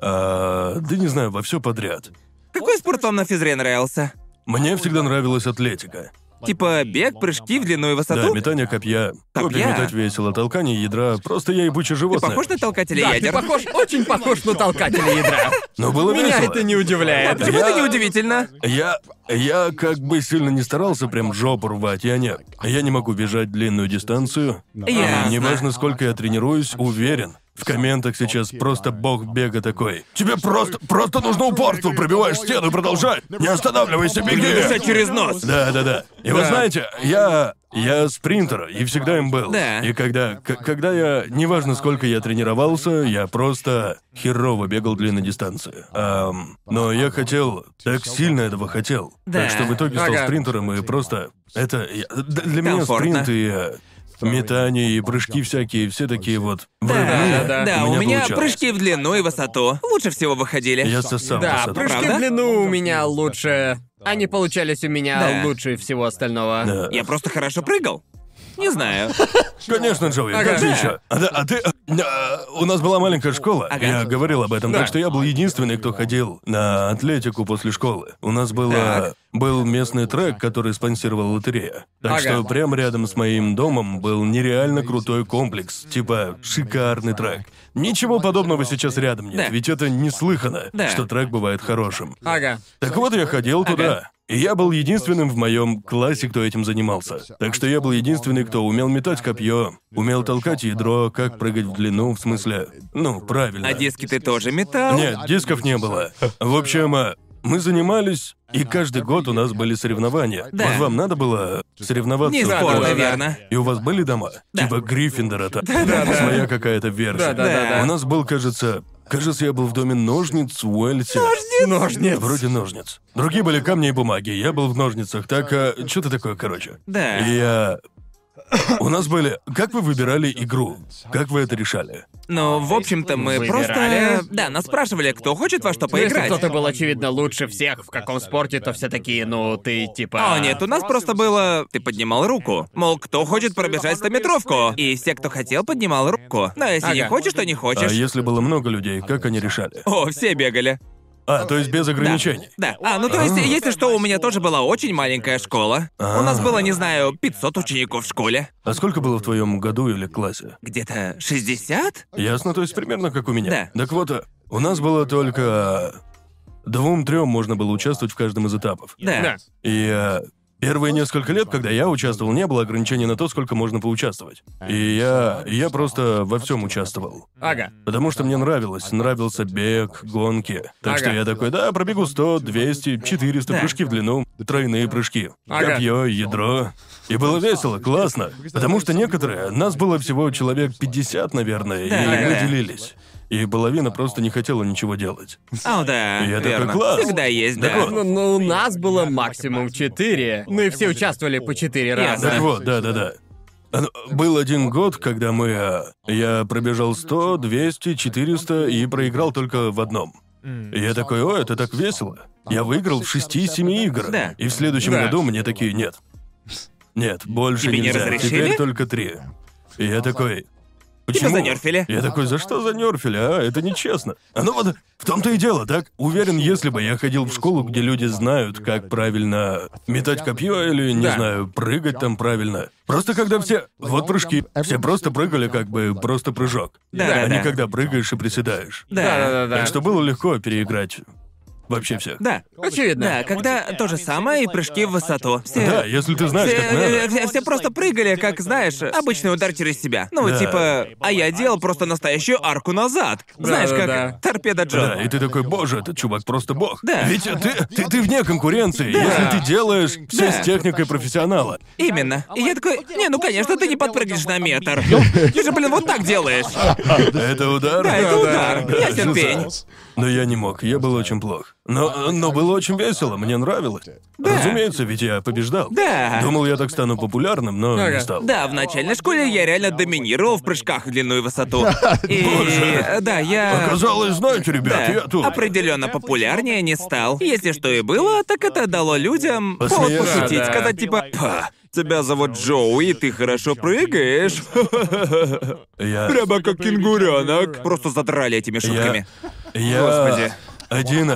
Speaker 3: а, да не знаю, во все подряд.
Speaker 2: Какой спорт вам на физре нравился?
Speaker 3: Мне всегда нравилась атлетика.
Speaker 2: Типа бег, прыжки в длину и
Speaker 3: Да,
Speaker 2: высоту?
Speaker 3: метание копья. Копья
Speaker 2: Копья?
Speaker 3: метать весело, толкание ядра. Просто я ебучий
Speaker 2: Ты
Speaker 3: животное.
Speaker 2: похож на толкателя
Speaker 1: Да, ты
Speaker 2: ядер?
Speaker 1: похож, очень похож на толкателя ядра.
Speaker 3: Но было
Speaker 1: Меня
Speaker 3: весело.
Speaker 1: это не удивляет.
Speaker 2: Почему
Speaker 3: Я-
Speaker 2: это неудивительно?
Speaker 3: Я... Я как бы сильно не старался прям жопу рвать, я не... Я не могу бежать длинную дистанцию.
Speaker 2: Ясно.
Speaker 3: И неважно, сколько я тренируюсь, уверен. В комментах сейчас просто бог бега такой. Тебе просто... Просто нужно упорство, пробиваешь стену и продолжай. Не останавливайся,
Speaker 2: Дышать
Speaker 3: беги!
Speaker 2: через нос.
Speaker 3: Да-да-да. И вы знаете, я... Я спринтер, и всегда им был.
Speaker 2: Да.
Speaker 3: И когда... к- когда я... Неважно, сколько я тренировался, я просто херово бегал длинной дистанции. Ам, но я хотел... Так сильно этого хотел.
Speaker 2: Да.
Speaker 3: Так что в итоге стал
Speaker 1: Ага.
Speaker 3: спринтером и просто... Это... я- д- Для меня
Speaker 2: Комфортно.
Speaker 3: спринт и... э, Метание и прыжки всякие, все такие вот...
Speaker 2: Да,
Speaker 3: врывные,
Speaker 2: да, да,
Speaker 3: у
Speaker 2: у меня
Speaker 3: получалось.
Speaker 2: прыжки в длину и высоту. Лучше всего выходили.
Speaker 3: Я сосал
Speaker 1: Да,
Speaker 3: высоту.
Speaker 1: прыжки
Speaker 2: Правда?
Speaker 1: в длину у меня лучше. Они получались у меня
Speaker 2: Да.
Speaker 1: лучше всего остального.
Speaker 3: Да.
Speaker 2: Я просто хорошо прыгал. Не знаю.
Speaker 3: Конечно, Джоуи, как
Speaker 1: Ага.
Speaker 3: же
Speaker 1: Да.
Speaker 3: еще? А, да, а ты... а, у нас была маленькая школа,
Speaker 2: Ага.
Speaker 3: я говорил об этом,
Speaker 1: Да.
Speaker 3: так что я был единственный, кто ходил на атлетику после школы. У нас было...
Speaker 2: Так.
Speaker 3: Был местный трек, который спонсировала лотерея. Так
Speaker 1: Ага.
Speaker 3: что прямо рядом с моим домом был нереально крутой комплекс, типа шикарный трек. Ничего подобного сейчас рядом нет,
Speaker 2: Да.
Speaker 3: ведь это неслыханно,
Speaker 2: Да.
Speaker 3: что трек бывает хорошим.
Speaker 1: Ага.
Speaker 3: Так вот, я ходил туда. И я был единственным в моем классе, кто этим занимался. Так что я был единственный, кто умел метать копье, умел толкать ядро, как прыгать в длину, в смысле... Ну, правильно.
Speaker 2: А диски ты тоже метал?
Speaker 3: Нет, дисков не было. В общем, а, мы занимались, и каждый год у нас были соревнования.
Speaker 2: Да.
Speaker 3: Вот вам надо было соревноваться.
Speaker 2: Не
Speaker 3: в
Speaker 2: спорно,
Speaker 3: городе.
Speaker 2: верно.
Speaker 3: И у вас были дома?
Speaker 2: Да.
Speaker 3: Типа Гриффиндора там. Своя какая-то версия.
Speaker 2: Да-да-да.
Speaker 3: У нас был, кажется... Кажется, я был в доме ножниц Уэльси.
Speaker 1: Ножниц.
Speaker 3: Вроде ножниц. Другие были камни и бумаги. Я был в ножницах. Так, а, что-то такое, короче.
Speaker 2: Да.
Speaker 3: И я... У нас были... Как вы выбирали игру? Как вы это решали?
Speaker 2: Ну, в общем-то, мы
Speaker 1: Выбирали.
Speaker 2: просто... Да, нас спрашивали, кто хочет во что
Speaker 1: Ну, если
Speaker 2: поиграть.
Speaker 1: кто-то был, очевидно, лучше всех в каком спорте, то все такие, ну, ты типа...
Speaker 2: О, А, нет, у нас просто было... Ты поднимал руку. Мол, кто хочет пробежать стометровку? И все, кто хотел, поднимал руку. Но если не
Speaker 1: Ага.
Speaker 2: хочешь, то не
Speaker 3: А
Speaker 2: хочешь.
Speaker 3: если было много людей, как они решали?
Speaker 2: О, все бегали.
Speaker 3: А, то есть без ограничений.
Speaker 2: Да. А, ну то есть, если что, у меня тоже была очень маленькая школа. У нас было, не знаю, 500 учеников в школе.
Speaker 3: А сколько было в твоем году или классе?
Speaker 2: Где-то 60?
Speaker 3: Ясно, то есть примерно как у меня.
Speaker 2: Да.
Speaker 3: Так вот, а, у нас было только... Двум-трем можно было участвовать в каждом из этапов.
Speaker 2: Да.
Speaker 1: Да.
Speaker 3: И э, Первые несколько лет, когда я участвовал, не было ограничений на то, сколько можно поучаствовать. И я... я просто во всем участвовал.
Speaker 1: Ага.
Speaker 3: Потому что мне нравилось. Нравился бег, гонки. Так
Speaker 1: Ага.
Speaker 3: что я такой, да, пробегу 100, 200, 400
Speaker 2: Да.
Speaker 3: прыжки в длину, тройные прыжки.
Speaker 1: Ага.
Speaker 3: Копье, ядро. И было весело, классно. Потому что некоторые, нас было всего человек 50, наверное,
Speaker 2: Да.
Speaker 3: и мы
Speaker 2: Ага.
Speaker 3: делились. И половина просто не хотела ничего делать.
Speaker 2: А, да,
Speaker 3: И я такой,
Speaker 2: верно.
Speaker 3: «Класс».
Speaker 2: Всегда есть,
Speaker 3: Так
Speaker 2: да.
Speaker 3: вот.
Speaker 1: Ну, ну, у нас было максимум четыре. Ну и все участвовали по четыре раза.
Speaker 3: Так
Speaker 2: Да.
Speaker 3: вот, да-да-да. Оно- Был один год, когда мы... э, Я пробежал 100, 200, 400 и проиграл только в одном. И я такой, о, это так весело. Я выиграл в 6-7 игр.
Speaker 2: Да.
Speaker 3: И в следующем
Speaker 1: Да.
Speaker 3: году мне такие, нет. Нет, больше
Speaker 2: Тебе не
Speaker 3: нельзя.
Speaker 2: разрешили? Типа
Speaker 3: Теперь только три. И я такой...
Speaker 2: Тебя
Speaker 3: Почему?
Speaker 2: занерфили.
Speaker 3: Я такой, за что занерфили, а? Это нечестно. А ну вот, в том-то и дело, так? Уверен, если бы я ходил в школу, где люди знают, как правильно метать копье или, не
Speaker 1: Да.
Speaker 3: знаю, прыгать там правильно. Просто когда все... Вот прыжки. Все просто прыгали как бы просто прыжок.
Speaker 2: Да,
Speaker 3: а
Speaker 2: да,
Speaker 3: не
Speaker 2: да.
Speaker 3: когда прыгаешь и приседаешь.
Speaker 2: Да.
Speaker 1: Да-да-да.
Speaker 3: Так А что было легко переиграть вообще всех.
Speaker 2: Да.
Speaker 1: Очевидно.
Speaker 2: Да, когда то же самое и прыжки в высоту. Все,
Speaker 3: Да, если ты знаешь, как
Speaker 2: Все,
Speaker 3: надо.
Speaker 2: все- все просто прыгали, как, знаешь, обычный удар через себя. Ну,
Speaker 3: Да.
Speaker 2: типа, а я делал просто настоящую арку назад. Знаешь,
Speaker 1: да,
Speaker 2: как
Speaker 1: да.
Speaker 2: торпеда Джо.
Speaker 3: Да, и ты такой, боже, этот чувак просто бог.
Speaker 2: Да.
Speaker 3: Ведь э, ты, ты, ты вне конкуренции, если ты делаешь все
Speaker 2: Да.
Speaker 3: с техникой профессионала.
Speaker 2: Именно. И я такой, не, ну конечно, ты не подпрыгнешь на метр. Ты же, блин, вот так делаешь.
Speaker 3: Это удар?
Speaker 2: Да, это удар.
Speaker 3: да,
Speaker 2: Я терпень.
Speaker 3: жуть. Но я не мог, я был очень плох. Но, но было очень весело, мне нравилось.
Speaker 2: Да.
Speaker 3: Разумеется, ведь я побеждал.
Speaker 2: Да.
Speaker 3: Думал, я так стану популярным, но не
Speaker 1: Ага.
Speaker 3: стал.
Speaker 2: Да, в начальной школе я реально доминировал в прыжках в длину и высоту. И э,
Speaker 3: Боже.
Speaker 2: да, я.
Speaker 3: Оказалось, знаете, ребят, я тут.
Speaker 2: Определенно популярнее не стал. Если что и было, так это дало людям повод
Speaker 3: Посмеяться.
Speaker 2: пошутить,
Speaker 1: Да.
Speaker 2: сказать типа «Па, тебя зовут Джоуи, и ты хорошо прыгаешь».
Speaker 3: Я...
Speaker 2: Прямо как кенгуренок. Просто задрали этими
Speaker 3: Я...
Speaker 2: шутками.
Speaker 3: Я...
Speaker 2: Господи.
Speaker 3: Один...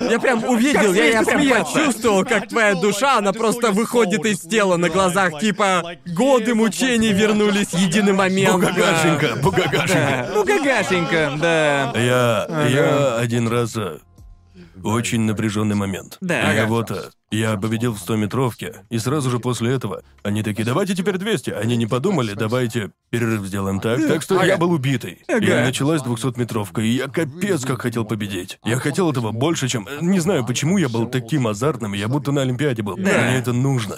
Speaker 1: Я прям увидел, я, я
Speaker 2: смешно
Speaker 1: прям
Speaker 2: смеяться.
Speaker 1: почувствовал, как твоя душа, она просто выходит из тела на глазах, типа годы мучений вернулись в единый момент.
Speaker 3: Бугагашенька, бугагашенька.
Speaker 2: Ну, гагашенька, да.
Speaker 3: Я, я один раз... э, Очень напряженный момент.
Speaker 2: Да.
Speaker 3: Я
Speaker 2: Ага.
Speaker 3: вот... э, Я победил в 100-метровке, и сразу же после этого они такие, давайте теперь 200. Они не подумали, давайте перерыв сделаем так. Так что я был убитый. И началась 200-метровка, и я капец как хотел победить. Я хотел этого больше, чем... э, Не знаю, почему я был таким азартным, я будто на Олимпиаде был. Мне это нужно.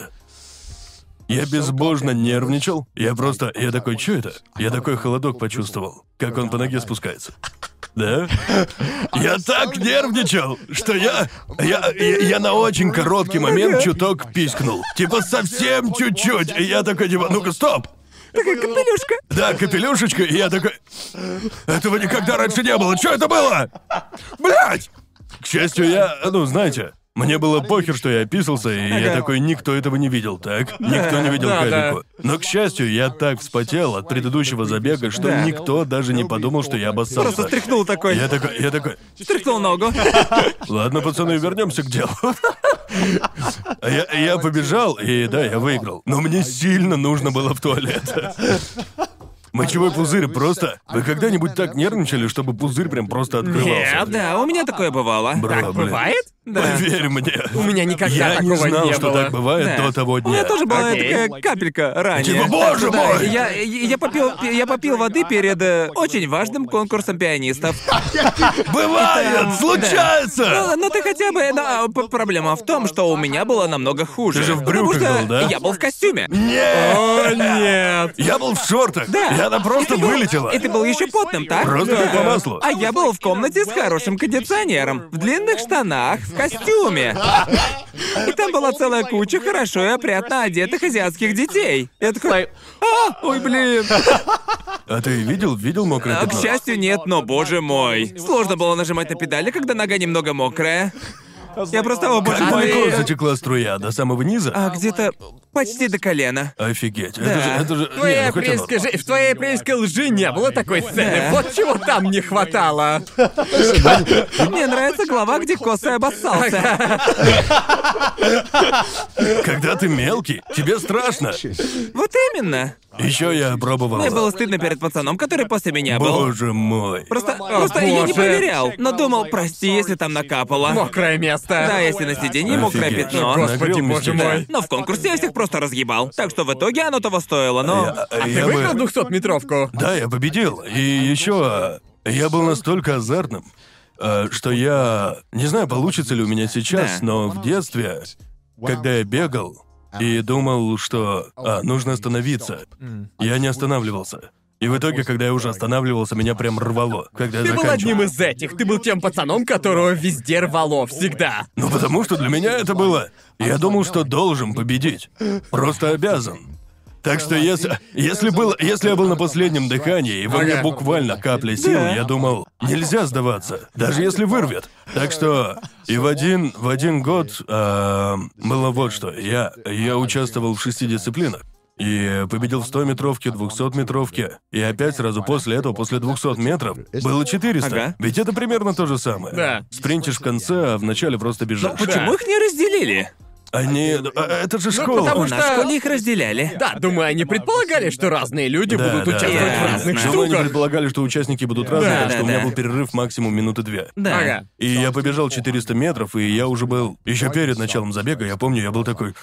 Speaker 3: Я безбожно нервничал. Я просто... Я такой, что это? Я такой холодок почувствовал, как он по ноге спускается. Да? Я так нервничал, что я, я... Я я на очень короткий момент чуток пискнул. Типа совсем чуть-чуть. И я такой, типа, ну-ка, стоп!
Speaker 2: Такая капелюшка.
Speaker 3: Да, капелюшечка, и я такой... Этого никогда раньше не было! Что это было? Блять! К счастью, я... Ну, знаете, мне было похер, что я описался, и я такой, никто этого не видел, так? Никто не видел
Speaker 1: Да, да.
Speaker 3: капельку. Но, к счастью, я так вспотел от предыдущего забега, что
Speaker 2: Да.
Speaker 3: никто даже не подумал, что я
Speaker 2: Просто
Speaker 3: обоссался.
Speaker 2: стряхнул такой.
Speaker 3: Я такой, я такой,
Speaker 2: Стряхнул ногу.
Speaker 3: Ладно, пацаны, вернемся к делу. А Я, я побежал, и да, я выиграл. Но мне сильно нужно было в туалет. Мочевой пузырь просто... Вы когда-нибудь так нервничали, чтобы пузырь прям просто открывался?
Speaker 1: Нет.
Speaker 2: Да, у меня такое бывало.
Speaker 3: Бра,
Speaker 1: Так
Speaker 3: блин.
Speaker 1: бывает?
Speaker 2: Да.
Speaker 3: Поверь мне.
Speaker 1: У меня никогда
Speaker 3: Я не
Speaker 1: такого
Speaker 3: знал,
Speaker 1: не
Speaker 3: что
Speaker 1: было.
Speaker 3: так бывает
Speaker 2: Да.
Speaker 3: до того
Speaker 2: У
Speaker 3: дня.
Speaker 2: меня тоже была
Speaker 1: Окей.
Speaker 2: такая капелька ранее.
Speaker 3: Типа,
Speaker 2: Так
Speaker 3: «Боже
Speaker 2: что да,
Speaker 3: мой!»
Speaker 2: Я, я, я попил, я попил воды перед э, очень важным конкурсом пианистов.
Speaker 3: Бывает! Случается!
Speaker 2: Ну, ну ты хотя бы... да, п- проблема в том, что у меня было намного хуже.
Speaker 3: Ты же в брюках
Speaker 2: потому что
Speaker 3: был, да?
Speaker 2: я был в костюме.
Speaker 3: Нет!
Speaker 1: О, нет.
Speaker 3: Я был в шортах.
Speaker 2: Да.
Speaker 3: И она просто
Speaker 2: И ты был-
Speaker 3: вылетела.
Speaker 2: И ты был еще потным, так?
Speaker 3: Просто как по маслу.
Speaker 2: А я был в комнате с хорошим кондиционером, в длинных штанах, в костюме. И там была целая куча хорошо и опрятно одетых азиатских детей. Я такой... А, ой, блин.
Speaker 3: А ты видел, видел мокрое
Speaker 2: А, к
Speaker 3: пятно?
Speaker 2: счастью, нет, но, боже мой. Сложно было нажимать на педали, когда нога немного мокрая. Я просто, о, боже
Speaker 3: Как
Speaker 2: мой.
Speaker 3: молоко затекла струя до самого низа.
Speaker 2: А где-то почти до колена.
Speaker 3: Офигеть. Это же, это же...
Speaker 1: В твоей
Speaker 3: не, ну хоть оно-
Speaker 1: апрельской жи- В твоей апрельской лжи не А было такой сцены. Вот чего там не хватало.
Speaker 2: Мне нравится глава, где Косы обоссался.
Speaker 3: ну, Когда ты мелкий, тебе страшно.
Speaker 2: Вот именно.
Speaker 3: Еще я пробовал.
Speaker 2: Мне было стыдно перед пацаном, который после меня был.
Speaker 3: Боже мой.
Speaker 2: Просто, просто я не
Speaker 1: боже.
Speaker 2: проверял, но думал, прости, если там накапало.
Speaker 1: Мокрое место.
Speaker 2: Да, если на сиденье мокрое
Speaker 3: Офигеть.
Speaker 2: пятно.
Speaker 1: Господи,
Speaker 3: Нагрел
Speaker 1: боже
Speaker 3: местечко.
Speaker 1: мой.
Speaker 2: Но в конкурсе я всех просто разъебал. Так что в итоге оно того стоило, но...
Speaker 3: Я-
Speaker 1: а Ты ну,
Speaker 3: я бы-
Speaker 1: выиграл 200-метровку?
Speaker 3: Да, я победил. И еще я был настолько азартным, э, что я... Не знаю, получится ли у меня сейчас,
Speaker 2: Да.
Speaker 3: но в детстве, когда я бегал и думал, что а, нужно остановиться, я не останавливался. И в итоге, когда я уже останавливался, меня прям рвало, когда я
Speaker 1: Ты был
Speaker 3: заканчивал.
Speaker 1: одним из этих. Ты был тем пацаном, которого везде рвало всегда.
Speaker 3: Ну потому что для меня это было. Я думал, что должен победить. Просто обязан. Так что если, если, было, если я был на последнем дыхании, и во мне
Speaker 1: Ага.
Speaker 3: буквально капля сил, я думал, нельзя сдаваться, даже если вырвет. Так что и в один, в один год эм, было вот что. Я, я участвовал в шести дисциплинах. И победил в 100-метровке, 200-метровке. И опять сразу после этого, после 200 метров, было 400.
Speaker 2: Ага.
Speaker 3: Ведь это примерно то же самое.
Speaker 1: Да. Ну,
Speaker 3: Спринтишь в конце, а вначале просто бежишь.
Speaker 2: Почему их не разделили?
Speaker 3: Они... а, Это же школа.
Speaker 1: ну, потому
Speaker 2: У нас
Speaker 1: Что-
Speaker 2: в школе их разделяли.
Speaker 1: Да, думаю, они предполагали, что разные люди
Speaker 3: Да,
Speaker 1: будут
Speaker 3: да,
Speaker 1: участвовать
Speaker 2: да.
Speaker 1: в разных
Speaker 3: Думаю, они
Speaker 1: штуках.
Speaker 3: предполагали, что участники будут разные,
Speaker 1: Да,
Speaker 3: так что
Speaker 2: да,
Speaker 3: у меня
Speaker 2: да.
Speaker 3: был перерыв максимум минуты две.
Speaker 2: Да.
Speaker 1: Ага.
Speaker 3: И я побежал 400 метров, и я уже был... Еще перед началом забега, я помню, я был такой...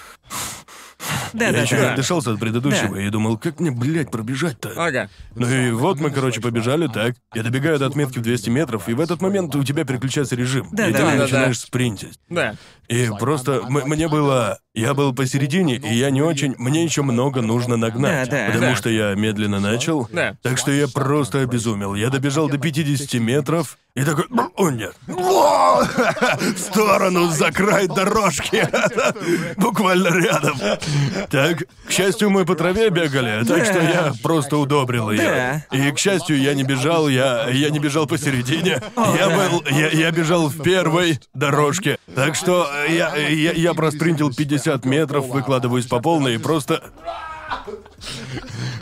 Speaker 2: Да,
Speaker 3: Я
Speaker 2: да,
Speaker 3: еще не
Speaker 2: да.
Speaker 3: отдышался от предыдущего
Speaker 2: Да.
Speaker 3: и думал, как мне, блядь, пробежать-то?
Speaker 1: Ага.
Speaker 3: Ну и вот мы, короче, побежали так. Я добегаю до отметки в 200 метров, и в этот момент у тебя переключается режим.
Speaker 2: Да,
Speaker 3: и
Speaker 2: да,
Speaker 3: ты
Speaker 2: да, да.
Speaker 3: начинаешь спринтить.
Speaker 1: Да.
Speaker 3: И просто м- мне было... Я был посередине, и я не очень... Мне еще много нужно нагнать.
Speaker 2: Да, да.
Speaker 3: потому
Speaker 1: Да.
Speaker 3: что я медленно начал.
Speaker 1: Да.
Speaker 3: Так что я просто обезумел. Я добежал до 50 метров и такой... «Бр, О, нет. В сторону, за край дорожки. Буквально рядом. Так, к счастью, мы по траве бегали, так что я просто удобрил ее. И, к счастью, я не бежал, я, я не бежал посередине. Я был... Я, я бежал в первой дорожке. Так что я, я, я проспринтил 50 метров, выкладываюсь по полной и просто...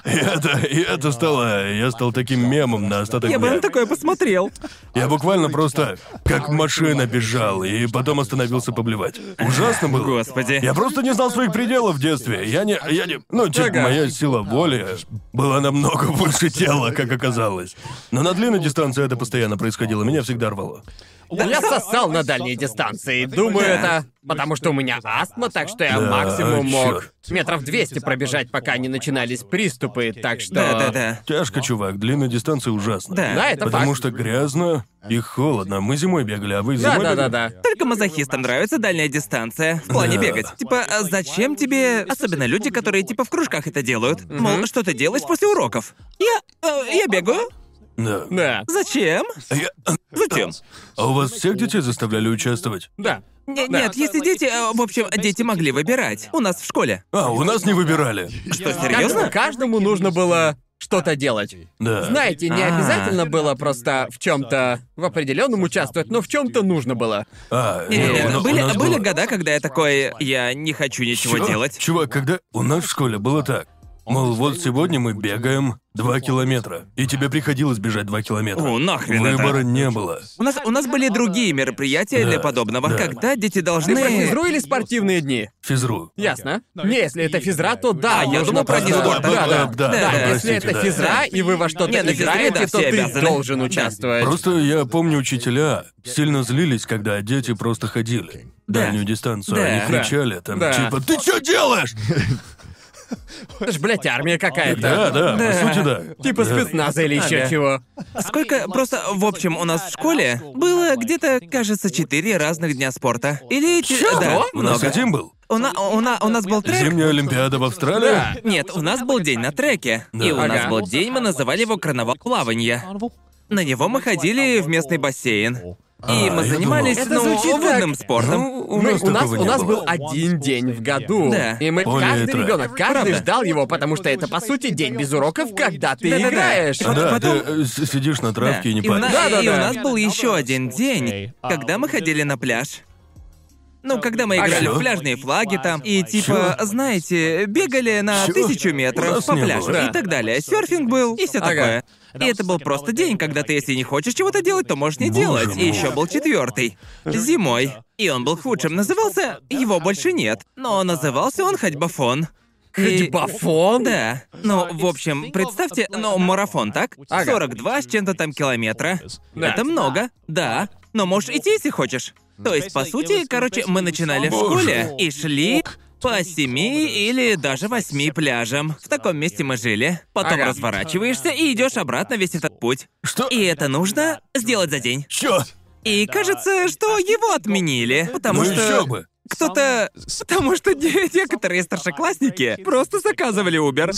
Speaker 3: И это, и это стало... Я стал таким мемом на остаток
Speaker 2: Я бы
Speaker 3: дня.
Speaker 2: на такое посмотрел.
Speaker 3: Я буквально просто как машина бежал и потом остановился поблевать. Ужасно было.
Speaker 2: Господи.
Speaker 3: Я просто не знал своих пределов в детстве. Я не... Я не... Ну, типа,
Speaker 1: Ага.
Speaker 3: моя сила воли была намного больше тела, как оказалось. Но на длинной дистанции это постоянно происходило. Меня всегда рвало.
Speaker 1: Да, я сосал на дальней дистанции. Думаю, это потому что у меня астма, так что я
Speaker 3: Да,
Speaker 1: максимум мог
Speaker 3: чёрт.
Speaker 1: метров 200 пробежать, пока не начинались приступы, так что...
Speaker 2: Да, да, да.
Speaker 3: Тяжко, чувак. Длинная дистанция ужасно.
Speaker 2: Да.
Speaker 1: Да, это
Speaker 3: Потому
Speaker 1: факт.
Speaker 3: что грязно и холодно. Мы зимой бегали, а вы зимой
Speaker 1: Да, да, да,
Speaker 3: бегали?
Speaker 1: да.
Speaker 2: Только мазохистам нравится дальняя дистанция. В плане
Speaker 3: Да.
Speaker 2: бегать. Типа, а зачем тебе... Особенно люди, которые типа в кружках это делают. Мол, что ты делаешь после уроков? Я... э, я бегаю.
Speaker 3: Да.
Speaker 1: Да.
Speaker 2: Зачем?
Speaker 3: Я-
Speaker 2: Зачем?
Speaker 3: А у вас всех детей заставляли участвовать?
Speaker 1: Да.
Speaker 2: Не- Нет, если дети... э, В общем, дети могли выбирать. У нас в школе.
Speaker 3: А, у нас не выбирали.
Speaker 2: Что,
Speaker 1: Каждому,
Speaker 2: серьезно?
Speaker 1: каждому нужно было что-то делать.
Speaker 3: Да.
Speaker 1: Знаете, не
Speaker 2: А.
Speaker 1: обязательно было просто в чем-то в определенном участвовать, но в чем-то нужно было.
Speaker 3: А, не, у
Speaker 2: Не-не-не,
Speaker 3: на- у
Speaker 2: были,
Speaker 3: нас
Speaker 2: были
Speaker 3: было-
Speaker 2: года, когда я такой, я не хочу ничего
Speaker 3: Чувак,
Speaker 2: делать.
Speaker 3: Чувак, когда у нас в школе было так. Мол, вот сегодня мы бегаем два километра, и тебе приходилось бежать два километра.
Speaker 2: О, нахрен это.
Speaker 3: Выбора не было.
Speaker 2: У нас, у нас были другие мероприятия для
Speaker 3: Да,
Speaker 2: подобного,
Speaker 3: да.
Speaker 2: когда дети
Speaker 1: Ты про
Speaker 2: должны...
Speaker 1: физру или спортивные дни?
Speaker 3: Физру.
Speaker 1: Ясно. Не, если это физра, то да,
Speaker 3: Ну,
Speaker 2: А, я
Speaker 1: нужно
Speaker 2: думал про
Speaker 1: просто-
Speaker 2: диспорт.
Speaker 1: Да, да,
Speaker 3: Да, да,
Speaker 1: Да,
Speaker 2: да,
Speaker 1: если
Speaker 3: простите,
Speaker 1: это
Speaker 3: да.
Speaker 1: ну, физра, и вы во
Speaker 2: Не,
Speaker 1: что-то
Speaker 2: на физре, да,
Speaker 1: играете, то
Speaker 2: все
Speaker 1: ты
Speaker 2: обязаны.
Speaker 1: должен
Speaker 2: Да.
Speaker 1: участвовать.
Speaker 3: Просто я помню, учителя сильно злились, когда дети просто ходили
Speaker 2: Да.
Speaker 3: дальнюю дистанцию. а
Speaker 2: Да.
Speaker 3: Они
Speaker 2: Да.
Speaker 3: кричали там,
Speaker 1: Да.
Speaker 3: типа, ты что делаешь?
Speaker 1: Это ж, блядь, армия какая-то.
Speaker 3: Да, да,
Speaker 2: Да.
Speaker 3: по сути, да.
Speaker 1: Типа спецназа или еще
Speaker 2: Ага.
Speaker 1: чего.
Speaker 2: Сколько... Просто, в общем, у нас в школе было где-то, кажется, четыре разных дня спорта. Или... че- Да,
Speaker 3: У нас
Speaker 2: много.
Speaker 3: один был.
Speaker 2: У, на- у, на- у нас был трек...
Speaker 3: Зимняя Олимпиада в Австралии?
Speaker 1: Да.
Speaker 2: Нет, у нас был день на треке. И у
Speaker 1: Ага.
Speaker 2: нас был день, мы называли его карнавал плавания. На него мы ходили в местный бассейн. И
Speaker 3: А,
Speaker 2: мы
Speaker 3: я
Speaker 2: занимались,
Speaker 1: думал. Это
Speaker 2: ну,
Speaker 1: звучит так.
Speaker 2: водным спортом.
Speaker 3: Ну, у
Speaker 1: Мы-
Speaker 3: нас
Speaker 1: у нас,
Speaker 3: такого
Speaker 1: у
Speaker 3: не
Speaker 1: нас
Speaker 3: было.
Speaker 1: был один день в году.
Speaker 2: Да.
Speaker 1: И мы
Speaker 3: Более
Speaker 1: каждый
Speaker 3: этого.
Speaker 1: ребенок, каждый ждал его, потому что это по сути день без уроков, когда ты
Speaker 2: Да-да-да.
Speaker 1: играешь.
Speaker 2: А,
Speaker 3: Да,
Speaker 2: Потом-
Speaker 3: ты э, с- сидишь на
Speaker 2: Да.
Speaker 3: травке и не Ну
Speaker 2: и у, на-
Speaker 3: падаешь.
Speaker 1: Да-да-да.
Speaker 2: и у нас был еще один день, когда мы ходили на пляж. Ну, когда
Speaker 1: А
Speaker 2: мы играли
Speaker 3: Ага.
Speaker 2: в пляжные флаги там, и типа,
Speaker 3: Чё?
Speaker 2: знаете, бегали на
Speaker 3: Чё?
Speaker 2: тысячу
Speaker 3: У
Speaker 2: метров
Speaker 3: нас
Speaker 2: по
Speaker 3: не
Speaker 2: пляжу
Speaker 3: было.
Speaker 2: и так далее. Серфинг был и все
Speaker 1: Ага.
Speaker 2: такое. И это был просто день, когда ты, если не хочешь чего-то делать, то можешь не
Speaker 3: Боже
Speaker 2: делать. И
Speaker 3: мой.
Speaker 2: еще был четвертый. Зимой. И он был худшим. Назывался... Его больше нет. Но назывался он «Ходьбафон». И-
Speaker 1: Ходьбафон?
Speaker 2: Да. Ну, в общем, представьте, ну, марафон, так?
Speaker 1: Ага.
Speaker 2: 42 с чем-то там километра.
Speaker 1: Да.
Speaker 2: Это много, да. Но можешь идти, если хочешь. То есть, по сути, короче, мы начинали в
Speaker 3: Боже.
Speaker 2: школе и шли по семи или даже восьми пляжам. В таком месте мы жили. Потом
Speaker 1: Ага.
Speaker 2: разворачиваешься и идешь обратно весь этот путь.
Speaker 3: Что?
Speaker 2: И это нужно сделать за день.
Speaker 3: Чёрт!
Speaker 2: И кажется, что его отменили, потому
Speaker 3: Ну
Speaker 2: что
Speaker 3: еще бы!
Speaker 2: кто-то... Потому что не- некоторые старшеклассники просто заказывали Uber.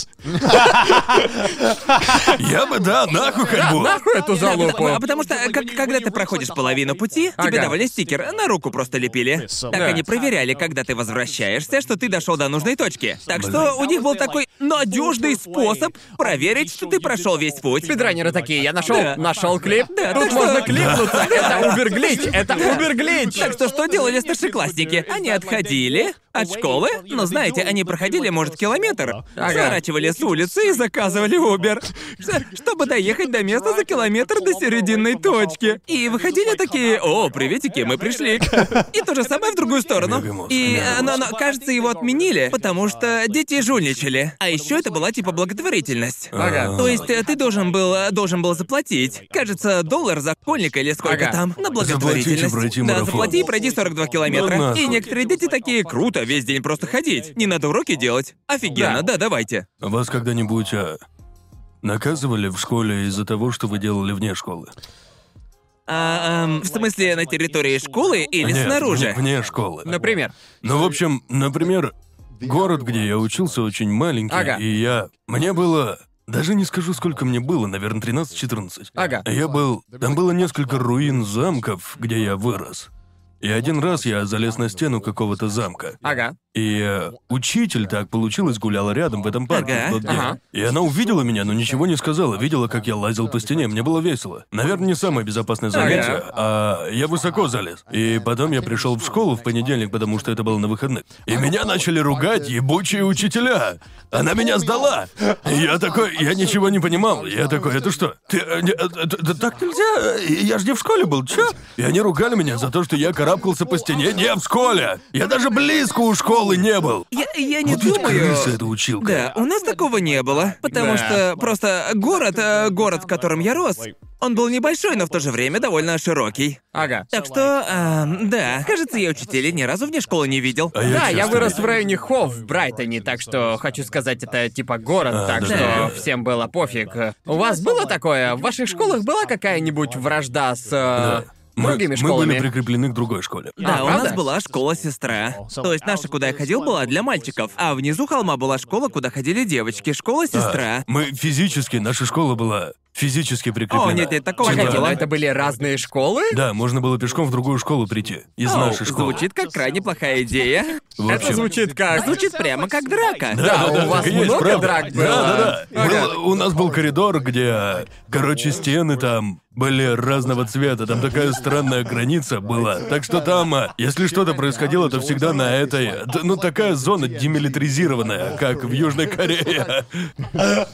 Speaker 3: Я бы, да, нахуй ходьбу.
Speaker 1: Нахуй эту
Speaker 2: Да, потому-
Speaker 1: залупу.
Speaker 2: А потому что, как- когда ты проходишь половину пути, тебе
Speaker 1: Ага.
Speaker 2: давали стикер, на руку просто лепили. Так
Speaker 1: Да.
Speaker 2: они проверяли, когда ты возвращаешься, что ты дошел до нужной точки. Так что у них был такой надежный способ проверить, что ты прошел весь путь.
Speaker 1: Спидранеры такие, я нашел,
Speaker 2: Да.
Speaker 1: нашел клип.
Speaker 2: Да,
Speaker 1: Тут
Speaker 2: так что-
Speaker 1: можно клипнуться. Это уберглич, это уберглич.
Speaker 2: Так что что делали старшеклассники? Они отходили от школы, но знаете, они проходили, может, километр,
Speaker 1: Ага.
Speaker 2: сворачивали с улицы и заказывали Uber, ш- чтобы доехать до места за километр до серединной точки. И выходили такие, о, приветики, мы пришли. И то же самое в другую сторону.
Speaker 3: Мегамозг,
Speaker 2: И,
Speaker 3: мегамозг.
Speaker 2: э, но, но, кажется, его отменили, потому что дети жульничали. А еще это была типа благотворительность.
Speaker 1: Ага.
Speaker 2: То есть э, ты должен был э, должен был заплатить. Кажется, доллар за школьника или сколько
Speaker 1: Ага.
Speaker 2: там. На
Speaker 3: Заплатите,
Speaker 2: благотворительность.
Speaker 3: пройти
Speaker 2: да,
Speaker 3: марафон.
Speaker 2: заплати и пройди 42 километра.
Speaker 3: Ну нахуй.
Speaker 2: и некоторые дети такие, круто, весь день просто ходить. Не надо уроки делать. Офигенно, да, давайте.
Speaker 3: Вас когда-нибудь а, наказывали в школе из-за того, что вы делали вне школы?
Speaker 2: А, эм, в смысле, на территории школы или
Speaker 3: Нет, ну,
Speaker 2: снаружи?
Speaker 3: вне- Вне школы.
Speaker 1: Например.
Speaker 3: Ну, в общем, например, город, где я учился, очень маленький,
Speaker 1: Ага.
Speaker 3: и я... Мне было... Даже не скажу, сколько мне было, наверное, 13-14.
Speaker 1: Ага.
Speaker 3: Я был... Там было несколько руин замков, где я вырос. И один раз я залез на стену какого-то замка.
Speaker 1: Ага.
Speaker 3: И э, учитель, так получилось, гуляла рядом в этом парке
Speaker 2: Ага.
Speaker 3: в тот день.
Speaker 1: Ага.
Speaker 3: И она увидела меня, но ничего не сказала. Видела, как я лазил по стене, мне было весело. Наверное, не самое безопасное занятие,
Speaker 1: Ага.
Speaker 3: а я высоко залез. И потом я пришел в школу в понедельник, потому что это было на выходных. И меня начали ругать ебучие учителя. Она меня сдала. И я такой, я ничего не понимал. Я такой, это что? Ты, э, не, э, э, да так нельзя. Я же не в школе был, чё? И они ругали меня за то, что я карабкался по стене не в школе. Я даже близко у школы не был.
Speaker 2: Я, я не
Speaker 3: Вот ведь
Speaker 2: думаю.
Speaker 3: крыса эта училка.
Speaker 2: Да, у нас такого не было, потому
Speaker 1: Да.
Speaker 2: что просто город, э, город, в котором я рос, он был небольшой, но в то же время довольно широкий.
Speaker 1: Ага.
Speaker 2: Так что, эм, да, кажется, я учителей ни разу вне школы не видел.
Speaker 3: А я
Speaker 1: Да, я
Speaker 3: часто
Speaker 1: вырос
Speaker 3: видел.
Speaker 1: в районе Хов в Брайтоне, так что хочу сказать, это типа город,
Speaker 3: А,
Speaker 1: так
Speaker 3: да.
Speaker 1: что всем было пофиг. У вас было такое? В ваших школах была какая-нибудь вражда с э,
Speaker 3: Мы-
Speaker 1: другими
Speaker 3: мы
Speaker 1: школами?
Speaker 3: были прикреплены к другой школе.
Speaker 2: Да,
Speaker 1: А,
Speaker 2: у нас
Speaker 1: правда?
Speaker 2: была школа-сестра. То есть наша, куда я ходил, была для мальчиков, а внизу холма была школа, куда ходили девочки. Школа-сестра.
Speaker 3: Мы физически, наша школа была физически прикреплена.
Speaker 2: О, нет, нет, такого
Speaker 3: Типа,
Speaker 2: не
Speaker 1: Погоди,
Speaker 2: было.
Speaker 1: это были разные школы?
Speaker 3: Да, можно было пешком в другую школу прийти. Из
Speaker 2: Оу,
Speaker 3: нашей школы.
Speaker 2: звучит как крайне плохая идея.
Speaker 3: В общем.
Speaker 1: Это звучит как...
Speaker 2: Звучит прямо как драка.
Speaker 1: Да, у вас
Speaker 3: так и есть,
Speaker 1: много
Speaker 3: правда.
Speaker 1: драк было?
Speaker 3: Да, да, да.
Speaker 1: Ага.
Speaker 3: Был- у нас был коридор, где, короче, стены там были разного цвета, там такая странная граница была. Так что там, а, если что-то происходило, то всегда на этой, да, ну такая зона демилитаризированная, как в Южной Корее.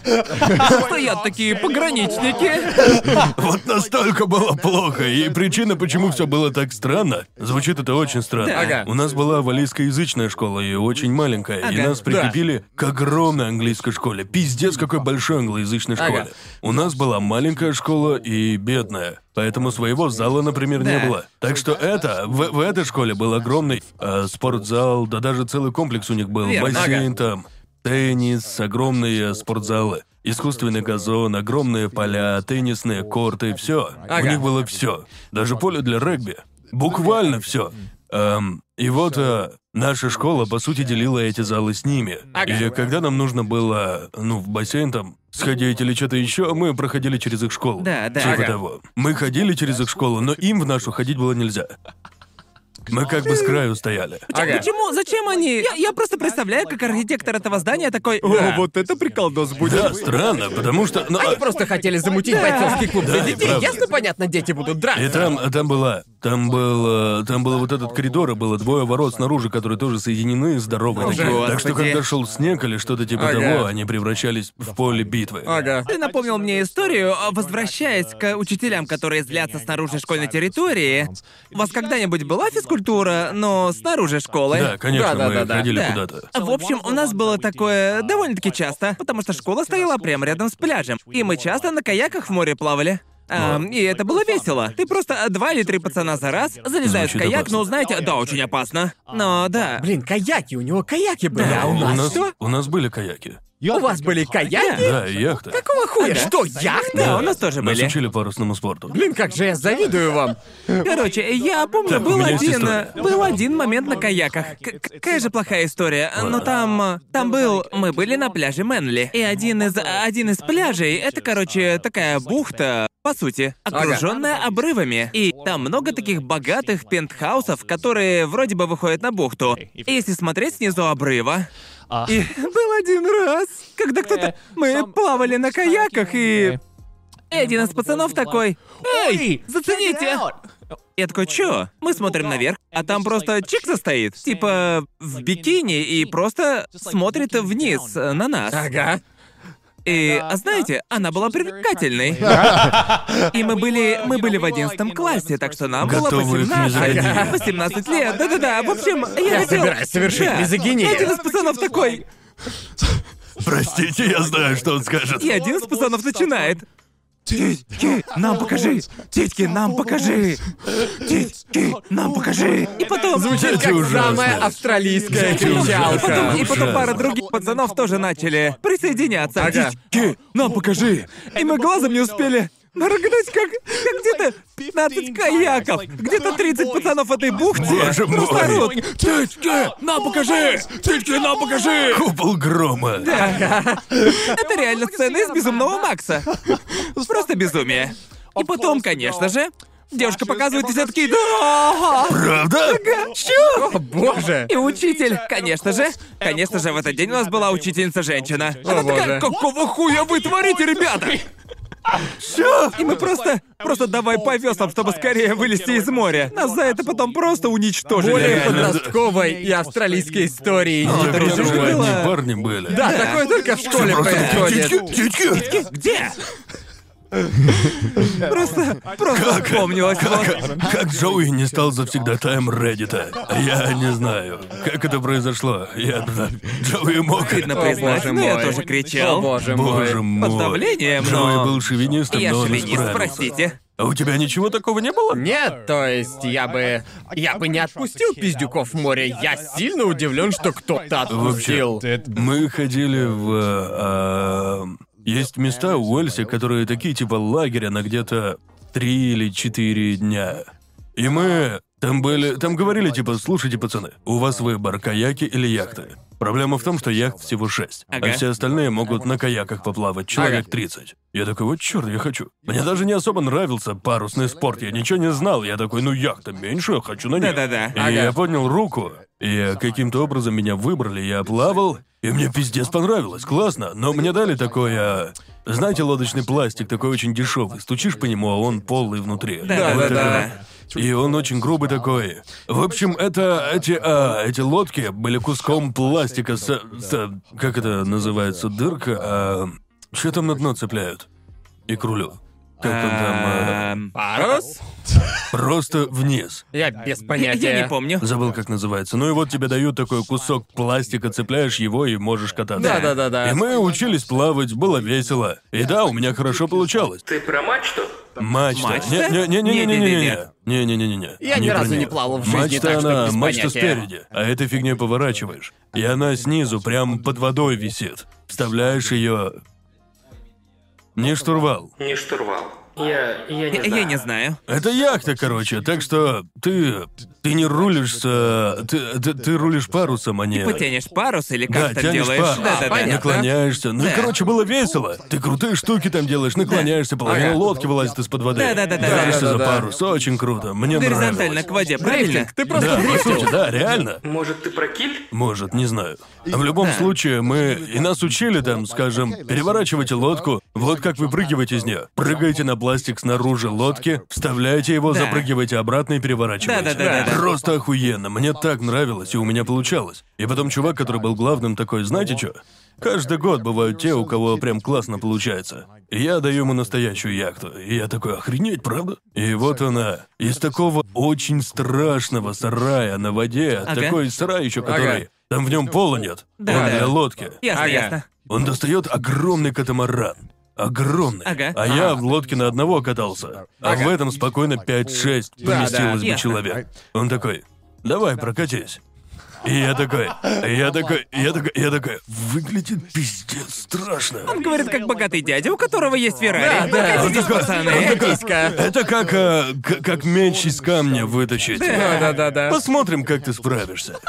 Speaker 2: Стоят такие пограничники.
Speaker 3: Вот настолько было плохо. И причина, почему все было так странно, звучит это очень странно.
Speaker 1: Ага.
Speaker 3: У нас была валийскоязычная школа и очень маленькая, и
Speaker 2: Ага.
Speaker 3: нас прикрепили к огромной английской школе. Пиздец, какой большой англоязычной школе.
Speaker 1: Ага.
Speaker 3: У нас была маленькая школа и бедная. Поэтому своего зала, например,
Speaker 2: Да.
Speaker 3: не было. Так что это, в, в этой школе был огромный э, спортзал, да даже целый комплекс у них был,
Speaker 2: Верно, ага.
Speaker 3: бассейн там, теннис, огромные спортзалы, искусственный газон, огромные поля, теннисные корты, все. У
Speaker 1: Ага.
Speaker 3: них было все. Даже поле для регби. Буквально все. и вот э, наша школа, по сути, делила эти залы с ними.
Speaker 1: Ага.
Speaker 3: И когда нам нужно было, ну, в бассейн там сходить или что-то еще, мы проходили через их школу.
Speaker 2: Да, да.
Speaker 3: Типа
Speaker 1: Ага.
Speaker 3: того. Мы ходили через их школу, но им в нашу ходить было нельзя. Мы как бы с краю стояли.
Speaker 1: Ага.
Speaker 2: Почему? Зачем они? Я, я просто представляю, как архитектор этого здания такой.
Speaker 1: Да.
Speaker 2: О, вот это приколдос будет.
Speaker 3: Да, странно, потому что... ну,
Speaker 1: Они просто хотели замутить бойцовский клуб для
Speaker 3: Да,
Speaker 1: детей.
Speaker 3: правда.
Speaker 1: Ясно, понятно, дети будут
Speaker 3: И
Speaker 1: драться.
Speaker 3: там, там была Там было, там было вот этот коридор, и было двое ворот снаружи, которые тоже соединены и здоровые.
Speaker 1: О,
Speaker 3: такие.
Speaker 1: господи.
Speaker 3: Так что когда шел снег или что-то типа
Speaker 1: Ага.
Speaker 3: того, они превращались в поле битвы.
Speaker 1: Ага.
Speaker 2: Ты напомнил мне историю, а, возвращаясь к учителям, которые злятся снаружи школьной территории. У вас когда-нибудь была физкультура, но снаружи школы?
Speaker 3: Да, конечно, мы
Speaker 1: Да-да-да-да.
Speaker 3: ходили
Speaker 2: Да.
Speaker 3: куда-то.
Speaker 2: В общем, у нас было такое довольно-таки часто, потому что школа стояла прямо рядом с пляжем, и мы часто на каяках в море плавали. А, и это было весело. Ты просто два или три пацана за раз залезают в
Speaker 3: Звучит
Speaker 2: каяк,
Speaker 3: опасно.
Speaker 2: ну знаете, да, очень опасно. Но да.
Speaker 1: Блин, каяки, у него каяки были, а у нас что?
Speaker 3: у нас были каяки.
Speaker 1: У вас были каяки?
Speaker 3: Да, и яхта.
Speaker 1: Какого хуя? Что,
Speaker 2: Да, у
Speaker 1: яхта?
Speaker 2: нас тоже
Speaker 3: Нас
Speaker 2: были.
Speaker 3: учили парусному спорту.
Speaker 1: Блин, как же я завидую вам.
Speaker 2: Короче, я помню,
Speaker 3: Так, у
Speaker 2: был
Speaker 3: меня есть
Speaker 2: один,
Speaker 3: история.
Speaker 2: э, был один момент на каяках. К- какая же плохая история. Но там, э, там был, мы были на пляже Мэнли, и один из, один из пляжей, это, короче, такая бухта, по сути, окруженная обрывами. И там много таких богатых пентхаусов, которые вроде бы выходят на бухту. И если смотреть снизу обрыва, и был один раз, когда кто-то... Мы плавали на каяках, и один из пацанов такой... Эй, зацените! Я такой, чё? Мы смотрим наверх, а там просто чик состоит. Типа в бикини и просто смотрит вниз э, на нас.
Speaker 1: Ага.
Speaker 2: И, а знаете, она была привлекательной. И мы были, мы были в 11 классе, так что нам было
Speaker 3: Готовы их не
Speaker 2: 18,
Speaker 3: загонять.
Speaker 2: 18 лет. Да-да-да, в общем, я
Speaker 1: Я
Speaker 2: хотел-
Speaker 1: собираюсь совершить
Speaker 2: Да.
Speaker 1: мизогинию.
Speaker 2: И Один из пацанов такой,
Speaker 3: Простите, я знаю, что он скажет.
Speaker 2: и один из пацанов начинает. Титьки, нам покажи! Титьки, нам покажи! Титьки, нам покажи! И потом...
Speaker 1: Звучит
Speaker 3: Дети
Speaker 1: как
Speaker 3: ужасные.
Speaker 1: самая австралийская
Speaker 3: Дети
Speaker 2: И потом, и
Speaker 1: кричалка.
Speaker 3: ужасные.
Speaker 2: потом пара других пацанов тоже начали присоединяться.
Speaker 1: Ага.
Speaker 2: «Дядьки, нам покажи. И мы глазом не успели моргнуть, как, как где-то 15 каяков. Где-то 30 пацанов этой бухты.
Speaker 3: Боже мой.
Speaker 2: просто орут. «Дядьки, нам покажи. Дядьки, нам покажи.
Speaker 3: Купол грома.
Speaker 2: Это реально сцена из «Безумного Макса». Просто безумие. И потом, конечно же, девушка показывает, и все такие «Да!»
Speaker 3: Правда?
Speaker 2: Чё?
Speaker 1: О, боже.
Speaker 2: И учитель, конечно же. Конечно же, в этот день у нас была учительница-женщина. Она
Speaker 1: боже.
Speaker 2: такая, какого хуя вы творите, ребята? И мы просто, просто давай по веслам, чтобы скорее вылезти из моря. Нас за это потом просто
Speaker 1: Более
Speaker 2: уничтожили.
Speaker 3: реально, да.
Speaker 1: подростковой и австралийской истории
Speaker 3: Так
Speaker 1: не
Speaker 2: это
Speaker 3: я
Speaker 2: же
Speaker 3: думаю,
Speaker 1: придумать.
Speaker 2: было.
Speaker 3: одни парни были.
Speaker 1: Да, такое только в школе происходит.
Speaker 3: Титьки, титьки.
Speaker 2: Где? Просто, просто вспомнилось. вот.
Speaker 3: Как Джоуи не стал завсегдатаем Реддита? Я не знаю. Как это произошло? Я... Джоуи мог...
Speaker 2: Стыдно
Speaker 1: О,
Speaker 2: признать,
Speaker 1: боже
Speaker 2: но я
Speaker 1: мой.
Speaker 2: тоже
Speaker 1: О,
Speaker 2: кричал.
Speaker 1: боже
Speaker 3: Боже
Speaker 1: мой.
Speaker 3: мой.
Speaker 2: Под давлением,
Speaker 3: Джоуи
Speaker 2: но-
Speaker 3: Ну, был шовинистом,
Speaker 2: Я
Speaker 3: но он
Speaker 2: шовинист,
Speaker 3: исправился.
Speaker 2: простите.
Speaker 3: А у тебя ничего такого не было?
Speaker 1: Нет, то есть я бы... Я бы не отпустил пиздюков в море. Я сильно удивлен, что кто-то отпустил.
Speaker 3: Мы ходили в... э, есть места у Уэльсе, которые такие типа лагеря на где-то три или четыре дня. И мы там были... Там говорили типа, слушайте, пацаны, у вас выбор, каяки или яхты. Проблема в том, что яхт всего шесть,
Speaker 2: Ага.
Speaker 3: а все остальные могут на каяках поплавать, человек
Speaker 1: Ага.
Speaker 3: 30. Я такой, вот черт, я хочу. Мне даже не особо нравился парусный спорт, я ничего не знал. Я такой, ну яхта меньше, я хочу на ней.
Speaker 2: Да-да-да.
Speaker 3: И
Speaker 1: Ага.
Speaker 3: я поднял руку, и каким-то образом меня выбрали, я плавал, и мне пиздец понравилось, классно, но мне дали такое... Знаете, лодочный пластик такой очень дешевый. Стучишь по нему, а он полый внутри.
Speaker 2: Да, да, да, да.
Speaker 3: И он очень грубый такой. В общем, это эти а, эти лодки были куском пластика с, с- как это называется дырка. А, что там на дно цепляют? И к рулю. Как он там? а,
Speaker 2: Эм,
Speaker 1: Парус?
Speaker 3: просто вниз.
Speaker 1: Я без
Speaker 2: Я не
Speaker 1: понятия.
Speaker 2: помню.
Speaker 3: Забыл, как называется. Ну и вот тебе дают такой кусок пластика, цепляешь его и можешь кататься.
Speaker 1: Да, да, да, да.
Speaker 3: И мы учились плавать, было весело. И да, у меня хорошо получалось.
Speaker 4: Ты про мачту?
Speaker 3: Мачта.
Speaker 2: Мачта?
Speaker 3: Не-не-не-не-не-не-не. Не-не-не-не.
Speaker 1: Я ни разу
Speaker 3: про
Speaker 1: не
Speaker 3: нее.
Speaker 1: плавал в жизни,
Speaker 3: Мачта
Speaker 1: так что
Speaker 3: она,
Speaker 1: без
Speaker 3: мачта
Speaker 1: понятия.
Speaker 3: спереди, а этой фигней поворачиваешь. И она снизу, прям под водой висит. Вставляешь ее. Не штурвал.
Speaker 4: Не штурвал. Я... я не
Speaker 2: Я-
Speaker 4: знаю.
Speaker 2: Я не знаю.
Speaker 3: Это яхта, короче, так что ты. ты не рулишь с. Ты, ты, ты рулишь парусом, а не.
Speaker 2: Ты тянешь парус или
Speaker 3: Да,
Speaker 2: как там
Speaker 3: тянешь
Speaker 2: делаешь?
Speaker 3: парус,
Speaker 2: Да-да-да.
Speaker 1: понятно.
Speaker 3: наклоняешься. Ну, и, короче, было весело. Ты крутые штуки там делаешь, наклоняешься, половина
Speaker 1: Ага.
Speaker 3: лодки вылазит из-под воды.
Speaker 2: Да-да-да-да.
Speaker 3: Тянешься за
Speaker 1: Да-да-да.
Speaker 3: парус, очень круто, мне
Speaker 2: Горизонтально
Speaker 3: нравилось.
Speaker 2: к воде, правильно?
Speaker 1: Ты просто
Speaker 3: Да, по сути, да, реально.
Speaker 4: Может, ты про киль?
Speaker 3: Может, не знаю. А В любом случае, мы и нас учили там, скажем, переворачивайте лодку, вот как вы прыгиваете из нее. Прыгайте на пластик снаружи лодки, вставляете его,
Speaker 2: Да.
Speaker 3: запрыгиваете обратно и переворачиваете.
Speaker 2: Да-да-да-да-да.
Speaker 3: Просто охуенно. Мне так нравилось, и у меня получалось. И потом чувак, который был главным, такой, знаете что? Каждый год бывают те, у кого прям классно получается. И Я даю ему настоящую яхту. И я такой, охренеть, правда? И вот она. Из такого очень страшного сарая на воде.
Speaker 2: Ага.
Speaker 3: Такой сарай еще, который...
Speaker 1: Ага.
Speaker 3: Там в нем пола нет.
Speaker 2: Да.
Speaker 3: Он для лодки.
Speaker 2: Ясно,
Speaker 1: Ага.
Speaker 2: ясно.
Speaker 3: Он достает огромный катамаран. Огромный.
Speaker 2: Ага.
Speaker 3: А я в лодке на одного катался. А
Speaker 1: Ага.
Speaker 3: в этом спокойно 5-6
Speaker 1: Да,
Speaker 3: поместилось
Speaker 2: да.
Speaker 3: бы
Speaker 2: Ясно.
Speaker 3: человек. Он такой, давай, прокатись. И я такой, я такой, я такой, я такой, выглядит пиздец страшно.
Speaker 2: Он говорит, как богатый дядя, у которого есть
Speaker 1: Да,
Speaker 2: Феррари.
Speaker 1: да.
Speaker 2: Погодите, пацаны.
Speaker 1: Прокатись-ка.
Speaker 3: Это как, а, к- как меч из камня вытащить.
Speaker 1: Да-да-да.
Speaker 3: Посмотрим, как ты справишься.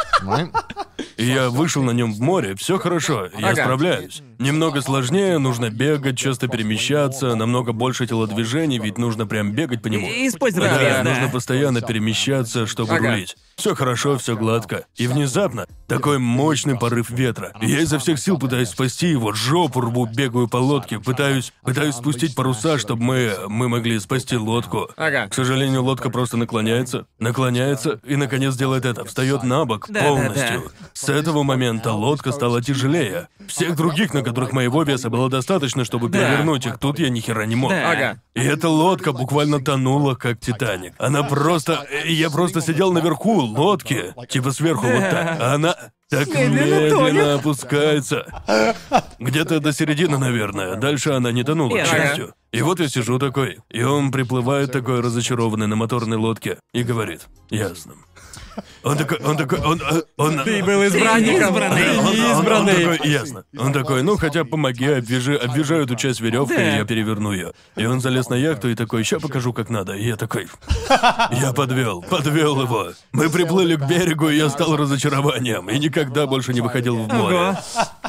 Speaker 3: И Я вышел на нем в море, все хорошо, я
Speaker 1: Ага.
Speaker 3: справляюсь. Немного сложнее, нужно бегать, часто перемещаться, намного больше телодвижений, ведь нужно прям бегать по нему.
Speaker 2: И Использовать
Speaker 3: Да,
Speaker 2: вес,
Speaker 3: нужно
Speaker 2: да.
Speaker 3: постоянно перемещаться, чтобы
Speaker 1: Ага.
Speaker 3: рулить. Все хорошо, все гладко. И внезапно такой мощный порыв ветра. И Я изо всех сил пытаюсь спасти его, жопу рву, бегаю по лодке, пытаюсь, пытаюсь спустить паруса, чтобы мы, мы могли спасти лодку.
Speaker 1: Ага.
Speaker 3: К сожалению, лодка просто наклоняется, наклоняется и, наконец, делает это. Встает на бок
Speaker 2: Да, да,
Speaker 3: полностью. С этого момента лодка стала тяжелее. Всех других, на которых моего веса было достаточно, чтобы перевернуть их, тут я ни хера не мог.
Speaker 2: Да.
Speaker 1: Ага.
Speaker 3: И эта лодка буквально тонула, как Титаник. Она просто... э, Я просто сидел наверху лодки, типа сверху вот так. А Она так
Speaker 2: Медленно
Speaker 3: медленно
Speaker 2: тонет.
Speaker 3: опускается. Где-то до середины, наверное. Дальше она не тонула, к
Speaker 2: Ага.
Speaker 3: счастью. И вот я сижу такой, и он приплывает такой разочарованный на моторной лодке и говорит, ясно. Он такой, он такой, он, э, он...
Speaker 1: Ты был избранником.
Speaker 2: избранный.
Speaker 1: Ты
Speaker 3: Он- он-
Speaker 1: не
Speaker 3: он
Speaker 1: избранный.
Speaker 3: такой, ясно. Он такой, ну хотя помоги, обвяжи, обвяжу эту часть веревкой,
Speaker 2: Да.
Speaker 3: и я переверну ее. И он залез на яхту и такой, ща покажу, как надо. И я такой, я подвел, подвел его. Мы приплыли к берегу, и я стал разочарованием, и никогда больше не выходил в море.
Speaker 2: Ого.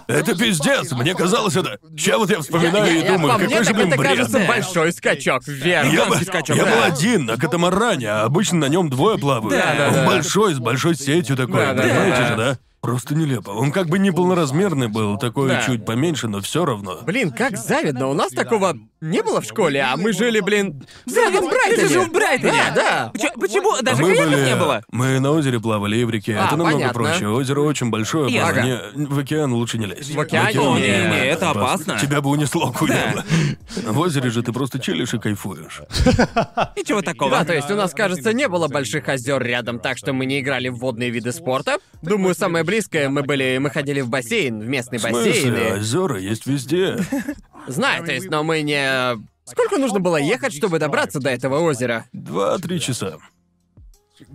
Speaker 3: Это пиздец, мне казалось это. Ща вот я вспоминаю и
Speaker 1: Я- я-
Speaker 3: думаю,
Speaker 1: по мне
Speaker 3: какой же,
Speaker 1: так
Speaker 3: блин,
Speaker 1: это
Speaker 3: бред.
Speaker 1: кажется большой скачок вверх.
Speaker 3: Я,
Speaker 2: Гигантский
Speaker 3: бы-
Speaker 2: скачок,
Speaker 3: я
Speaker 2: да.
Speaker 3: был один на катамаране, а обычно на нем двое плавают.
Speaker 2: Да, да,
Speaker 3: он
Speaker 1: да.
Speaker 3: большой, с большой сетью такой,
Speaker 1: Да, да,
Speaker 3: понимаете
Speaker 1: да.
Speaker 3: же, да? Просто нелепо. Он как бы не полноразмерный был, такой
Speaker 1: Да.
Speaker 3: чуть поменьше, но все равно.
Speaker 1: Блин, как завидно, у нас такого не было в школе, а мы жили, блин, в
Speaker 2: Ты
Speaker 1: Брайтоне.
Speaker 2: же жил в Брайтоне.
Speaker 1: Да, да.
Speaker 2: Чё- Почему?
Speaker 3: А
Speaker 2: Даже
Speaker 3: мы
Speaker 2: каяков
Speaker 3: были-
Speaker 2: не было.
Speaker 3: Мы на озере плавали и в реке.
Speaker 1: А,
Speaker 3: это намного
Speaker 1: понятно.
Speaker 3: проще. Озеро очень большое,
Speaker 2: Ясно.
Speaker 3: плавание. В океан лучше не лезть.
Speaker 1: В океане? О, не,
Speaker 2: не, это опасно.
Speaker 3: Тебя бы унесло куда В озере же ты просто чилишь и кайфуешь.
Speaker 2: Ничего
Speaker 1: Да,
Speaker 2: такого.
Speaker 1: то есть у нас, кажется, не было больших озер рядом, так что мы не играли в водные виды спорта. Думаю, самое близкое мы были, мы ходили в бассейн, в местный
Speaker 3: В смысле,
Speaker 1: бассейн. и-
Speaker 3: озера есть везде.
Speaker 1: Знаю, то есть, но мы не... Сколько нужно было ехать, чтобы добраться до этого озера?
Speaker 3: Два-три часа.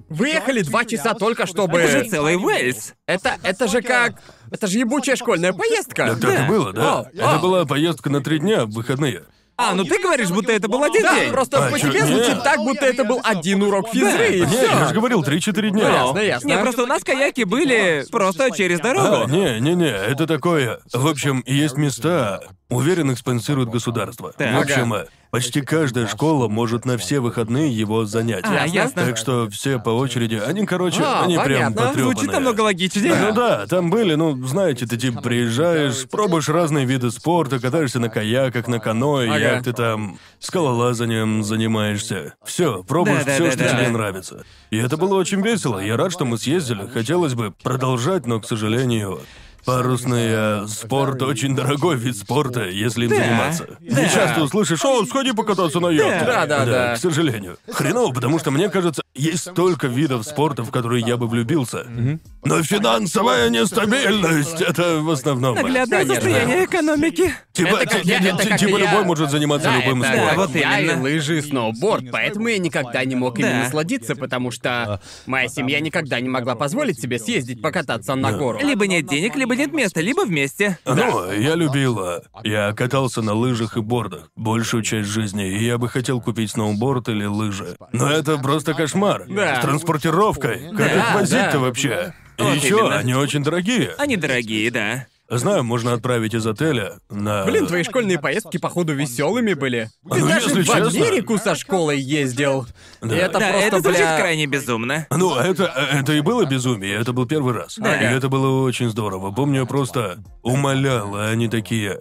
Speaker 1: Вы ехали два часа только, чтобы...
Speaker 2: Это же целый Уэльс.
Speaker 1: Это, это же как... Это же ебучая школьная поездка.
Speaker 3: Так так и было, да.
Speaker 1: О,
Speaker 3: Это
Speaker 1: о.
Speaker 3: была поездка на три дня в выходные.
Speaker 2: А, ну ты говоришь, будто это был один
Speaker 1: Да,
Speaker 2: день.
Speaker 1: просто
Speaker 3: А,
Speaker 1: по
Speaker 3: чё,
Speaker 1: тебе
Speaker 3: нет.
Speaker 1: звучит так, будто это был один урок физры, и
Speaker 3: Не, я же
Speaker 1: все.
Speaker 3: говорил, 3-4 дня.
Speaker 1: ясно, ясно.
Speaker 2: Не, просто у нас каяки были просто через
Speaker 3: А,
Speaker 2: дорогу.
Speaker 3: не-не-не, это такое. В общем, есть места, уверен, их спонсирует государство.
Speaker 2: Так.
Speaker 3: В общем, э, почти каждая школа может на все выходные его занять.
Speaker 2: А, ясно.
Speaker 3: Так что все по очереди. Они, короче,
Speaker 1: А,
Speaker 3: они прям
Speaker 1: понятно.
Speaker 3: потрёпанные.
Speaker 2: Звучит намного логичнее.
Speaker 3: Ну да, там были, ну, знаете, ты типа приезжаешь, пробуешь разные виды спорта, катаешься на каяках, на каноэ,
Speaker 1: Ага.
Speaker 3: як ты там скалолазанием занимаешься. Все, пробуешь
Speaker 2: Да-да-да-да.
Speaker 3: все, что тебе
Speaker 2: Да.
Speaker 3: нравится. И это было очень весело. Я рад, что мы съездили. Хотелось бы продолжать, но, к сожалению, парусный э, спорт очень дорогой вид спорта, если им заниматься. Не часто услышишь, о, сходи покататься на яхте.
Speaker 1: Да, да, да.
Speaker 3: К сожалению. Хреново, потому что мне кажется, есть столько видов спорта, в которые я бы влюбился. Но финансовая нестабильность это в основном.
Speaker 2: Наглядное
Speaker 1: Конечно.
Speaker 2: состояние экономики.
Speaker 3: Типа,
Speaker 1: Это как
Speaker 3: ти-
Speaker 1: я-
Speaker 3: ти-
Speaker 1: это
Speaker 3: ти-
Speaker 1: как
Speaker 3: типа
Speaker 1: я.
Speaker 3: любой может заниматься
Speaker 1: Да,
Speaker 3: любым
Speaker 1: это-
Speaker 3: спортом.
Speaker 2: да, вот
Speaker 1: я и
Speaker 2: именно.
Speaker 1: лыжи и сноуборд, поэтому я никогда не мог ими
Speaker 2: Да.
Speaker 1: насладиться, потому что моя семья никогда не могла позволить себе съездить покататься на гору.
Speaker 2: Либо нет денег, либо нет места, либо вместе.
Speaker 3: Ну, я любила. Я катался на лыжах и бордах большую часть жизни, и я бы хотел купить сноуборд или лыжи. Но это просто кошмар.
Speaker 1: Да.
Speaker 3: С транспортировкой. Как
Speaker 1: Да,
Speaker 3: их возить-то
Speaker 1: да.
Speaker 3: вообще? И
Speaker 2: Вот
Speaker 3: еще,
Speaker 2: именно.
Speaker 3: они очень дорогие.
Speaker 2: Они дорогие, да.
Speaker 3: Знаю, можно отправить из отеля на...
Speaker 1: Блин, твои школьные поездки, походу, веселыми были.
Speaker 3: Ну,
Speaker 1: Ты даже
Speaker 3: если
Speaker 1: в
Speaker 3: честно.
Speaker 1: Америку со школой ездил. И это
Speaker 2: да,
Speaker 1: просто,
Speaker 2: это звучит
Speaker 1: бля,
Speaker 2: крайне безумно.
Speaker 3: Ну, это, это и было безумие, это был первый раз. И это было очень здорово. Помню, я просто умолял, а они такие...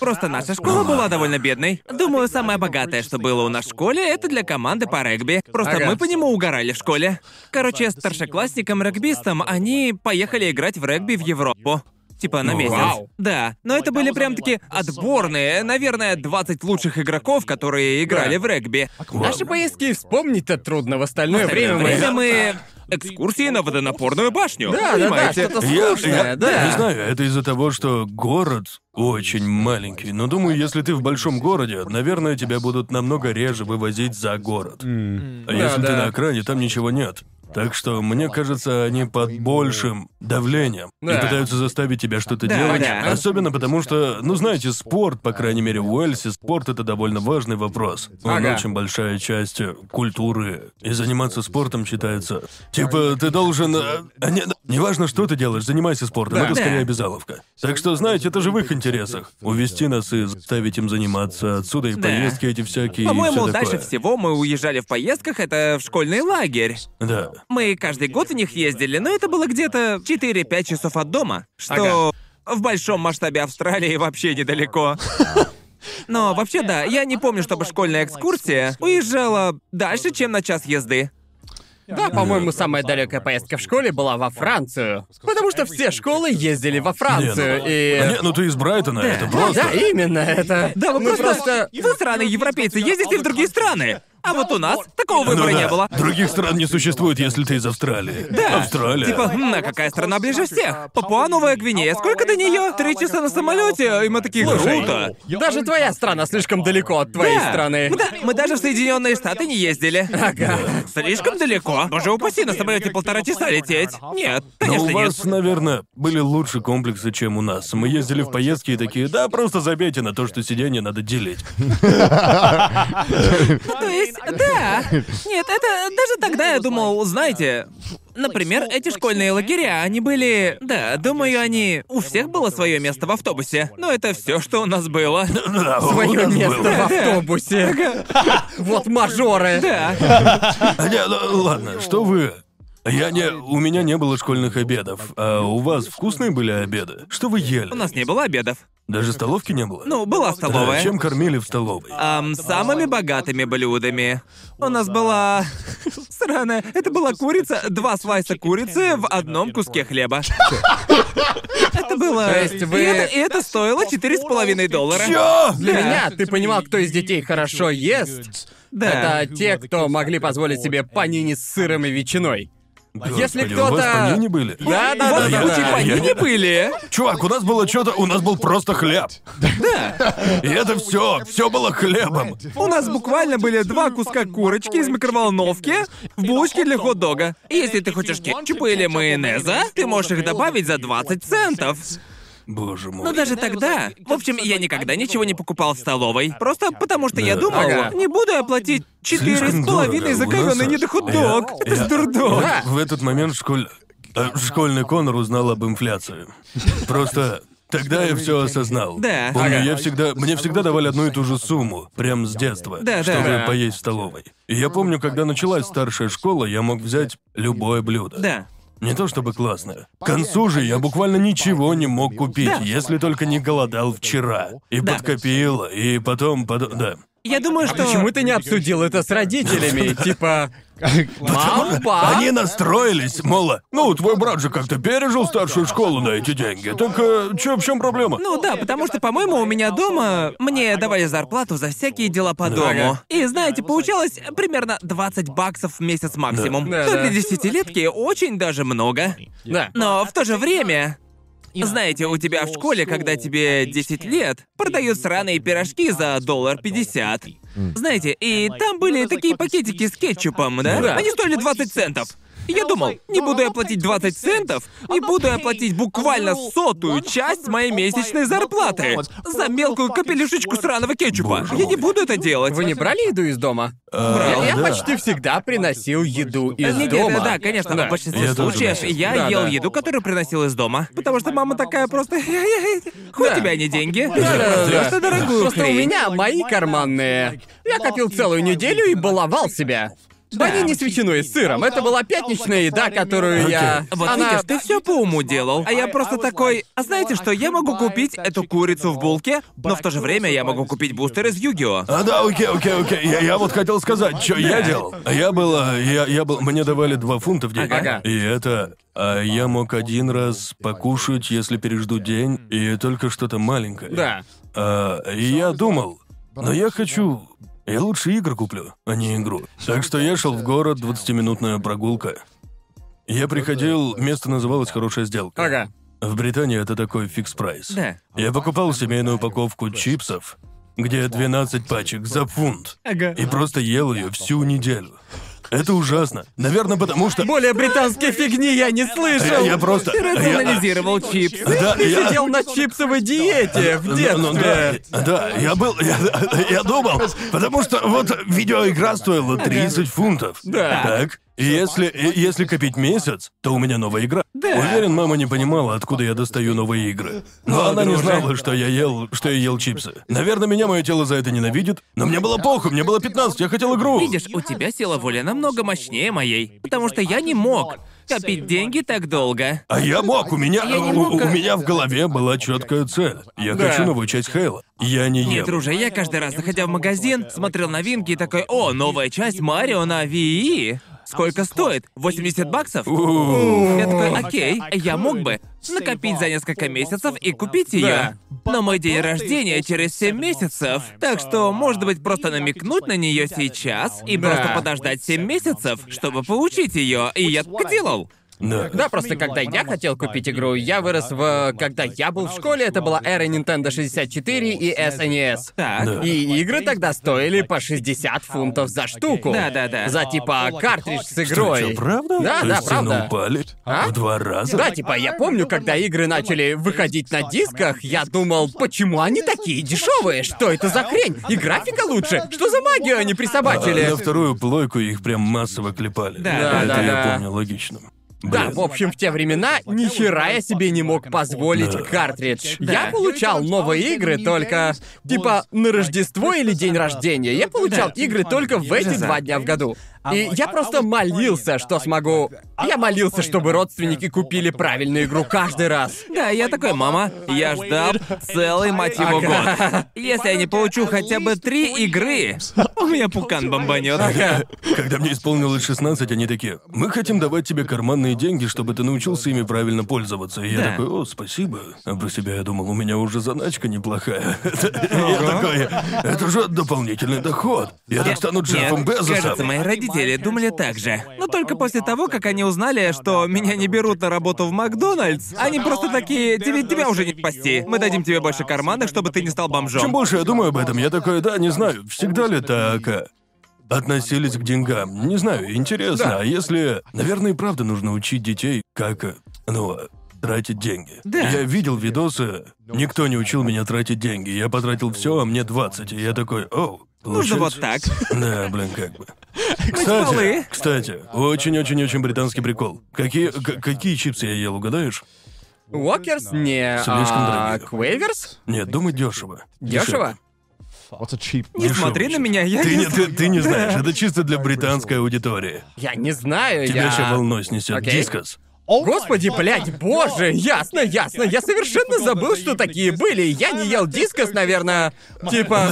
Speaker 2: Просто наша школа была довольно бедной. Думаю, самое богатое, что было у нас в школе, это для команды по регби. Просто
Speaker 1: Ага.
Speaker 2: мы по нему угорали в школе. Короче, старшеклассникам-регбистам они поехали играть в регби в Европу. Типа на
Speaker 1: Ну,
Speaker 2: месяц.
Speaker 1: вау.
Speaker 2: Да. Но это были прям таки отборные, наверное, 20 лучших игроков, которые играли
Speaker 1: Да.
Speaker 2: в регби.
Speaker 1: Наши поездки вспомнить-то трудно, в остальное время мы...
Speaker 2: Время мы... Экскурсии на водонапорную башню.
Speaker 1: Да, да, да,
Speaker 2: понимаете?
Speaker 1: что-то
Speaker 3: Я-
Speaker 1: сложное,
Speaker 3: я
Speaker 1: да.
Speaker 3: Не знаю, это из-за того, что город очень маленький. Но думаю, если ты в большом городе, наверное, тебя будут намного реже вывозить за город. А если
Speaker 1: Да,
Speaker 3: ты
Speaker 1: да.
Speaker 3: на окраине, там ничего нет. Так что, мне кажется, они под большим давлением
Speaker 1: Да.
Speaker 3: и пытаются заставить тебя что-то
Speaker 2: Да,
Speaker 3: делать. а
Speaker 2: да.
Speaker 3: Особенно потому что, ну знаете, спорт, по крайней мере, в Уэльсе, спорт это довольно важный вопрос. Он
Speaker 1: Ага.
Speaker 3: очень большая часть э, культуры. И заниматься спортом считается. Типа, ты должен. э, а не- Неважно, что ты делаешь, занимайся спортом.
Speaker 1: Да.
Speaker 3: Это скорее
Speaker 2: Да.
Speaker 3: обязаловка. Так что, знаете, это же в их интересах. Увести нас и заставить им заниматься. Отсюда и
Speaker 2: Да.
Speaker 3: поездки эти всякие. и
Speaker 2: По-моему,
Speaker 3: всё
Speaker 2: дальше
Speaker 3: такое.
Speaker 2: всего мы уезжали в поездках, это в школьный лагерь.
Speaker 3: Да.
Speaker 2: Мы каждый год в них ездили, но это было где-то 4-5 часов от дома, что в большом масштабе Австралии вообще недалеко. Но вообще да, я не помню, чтобы школьная экскурсия уезжала дальше, чем на час езды.
Speaker 1: Да, по-моему, самая далекая поездка в школе была во Францию. Потому что все школы ездили во Францию,
Speaker 3: А Не,
Speaker 1: и...
Speaker 3: ну ты из Брайтона, это
Speaker 1: Да,
Speaker 3: просто.
Speaker 1: да, именно это. Ну,
Speaker 2: Да, А вы
Speaker 1: Мы
Speaker 2: просто... Вы сраные европейцы, ездите в другие страны! А вот у нас такого
Speaker 3: Ну
Speaker 2: выбора
Speaker 3: да.
Speaker 2: не было.
Speaker 3: Других стран не существует, если ты из Австралии.
Speaker 2: Да.
Speaker 3: Австралия.
Speaker 2: Типа, «Хм, а какая страна ближе всех? Папуа-Новая Гвинея. Сколько до нее? Три часа на самолете. И мы такие,
Speaker 1: Слушай,
Speaker 2: круто.
Speaker 1: Даже твоя страна слишком далеко от твоей
Speaker 2: Да.
Speaker 1: страны.
Speaker 2: Мы, да- мы даже в Соединенные Штаты не ездили. Ага. Слишком далеко. Боже упаси, на самолете полтора часа лететь. Нет,
Speaker 1: Ну,
Speaker 3: Но
Speaker 2: конечно
Speaker 3: у вас,
Speaker 2: нет.
Speaker 3: наверное, были лучше комплексы, чем у нас. Мы ездили в поездки и такие, да, просто забейте на то, что сиденье надо делить.
Speaker 2: То есть, да. Нет, это даже тогда я думал, знаете. Например, эти школьные лагеря, они были... Да, думаю, они... У всех было свое место в автобусе. Но это все, что у нас было.
Speaker 3: Да, у
Speaker 1: Твое
Speaker 3: нас
Speaker 1: место
Speaker 3: было.
Speaker 1: в автобусе. Вот мажоры.
Speaker 2: Да.
Speaker 3: А, не, ну, ладно, что вы... Я не... У меня не было школьных обедов. А у вас вкусные были обеды? Что вы ели?
Speaker 2: У нас не было обедов.
Speaker 3: Даже столовки не было?
Speaker 2: Ну, была
Speaker 3: Да,
Speaker 2: столовая. А,
Speaker 3: чем кормили в столовой?
Speaker 2: Ам, самыми богатыми блюдами. У нас была... Сраная. Это была курица, два слайса курицы в одном куске хлеба. Это было...
Speaker 1: То есть вы-
Speaker 2: И это, и это стоило четыре с половиной доллара.
Speaker 3: Чё?
Speaker 1: Для
Speaker 2: Да.
Speaker 1: меня А ты понимал, кто из детей хорошо ест.
Speaker 2: Да.
Speaker 1: Это те, кто могли позволить себе панини с сыром и ветчиной. Если
Speaker 3: Господи, у вас
Speaker 1: кто-то-
Speaker 3: панини были?
Speaker 1: Да,
Speaker 2: У
Speaker 1: да,
Speaker 2: вас
Speaker 1: да,
Speaker 2: кучи
Speaker 1: да.
Speaker 2: панини
Speaker 3: Я-
Speaker 2: были.
Speaker 3: Чувак, у нас было что-то, у нас был просто хлеб. Да. И это все, все было хлебом.
Speaker 2: У нас буквально были два куска курочки из микроволновки в булочке для хот-дога. Если ты хочешь кетчупа или майонеза, ты можешь их добавить за 20 центов. Ну
Speaker 3: Боже мой.
Speaker 2: Но даже тогда, в общем, я никогда ничего не покупал в столовой. Просто потому что я
Speaker 3: Да.
Speaker 2: думал,
Speaker 1: Ага.
Speaker 2: не буду я платить четыре
Speaker 3: Слишком
Speaker 2: с половиной за
Speaker 3: дорого, у нас-
Speaker 2: говёный недохудок.
Speaker 3: Я-
Speaker 2: Это ж
Speaker 3: я-
Speaker 2: дурдом.
Speaker 1: Да.
Speaker 3: В этот момент школь... э, школьный Конор узнал об инфляции. Просто тогда я все осознал.
Speaker 2: Да.
Speaker 3: Помню,
Speaker 1: Ага.
Speaker 3: я всегда... Мне всегда давали одну и ту же сумму, прям с детства,
Speaker 2: Да, да.
Speaker 3: чтобы
Speaker 1: Да.
Speaker 3: поесть в столовой. И я помню, когда началась старшая школа, я мог взять любое блюдо.
Speaker 2: Да.
Speaker 3: Не то чтобы классно. К концу же я буквально ничего не мог купить,
Speaker 2: Да.
Speaker 3: если только не голодал вчера. И
Speaker 2: Да.
Speaker 3: подкопил, и потом... потом- да.
Speaker 2: Я думаю,
Speaker 1: А
Speaker 2: что...
Speaker 1: почему ты не обсудил это с родителями? Типа, мам, пап,
Speaker 3: Они настроились, мол, ну, твой брат же как-то пережил старшую школу на эти деньги. Так э, чё, в чем проблема?
Speaker 2: Ну да, потому что, по-моему, у меня дома мне давали зарплату за всякие дела по дому. И знаете, получалось примерно 20 баксов в месяц максимум.
Speaker 1: Да.
Speaker 2: Что
Speaker 1: Да,
Speaker 2: для
Speaker 1: да.
Speaker 2: десятилетки очень даже много.
Speaker 1: Да.
Speaker 2: Но в то же время... Знаете, у тебя в школе, когда тебе 10 лет, продают сраные пирожки за доллар 50. Знаете, и там были такие пакетики с кетчупом, да?
Speaker 1: Да.
Speaker 2: Они стоили 20 центов. Я думал, не буду я платить 20 центов, не буду я платить буквально сотую часть моей месячной зарплаты за мелкую капелюшечку сраного кетчупа.
Speaker 3: Боже
Speaker 2: Я не
Speaker 3: мой.
Speaker 2: буду это делать.
Speaker 1: Вы не брали еду из дома?
Speaker 3: А,
Speaker 1: Я, я
Speaker 3: да.
Speaker 1: почти всегда приносил еду из
Speaker 2: Не, не,
Speaker 1: дома.
Speaker 2: Да, да, конечно,
Speaker 1: Да.
Speaker 2: в большинстве
Speaker 3: Я тоже
Speaker 2: случаев
Speaker 3: носил.
Speaker 2: я
Speaker 1: Да,
Speaker 2: ел
Speaker 1: да.
Speaker 2: еду, которую приносил из дома. Потому что мама такая просто... Хоть
Speaker 1: Да.
Speaker 2: тебя не деньги,
Speaker 1: Да, да, да.
Speaker 2: просто дорогую
Speaker 1: Просто у
Speaker 2: хрень».
Speaker 1: меня мои карманные. Я копил целую неделю и баловал себя. Банини с ветчиной и сыром. Это была пятничная еда, которую я...
Speaker 5: Окей.
Speaker 2: Вот
Speaker 1: Она...
Speaker 2: видишь, ты все по уму делал. А я просто такой. А знаете что, я могу купить эту курицу в булке, но в то же время я могу купить бустер из Югио.
Speaker 3: А да, окей, окей, окей. Я, я вот хотел сказать, что я делал. Я был, а, я, я был, мне давали 2 фунта в день.
Speaker 1: Ага.
Speaker 3: И это, а я мог один раз покушать, если пережду день, и только что-то маленькое.
Speaker 1: Да.
Speaker 3: А, и я думал, но я хочу... Я лучше игры куплю, а не игру. Так что я шел в город, 20-минутная прогулка. Я приходил, место называлось «Хорошая сделка».
Speaker 1: Ага.
Speaker 3: В Британии это такой фикс-прайс.
Speaker 2: Да.
Speaker 3: Я покупал семейную упаковку чипсов, где 12 пачек за фунт.
Speaker 1: Ага.
Speaker 3: И просто ел ее всю неделю. Это ужасно. Наверное, потому что...
Speaker 1: Более британской фигни я не
Speaker 3: Я,
Speaker 1: слышал.
Speaker 3: я просто...
Speaker 2: Ты
Speaker 3: я-
Speaker 2: рационализировал чипсы.
Speaker 3: Да,
Speaker 1: Ты
Speaker 3: я-
Speaker 1: сидел на чипсовой диете в детстве.
Speaker 3: Ну, ну, да, да, я был, я, я думал, потому что вот видеоигра стоила 30 фунтов.
Speaker 1: Да.
Speaker 3: Так, и если, и если копить месяц, то у меня новая игра. Уверен, мама не понимала, откуда я достаю новые игры. Но она не знала, что я ел, что я ел чипсы. Наверное, меня мое тело за это ненавидит, но мне было похуй, мне было 15, я хотел игру.
Speaker 2: Видишь, у тебя сила воли намного мощнее моей, потому что я не мог копить деньги так долго.
Speaker 3: А я мог, у меня,
Speaker 2: не
Speaker 3: у-
Speaker 2: мог,
Speaker 3: у,
Speaker 2: а-
Speaker 3: меня в голове была четкая цель. Я
Speaker 1: Да.
Speaker 3: хочу новую часть Хейла. Я не
Speaker 2: Нет,
Speaker 3: ем.
Speaker 2: друже, я каждый раз, заходя в магазин, смотрел новинки и такой, о, новая часть Марио на Wii. Сколько стоит? 80 баксов? Я такой, окей, я мог бы накопить за несколько месяцев и купить ее. Но мой день рождения через 7 месяцев. Так что, может быть, просто намекнуть на нее сейчас и
Speaker 1: Да.
Speaker 2: просто подождать 7 месяцев, чтобы получить ее. И я так и делал.
Speaker 3: Да.
Speaker 1: Да, просто когда я хотел купить игру, я вырос в... Когда я был в школе, это была эра Nintendo 64 и SNES.
Speaker 2: Так.
Speaker 3: Да.
Speaker 1: И игры тогда стоили по 60 фунтов за штуку.
Speaker 2: Да-да-да.
Speaker 1: За типа картридж с
Speaker 3: Что,
Speaker 1: игрой.
Speaker 3: чё, правда?
Speaker 1: Да,
Speaker 3: То
Speaker 1: да,
Speaker 3: есть цены
Speaker 1: правда.
Speaker 3: упали?
Speaker 1: А?
Speaker 3: В два раза?
Speaker 1: Да, типа, я помню, когда игры начали выходить на дисках, я думал, почему они такие дешевые? Что это за хрень? И графика лучше. Что за магию они
Speaker 3: А
Speaker 1: присобачили?
Speaker 3: На вторую плойку их прям массово клепали.
Speaker 2: Да,
Speaker 1: да,
Speaker 3: Это
Speaker 1: да,
Speaker 3: я
Speaker 1: да.
Speaker 3: помню логично.
Speaker 1: Да,
Speaker 3: Блин.
Speaker 1: в общем, в те времена ни хера я себе не мог позволить
Speaker 3: Да.
Speaker 1: картридж.
Speaker 5: Да.
Speaker 1: Я получал новые игры только типа на Рождество или день рождения. Я получал
Speaker 5: Да.
Speaker 1: игры только в эти
Speaker 5: Да.
Speaker 1: два дня в году.
Speaker 3: А
Speaker 1: И я просто молился, что смогу. Я молился, чтобы родственники купили правильную игру каждый раз.
Speaker 2: Да, я такой, мама, я ждал целый мать его год. Если я не получу хотя бы три игры, у меня пукан бомбанет.
Speaker 3: Когда мне исполнилось 16, они такие, мы хотим давать тебе карманные деньги, чтобы ты научился ими правильно пользоваться. И я
Speaker 2: Да.
Speaker 3: такой, о, спасибо. А про себя я думал, у меня уже заначка неплохая. Я такой, это же дополнительный доход. Я так стану Джеффом
Speaker 2: Нет, кажется,
Speaker 3: Безосом.
Speaker 2: мои родители думали так же. Но только после того, как они узнали, что меня не берут на работу в Макдональдс, они просто такие, тебе тебя уже не спасти. Мы дадим тебе больше кармана, чтобы ты не стал
Speaker 3: Чем
Speaker 2: бомжом.
Speaker 3: больше я думаю об этом, я такой, да, не знаю, всегда ли так а, относились к деньгам. Не знаю, интересно. А если... Наверное, и правда нужно учить детей, как, а, ну, а, тратить деньги.
Speaker 2: Да.
Speaker 3: Я видел видосы, никто не учил меня тратить деньги. Я потратил все, а мне 20. И я такой, оу,
Speaker 2: Нужно
Speaker 3: получается».
Speaker 2: вот так.
Speaker 3: Да, блин, как бы.
Speaker 2: полы.
Speaker 3: Кстати, кстати, очень-очень-очень британский прикол. Какие, к- какие чипсы я ел, угадаешь?
Speaker 1: Уокерс не...
Speaker 3: Слишком
Speaker 1: а,
Speaker 3: дорогие.
Speaker 1: Квейверс?
Speaker 3: Нет, думай дешево.
Speaker 1: Дешево?
Speaker 2: Не смотри на меня, я
Speaker 3: Ты
Speaker 2: не
Speaker 3: не, ты, ты не знаешь, это чисто для британской аудитории.
Speaker 1: Я не знаю,
Speaker 3: Тебя
Speaker 1: я...
Speaker 3: еще волной снесет
Speaker 1: Окей.
Speaker 3: дискос.
Speaker 1: Господи, блядь, боже, ясно, ясно. Я совершенно забыл, что такие были. Я не ел дискос, наверное, типа...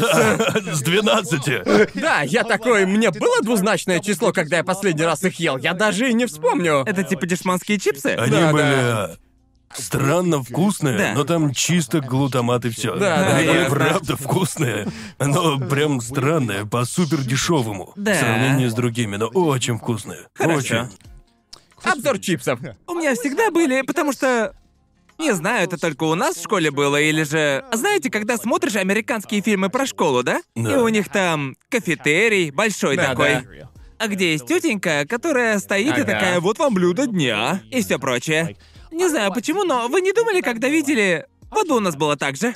Speaker 1: с-
Speaker 3: С 12.
Speaker 1: Да, я такой, мне было двузначное число, когда я последний раз их ел. Я даже и не вспомню.
Speaker 2: Это типа дешманские чипсы?
Speaker 3: Они
Speaker 1: Да,
Speaker 3: были
Speaker 1: да.
Speaker 3: а, странно вкусные,
Speaker 2: Да.
Speaker 3: но там чисто глутамат и все.
Speaker 1: Да,
Speaker 3: Они
Speaker 1: да,
Speaker 3: были
Speaker 2: ясно.
Speaker 3: правда вкусные, но прям странные, по супер дешевому.
Speaker 2: Да.
Speaker 3: В сравнении с другими, но очень вкусные. Очень.
Speaker 1: Обзор чипсов.
Speaker 2: У меня всегда были, потому что... Не знаю, это только у нас в школе было, или же... Знаете, когда смотришь американские фильмы про школу, да?
Speaker 3: Да.
Speaker 2: И у них там кафетерий большой
Speaker 1: Да,
Speaker 2: такой.
Speaker 1: да.
Speaker 2: А где есть тетенька, которая стоит и
Speaker 1: Ага.
Speaker 2: такая, вот вам блюдо дня, а? и все прочее. Не знаю почему, но вы не думали, когда видели... В аду у нас было так же.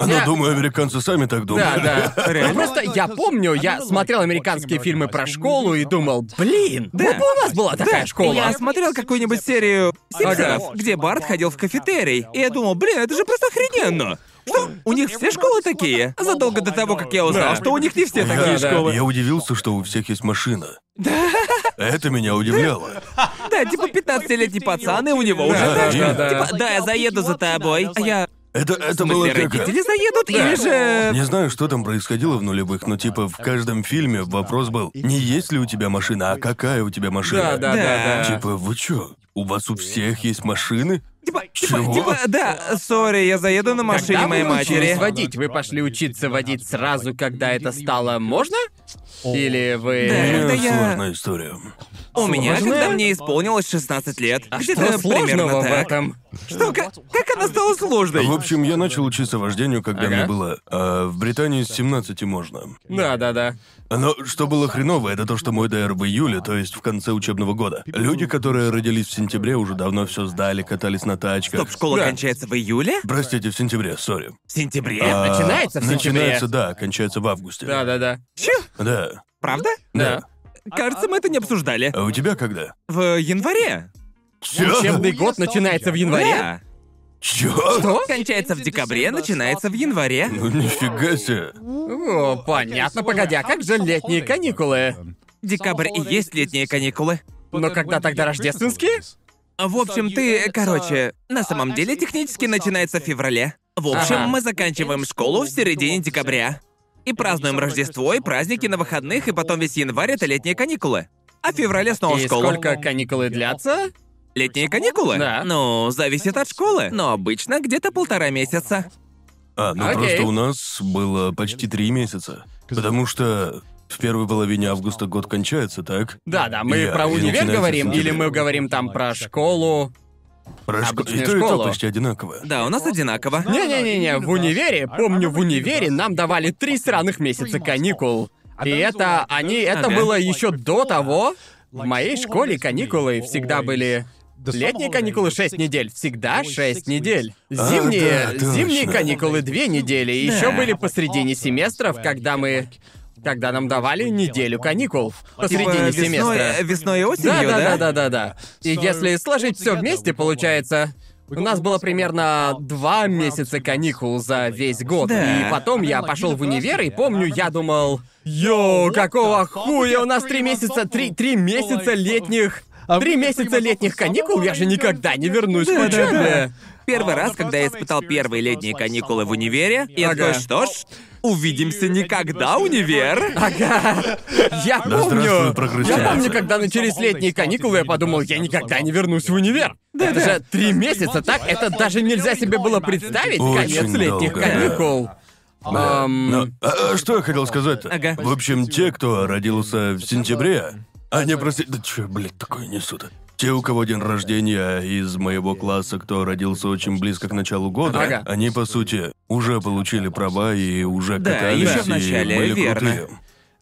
Speaker 3: Ну,
Speaker 1: Я-
Speaker 3: думаю, американцы сами так
Speaker 1: Да,
Speaker 3: думают.
Speaker 1: да. Ну, просто я помню, я смотрел американские фильмы про школу и думал, блин, вот бы у нас была такая школа.
Speaker 2: Я смотрел какую-нибудь серию «Симпсонов»,
Speaker 1: Ага.
Speaker 2: где Барт ходил в кафетерий, и я думал, блин, это же просто охрененно. Что? У них все школы такие? Задолго до того, как я узнал,
Speaker 1: Да.
Speaker 2: что у них не все
Speaker 1: Да,
Speaker 2: такие
Speaker 1: да.
Speaker 2: школы.
Speaker 3: Я удивился, что у всех есть машина. Это меня удивляло.
Speaker 2: Да, типа 15-летний пацан, и у него
Speaker 1: Да,
Speaker 2: уже
Speaker 1: да,
Speaker 2: так.
Speaker 1: да, да.
Speaker 2: Типа, да, я заеду за тобой. А я...
Speaker 3: Это,
Speaker 2: В
Speaker 3: это было
Speaker 2: смысле,
Speaker 3: как...
Speaker 2: родители заедут? Или же...
Speaker 3: Не знаю, что там происходило в нулевых, но типа в каждом фильме вопрос был не есть ли у тебя машина, а какая у тебя
Speaker 1: Да,
Speaker 3: машина.
Speaker 1: да, да, да.
Speaker 3: Типа, вы чё, у вас у всех есть машины?
Speaker 2: Типа, типа,
Speaker 3: Чего?
Speaker 2: типа, да, сори, я заеду на машине
Speaker 1: Когда
Speaker 2: моей
Speaker 1: вы
Speaker 2: матери.
Speaker 1: учились водить, вы пошли учиться водить сразу, когда это стало можно? Или вы...
Speaker 2: Да,
Speaker 3: У меня
Speaker 2: это я-
Speaker 3: Э, сложная история.
Speaker 2: У меня,
Speaker 1: Сложно?
Speaker 2: когда мне исполнилось 16 лет. А
Speaker 1: Что Ну, сложного в этом?
Speaker 2: Что, как, как она стала
Speaker 1: А
Speaker 2: сложной?
Speaker 3: В общем, я начал учиться вождению, когда
Speaker 1: Ага.
Speaker 3: мне было... а, в Британии с 17 можно.
Speaker 1: Да, да, да.
Speaker 3: Но что было хреново, это то, что мой ДР в июле, то есть в конце учебного года. Люди, которые родились в сентябре, уже давно все сдали, катались на тачках.
Speaker 2: Стоп, школа
Speaker 1: Да.
Speaker 2: кончается в июле?
Speaker 3: Простите, в сентябре, сори.
Speaker 2: В сентябре?
Speaker 3: А,
Speaker 1: начинается в сентябре.
Speaker 3: Начинается, да, кончается в августе.
Speaker 1: Да, да, да.
Speaker 3: Да.
Speaker 2: Правда?
Speaker 1: Да.
Speaker 2: Кажется, мы это не обсуждали.
Speaker 3: А у тебя когда?
Speaker 2: В январе.
Speaker 1: Ну,
Speaker 3: Чё?
Speaker 1: Учебный год начинается в январе.
Speaker 2: Да.
Speaker 3: Чё?
Speaker 2: Что? Кончается в декабре, начинается в январе.
Speaker 3: Ну нифига себе.
Speaker 1: О, понятно, погоди, а как же летние каникулы?
Speaker 2: Декабрь и есть летние каникулы.
Speaker 1: Но когда тогда рождественские?
Speaker 2: А, В общем, ты, короче, на самом деле технически начинается в феврале. В общем,
Speaker 1: Ага.
Speaker 2: мы заканчиваем школу в середине декабря. И празднуем Рождество и праздники на выходных, и потом весь январь это летние каникулы. А в феврале снова
Speaker 1: И
Speaker 2: школа.
Speaker 1: сколько каникулы длятся?
Speaker 2: Летние каникулы?
Speaker 1: Да.
Speaker 2: Ну, зависит от школы. Но обычно где-то полтора месяца.
Speaker 3: А, ну
Speaker 1: Окей.
Speaker 3: просто у нас было почти три месяца. Потому что в первой половине августа год кончается, так?
Speaker 1: Да, да, мы
Speaker 3: Я-
Speaker 1: про
Speaker 3: я
Speaker 1: универ
Speaker 3: начинаю
Speaker 1: говорим,
Speaker 3: совсем
Speaker 1: или мы
Speaker 3: другое.
Speaker 1: говорим там про школу.
Speaker 3: Про шко- И
Speaker 1: Обычная
Speaker 3: то, и то
Speaker 1: школа.
Speaker 3: почти одинаково.
Speaker 2: Да, у нас одинаково.
Speaker 1: Не-не-не-не, в универе, помню, в универе нам давали три сраных месяца каникул. И это они, это
Speaker 2: Ага.
Speaker 1: было еще до того. В моей школе каникулы всегда были. Летние каникулы 6 недель, всегда 6 недель.
Speaker 3: А,
Speaker 1: Зимние,
Speaker 3: да,
Speaker 1: зимние
Speaker 3: точно.
Speaker 1: каникулы 2 недели. И
Speaker 2: Да.
Speaker 1: еще были посредине семестров, когда мы. Когда нам давали неделю каникул.
Speaker 2: Типа
Speaker 1: Посредине
Speaker 2: весной,
Speaker 1: семестра.
Speaker 2: весной и осенью,
Speaker 1: Да, да,
Speaker 2: да?
Speaker 1: да, да, да, да. И если сложить все вместе, получается. У нас было примерно два месяца каникул за весь год.
Speaker 2: Да.
Speaker 1: И потом я пошел в универ, и помню, я думал, йоу, какого хуя у нас три месяца, три, три месяца летних... Три месяца летних каникул, я же никогда не вернусь к
Speaker 2: Да, да,
Speaker 1: учебе. А,
Speaker 2: Первый
Speaker 1: ну,
Speaker 2: раз, когда я испытал первые летние каникулы в универе, я
Speaker 1: Ага.
Speaker 2: такой, что ж, увидимся никогда, универ.
Speaker 1: Ага. Я
Speaker 3: Да здравствует
Speaker 1: помню. Я
Speaker 3: прокрастинация.
Speaker 1: помню, когда начались летние каникулы, я подумал, я никогда не вернусь в универ. это же три месяца, так? Это даже нельзя себе было представить,
Speaker 3: Очень
Speaker 1: конец летних
Speaker 3: долго, да.
Speaker 1: каникул.
Speaker 3: Да.
Speaker 1: Эм,
Speaker 3: Но, а, а что я хотел сказать-то?
Speaker 2: Ага.
Speaker 3: В общем, те, кто родился в сентябре, они просто... Да чё, блядь, такое несут? Те, у кого день рождения из моего класса, кто родился очень близко к началу года,
Speaker 1: Ага.
Speaker 3: они, по сути, уже получили права и уже
Speaker 2: Да,
Speaker 3: катались,
Speaker 2: ещё в
Speaker 3: и
Speaker 2: начале,
Speaker 3: были
Speaker 2: верно.
Speaker 3: крутые.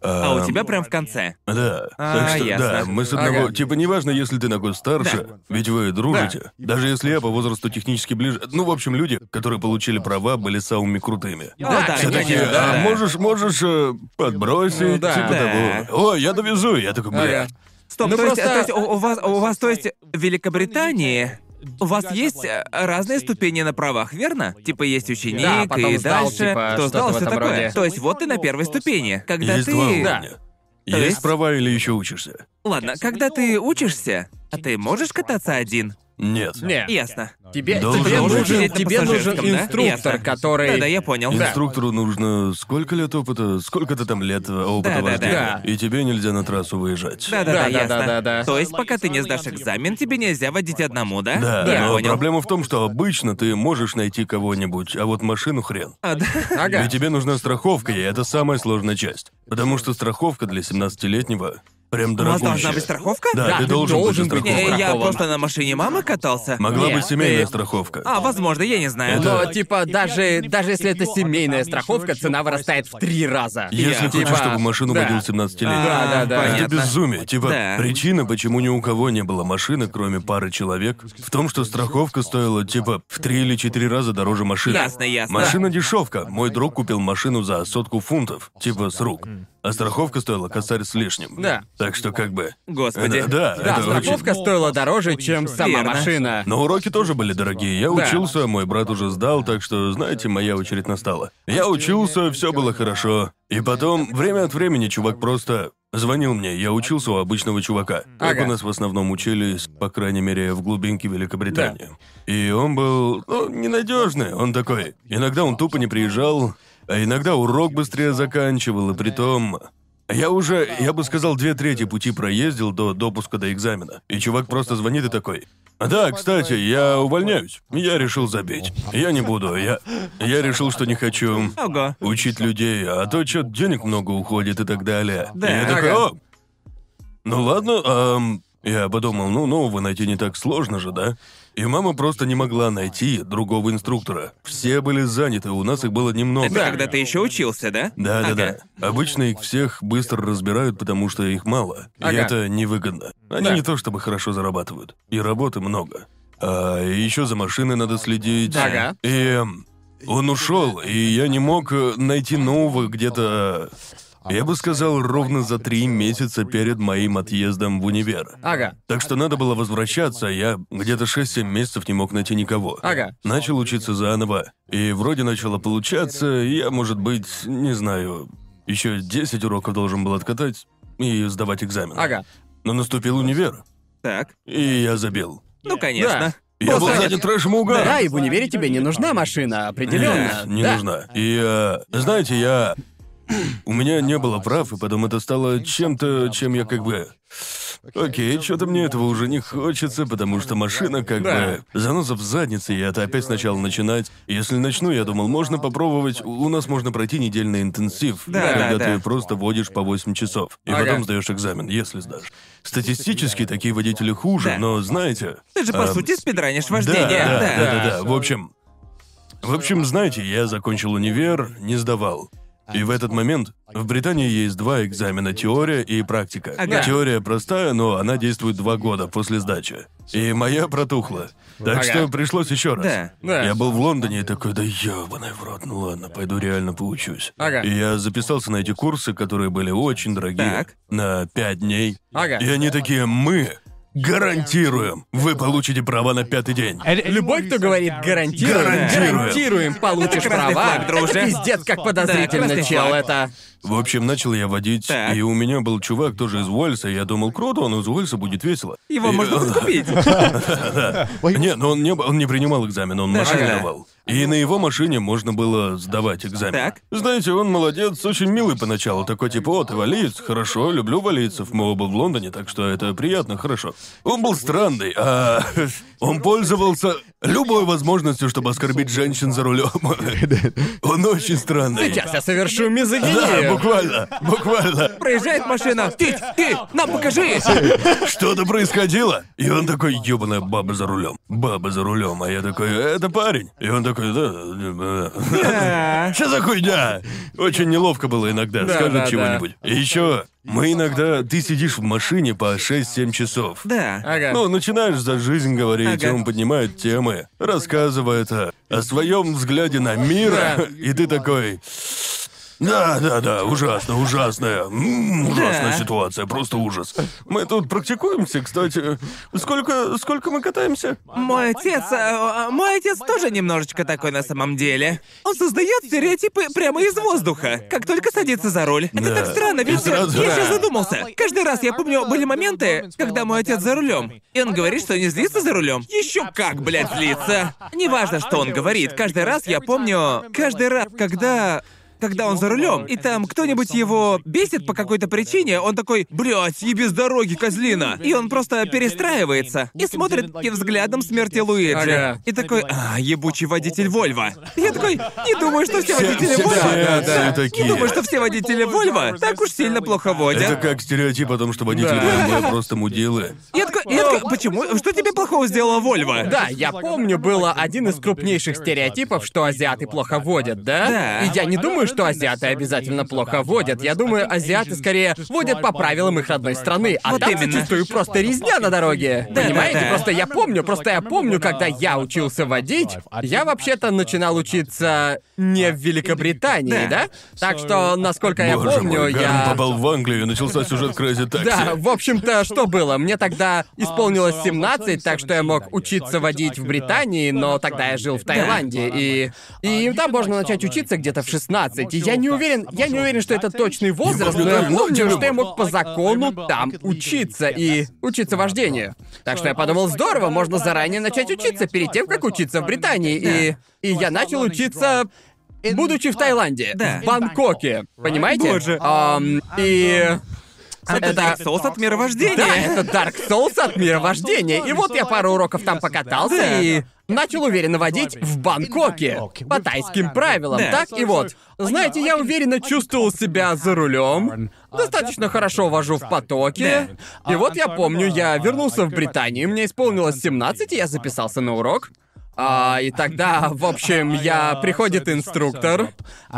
Speaker 2: А
Speaker 3: Эм,
Speaker 2: у тебя прям в конце.
Speaker 3: Да.
Speaker 2: А,
Speaker 3: так что,
Speaker 2: ясно.
Speaker 3: да, мы с одного...
Speaker 1: Ага.
Speaker 3: Типа, неважно, если ты на год старше, ведь вы дружите. Даже если я по возрасту технически ближе... Ну, в общем, люди, которые получили права, были самыми крутыми.
Speaker 2: Да,
Speaker 1: да,
Speaker 3: Все такие,
Speaker 1: конечно, да.
Speaker 3: «А можешь, можешь э, подбросить,
Speaker 1: Ну да.
Speaker 3: типа
Speaker 2: Да.
Speaker 3: того. О, я довезу. Я такой, бля.
Speaker 1: Ага.
Speaker 2: Стоп,
Speaker 1: Ну
Speaker 2: то, есть,
Speaker 1: просто-
Speaker 2: то есть у, у вас, у вас, то есть в Великобритании у вас есть э, разные ступени на правах,
Speaker 1: Ну,
Speaker 2: верно? Типа есть ученик
Speaker 1: Да, потом
Speaker 2: и
Speaker 1: сдал,
Speaker 2: дальше,
Speaker 1: типа, что-то
Speaker 2: кто сдал,
Speaker 1: в
Speaker 2: все
Speaker 1: этом
Speaker 2: такое.
Speaker 1: роде.
Speaker 2: То есть вот ты на
Speaker 1: Ну,
Speaker 2: первой ступени, когда
Speaker 3: Есть
Speaker 2: ты...
Speaker 3: два уровня.
Speaker 2: То
Speaker 3: Есть
Speaker 2: есть-
Speaker 3: права или еще учишься?
Speaker 2: Ладно, когда ты учишься, а ты можешь кататься один?
Speaker 3: Нет.
Speaker 1: Не.
Speaker 2: Ясно.
Speaker 1: Тебе,
Speaker 3: Должен
Speaker 1: тебе
Speaker 3: быть.
Speaker 1: нужен,
Speaker 2: Сидеть на
Speaker 1: тебе нужен
Speaker 2: пассажирском, да?
Speaker 1: инструктор,
Speaker 2: Ясно.
Speaker 1: который.
Speaker 2: Да-да, я понял.
Speaker 1: Да.
Speaker 3: Инструктору нужно сколько лет опыта, сколько-то там лет э, опыта
Speaker 2: Да, да,
Speaker 3: вождения.
Speaker 1: да.
Speaker 3: И тебе нельзя на трассу выезжать.
Speaker 2: Да-да-да,
Speaker 1: Да-да-да,
Speaker 2: ясно.
Speaker 1: да-да.
Speaker 2: То есть пока ты не сдашь экзамен, тебе нельзя водить одному, да?
Speaker 3: Да,
Speaker 2: Я
Speaker 3: но
Speaker 2: понял.
Speaker 3: проблема в том, что обычно ты можешь найти кого-нибудь, а вот машину хрен.
Speaker 2: А, да.
Speaker 1: Ага.
Speaker 3: И тебе нужна страховка, и это самая сложная часть. Потому что страховка для 17-летнего
Speaker 2: У
Speaker 3: прям
Speaker 2: вас
Speaker 3: дорогущая.
Speaker 2: должна быть страховка?
Speaker 3: Да,
Speaker 1: Да,
Speaker 3: ты
Speaker 1: ты
Speaker 3: должен,
Speaker 1: должен
Speaker 3: быть
Speaker 1: быть
Speaker 2: Не,
Speaker 3: страхован.
Speaker 2: я
Speaker 1: страхован.
Speaker 2: просто на машине мамы катался.
Speaker 3: Могла
Speaker 1: Нет,
Speaker 3: быть семейная
Speaker 1: ты-
Speaker 3: страховка.
Speaker 2: А, возможно, я не знаю.
Speaker 3: Это-
Speaker 1: Но типа даже даже если это семейная страховка, цена вырастает в три раза.
Speaker 3: Если
Speaker 1: Типа,
Speaker 3: хочешь, чтобы машину
Speaker 1: да.
Speaker 3: водил 17 лет.
Speaker 1: Да, да, да.
Speaker 3: Это
Speaker 2: Понятно.
Speaker 3: безумие. Типа,
Speaker 2: Да.
Speaker 3: причина, почему ни у кого не было машины, кроме пары человек, в том, что страховка стоила, типа, в три или четыре раза дороже машины.
Speaker 2: Ясно, ясно.
Speaker 3: Машина дешевка. Мой друг купил машину за сотку фунтов, типа, с рук. А страховка стоила косарь с лишним.
Speaker 1: Да.
Speaker 3: Так что как бы...
Speaker 2: Господи.
Speaker 3: Да, да,
Speaker 1: Да,
Speaker 3: это очень-
Speaker 1: страховка стоила дороже, чем сама
Speaker 2: Верно.
Speaker 1: машина.
Speaker 3: Но уроки тоже были дорогие. Я
Speaker 1: Да.
Speaker 3: учился, мой брат уже сдал, так что, знаете, моя очередь настала. Я учился, все было хорошо. И потом, время от времени, чувак просто звонил мне. Я учился у обычного чувака. Как
Speaker 1: Ага.
Speaker 3: у нас в основном учились, по крайней мере, в глубинке Великобритании. И он был, ну, ненадежный. Он такой. Иногда он тупо не приезжал, а иногда урок быстрее заканчивал, и притом... Я уже, я бы сказал, две трети пути проездил до допуска до экзамена. И чувак просто звонит и такой. Да, кстати, я увольняюсь. Я решил забить. Я не буду. Я, я решил, что не хочу
Speaker 2: Ого.
Speaker 3: учить людей, а то что денег много уходит и так далее.
Speaker 2: Да,
Speaker 3: И я такой,
Speaker 1: ага.
Speaker 3: «О, ну ладно, ам». я подумал, ну нового найти не так сложно же, да? И мама просто не могла найти другого инструктора. Все были заняты, у нас их было немного.
Speaker 2: Это когда ты еще учился, да?
Speaker 3: Да, да,
Speaker 2: Ага.
Speaker 3: да. Обычно их всех быстро разбирают, потому что их мало.
Speaker 1: Ага.
Speaker 3: И это невыгодно. Они
Speaker 1: Да.
Speaker 3: не то чтобы хорошо зарабатывают. И работы много. А еще за машиной надо следить.
Speaker 1: Ага.
Speaker 3: И эм, он ушел, и я не мог э, найти нового где-то. Я бы сказал, ровно за три месяца перед моим отъездом в универ.
Speaker 1: Ага.
Speaker 3: Так что надо было возвращаться, а я где-то 6-7 месяцев не мог найти никого.
Speaker 1: Ага.
Speaker 3: Начал учиться заново, и вроде начало получаться, и я, может быть, не знаю, еще 10 уроков должен был откатать и сдавать экзамен.
Speaker 1: Ага.
Speaker 3: Но наступил универ,
Speaker 2: Так.
Speaker 3: и я забил.
Speaker 2: Ну, конечно.
Speaker 3: Я был
Speaker 1: Просто-
Speaker 3: занят трэшем и угаром.
Speaker 1: Да, и в универе тебе не нужна машина, определенно.
Speaker 3: Нет, не
Speaker 1: Да.
Speaker 3: нужна. И, э, знаете, я... У меня не было прав, и потом это стало чем-то, чем я как бы... Окей, что-то мне этого уже не хочется, потому что машина как
Speaker 1: Да.
Speaker 3: бы... Заноза в заднице, и это опять сначала начинать. Если начну, я думал, можно попробовать... У у нас можно пройти недельный интенсив,
Speaker 2: Да,
Speaker 3: когда
Speaker 2: да, да.
Speaker 3: ты просто водишь по 8 часов, и
Speaker 1: Ага.
Speaker 3: потом сдаешь экзамен, если сдашь. Статистически такие водители хуже,
Speaker 2: Да.
Speaker 3: но знаете...
Speaker 2: Ты же, по
Speaker 3: эм,
Speaker 2: сути, спидранишь
Speaker 3: да,
Speaker 2: вождение.
Speaker 3: да,
Speaker 2: Да.
Speaker 3: да, да, да. В общем, в общем, знаете, я закончил универ, не сдавал. И в этот момент в Британии есть два экзамена: теория и практика.
Speaker 2: Ага.
Speaker 3: Теория простая, но она действует два года после сдачи. И моя протухла. Так
Speaker 1: Ага.
Speaker 3: что пришлось еще раз.
Speaker 2: Да.
Speaker 1: Да.
Speaker 3: Я был в Лондоне и такой, да ёбаный в рот, ну ладно, пойду реально поучусь.
Speaker 1: Ага.
Speaker 3: И я записался на эти курсы, которые были очень дорогие,
Speaker 2: Так.
Speaker 3: на пять дней.
Speaker 1: Ага.
Speaker 3: И они такие, мы гарантируем, вы получите права на пятый день.
Speaker 1: Любой, Э, кто говорит гарантируем,
Speaker 3: Гарантируем.
Speaker 1: гарантируем, получишь
Speaker 2: Это красный
Speaker 1: права.
Speaker 2: флаг, друже.
Speaker 1: Пиздец, как
Speaker 2: Да,
Speaker 1: подозрительно,
Speaker 2: красный
Speaker 1: чел,
Speaker 2: флаг.
Speaker 1: это.
Speaker 3: В общем, начал я водить,
Speaker 2: Так.
Speaker 3: и у меня был чувак тоже из Уэльса, и я думал, круто, он из Уэльса, будет весело.
Speaker 2: Его
Speaker 3: И-
Speaker 2: можно подкупить.
Speaker 3: Не, но он не, б- он не принимал экзамен, он машину
Speaker 2: Ага.
Speaker 3: давал. И на его машине можно было сдавать экзамен.
Speaker 2: Так.
Speaker 3: Знаете, он молодец, очень милый поначалу. Такой типа, о, ты валиец, хорошо, люблю валийцев. Мы оба в Лондоне, так что это приятно, хорошо. Он был странный, а он пользовался любой возможностью, чтобы оскорбить женщин за рулем. Он очень странный.
Speaker 1: Сейчас я совершу
Speaker 3: Да,
Speaker 1: мизогинию.
Speaker 3: буквально, буквально.
Speaker 2: Проезжает машина. Ты, ты, нам покажи.
Speaker 3: Что-то происходило. И он такой, ёбаная баба за рулем. Баба за рулем. А я такой, это парень. И он такой, да. да». Что за хуйня? Очень неловко было иногда,
Speaker 1: Да, да,
Speaker 3: скажет
Speaker 1: да.
Speaker 3: чего-нибудь. И еще, мы иногда, ты сидишь в машине по 6-7 часов.
Speaker 2: Да.
Speaker 1: Ага.
Speaker 3: Ну, начинаешь за жизнь говорить,
Speaker 2: Ага.
Speaker 3: он поднимает темы, рассказывает о, о своем взгляде на мир,
Speaker 1: Да.
Speaker 3: и ты такой. Да, да, да, ужасно, ужасная. м, ужасная
Speaker 2: Да.
Speaker 3: ситуация, просто ужас. Мы тут практикуемся, кстати. Сколько, сколько мы катаемся?
Speaker 2: Мой отец, а, а, мой отец тоже немножечко такой на самом деле. Он создает стереотипы прямо из воздуха, как только садится за руль. Это
Speaker 3: Да.
Speaker 2: так странно,
Speaker 3: И
Speaker 2: ведь я
Speaker 3: сразу-
Speaker 2: сейчас
Speaker 3: Да.
Speaker 2: задумался. Каждый раз я помню, были моменты, когда мой отец за рулем. И он говорит, что не злится за рулем. Еще как, блядь, злится. Неважно, что он говорит. Каждый раз я помню, каждый раз, когда когда он за рулем, и там кто-нибудь его бесит по какой-то причине, он такой, блядь, и без дороги, козлина. И он просто перестраивается и смотрит и взглядом смерти Луиджи.
Speaker 1: Ага.
Speaker 2: И такой, а, ебучий водитель Вольво. Я такой, не думаю, что все
Speaker 3: Все-
Speaker 2: водители
Speaker 3: все-
Speaker 2: Вольво...
Speaker 3: все
Speaker 2: Да.
Speaker 3: такие.
Speaker 2: Не думаю, что все водители Вольво так уж сильно плохо
Speaker 3: Это
Speaker 2: водят.
Speaker 3: как стереотип о том, что водители
Speaker 1: Да.
Speaker 3: BMW просто мудилы.
Speaker 2: Я такой, я такой, почему? Что тебе плохого сделала Вольво?
Speaker 1: Да, я помню, было один из крупнейших стереотипов, что азиаты плохо водят, да?
Speaker 2: Да.
Speaker 1: И я не думаю, что азиаты обязательно плохо водят. Я думаю, азиаты скорее водят по правилам их родной страны. А
Speaker 2: Вот
Speaker 1: там
Speaker 2: именно.
Speaker 1: зачастую просто резня на дороге.
Speaker 2: Да,
Speaker 1: Понимаете?
Speaker 2: да, да.
Speaker 1: Просто я помню, просто я помню, когда я учился водить, я вообще-то начинал учиться не в Великобритании, да?
Speaker 2: Да.
Speaker 1: Так что, насколько я
Speaker 3: Боже
Speaker 1: помню,
Speaker 3: мой, Гарн
Speaker 1: я...
Speaker 3: попал в Англию и начался сюжет Crazy Taxi.
Speaker 1: Да, в общем-то, что было? Мне тогда исполнилось 17, так что я мог учиться водить в Британии, но тогда я жил в Таиланде, и... И там можно начать учиться где-то в 16, и я не уверен, я не уверен, что это точный возраст, но я помню, что я мог по закону там учиться и учиться вождению. Так что я подумал, здорово, можно заранее начать учиться перед тем, как учиться в Британии, и... И я начал учиться Будучи в Таиланде,
Speaker 2: Да.
Speaker 1: в Бангкоке, понимаете?
Speaker 2: Боже.
Speaker 1: Ам, и
Speaker 2: Это
Speaker 1: это-
Speaker 2: Dark Souls от мира вождения.
Speaker 1: да, это Dark Souls от мира вождения. И вот я пару уроков там покатался
Speaker 2: Да.
Speaker 1: и начал уверенно водить в Бангкоке. По тайским правилам,
Speaker 2: Да.
Speaker 1: так? И вот. Знаете, я уверенно чувствовал себя за рулем. Достаточно хорошо вожу в потоке. И вот я помню, я вернулся в Британию, мне исполнилось 17, и я записался на урок. А, и тогда, в
Speaker 2: А
Speaker 1: общем, я приходит инструктор.